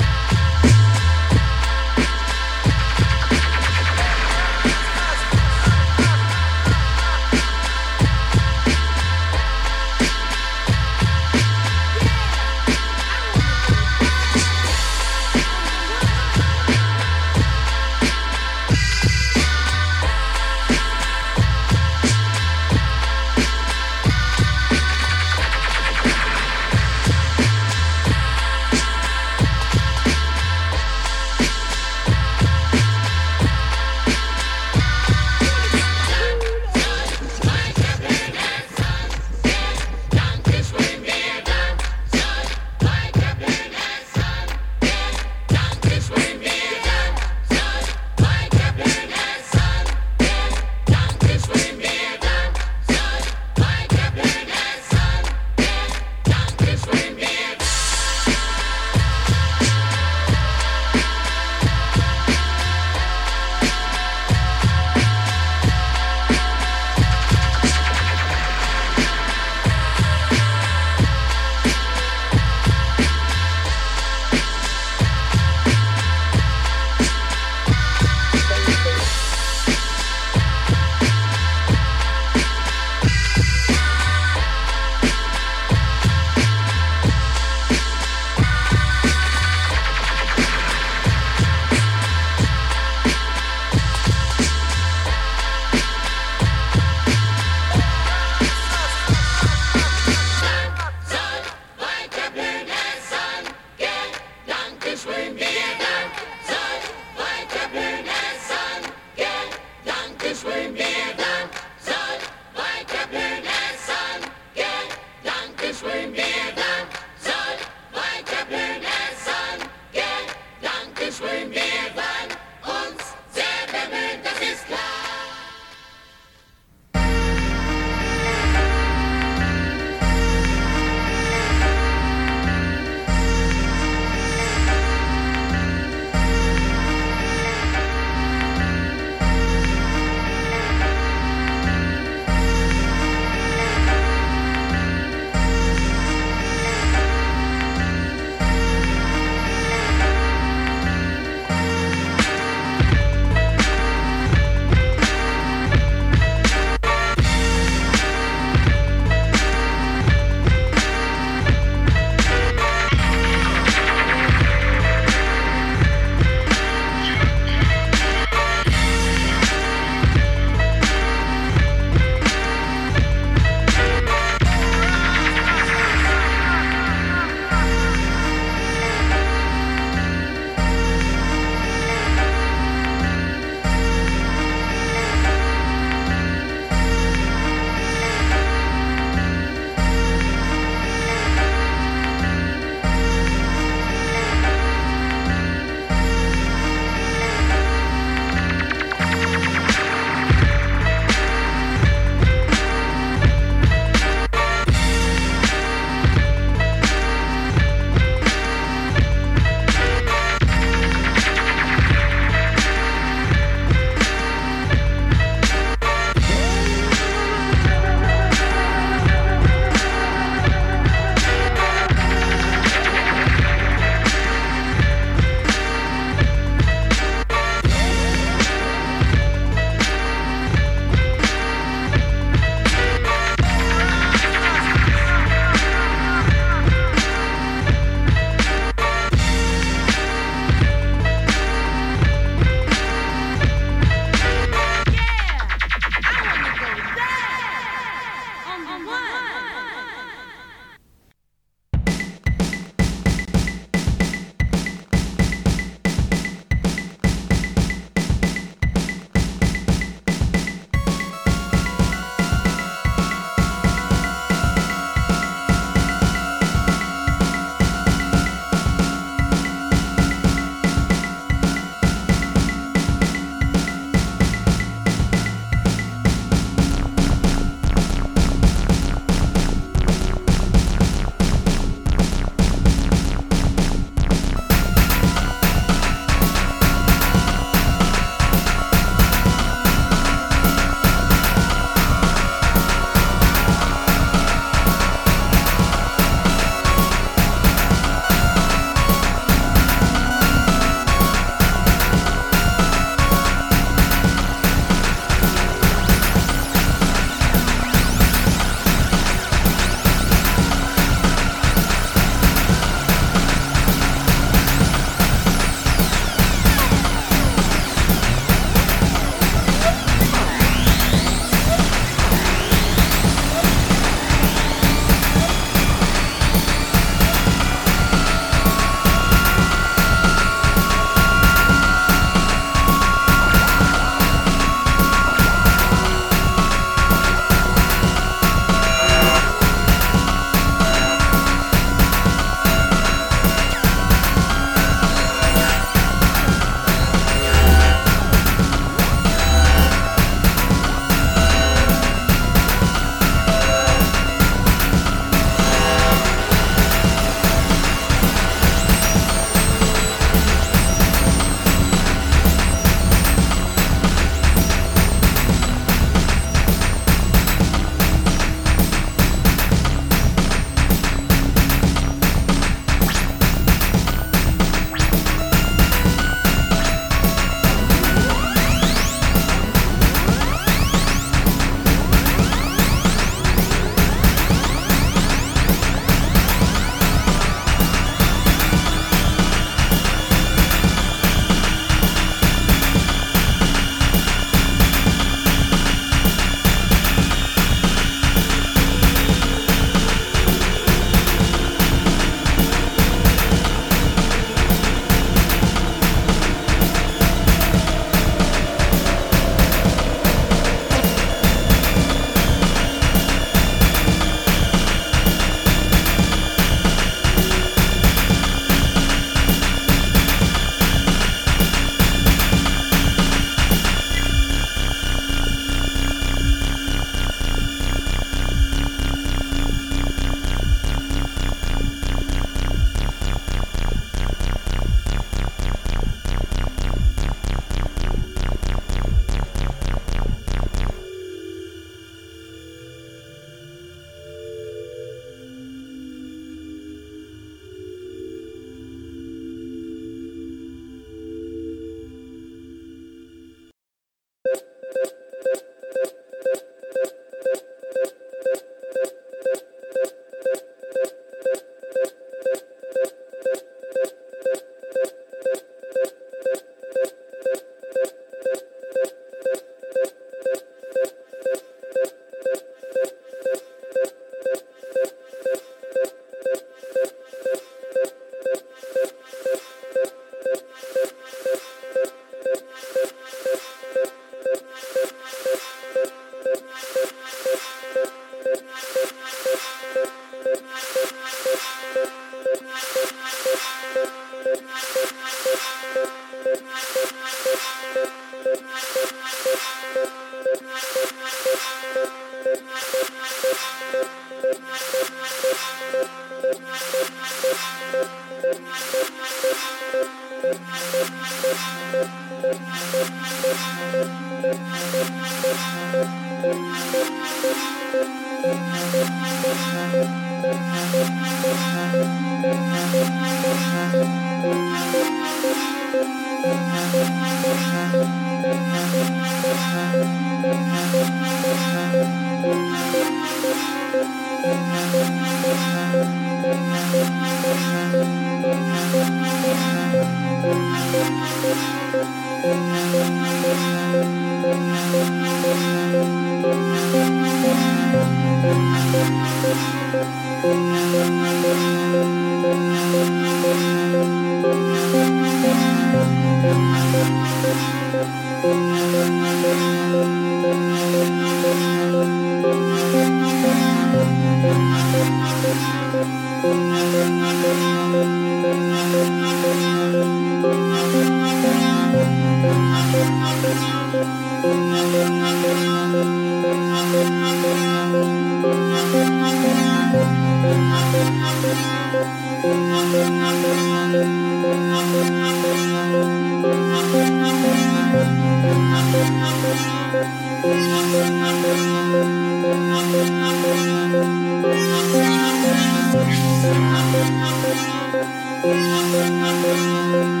Speaker 13: Thank you.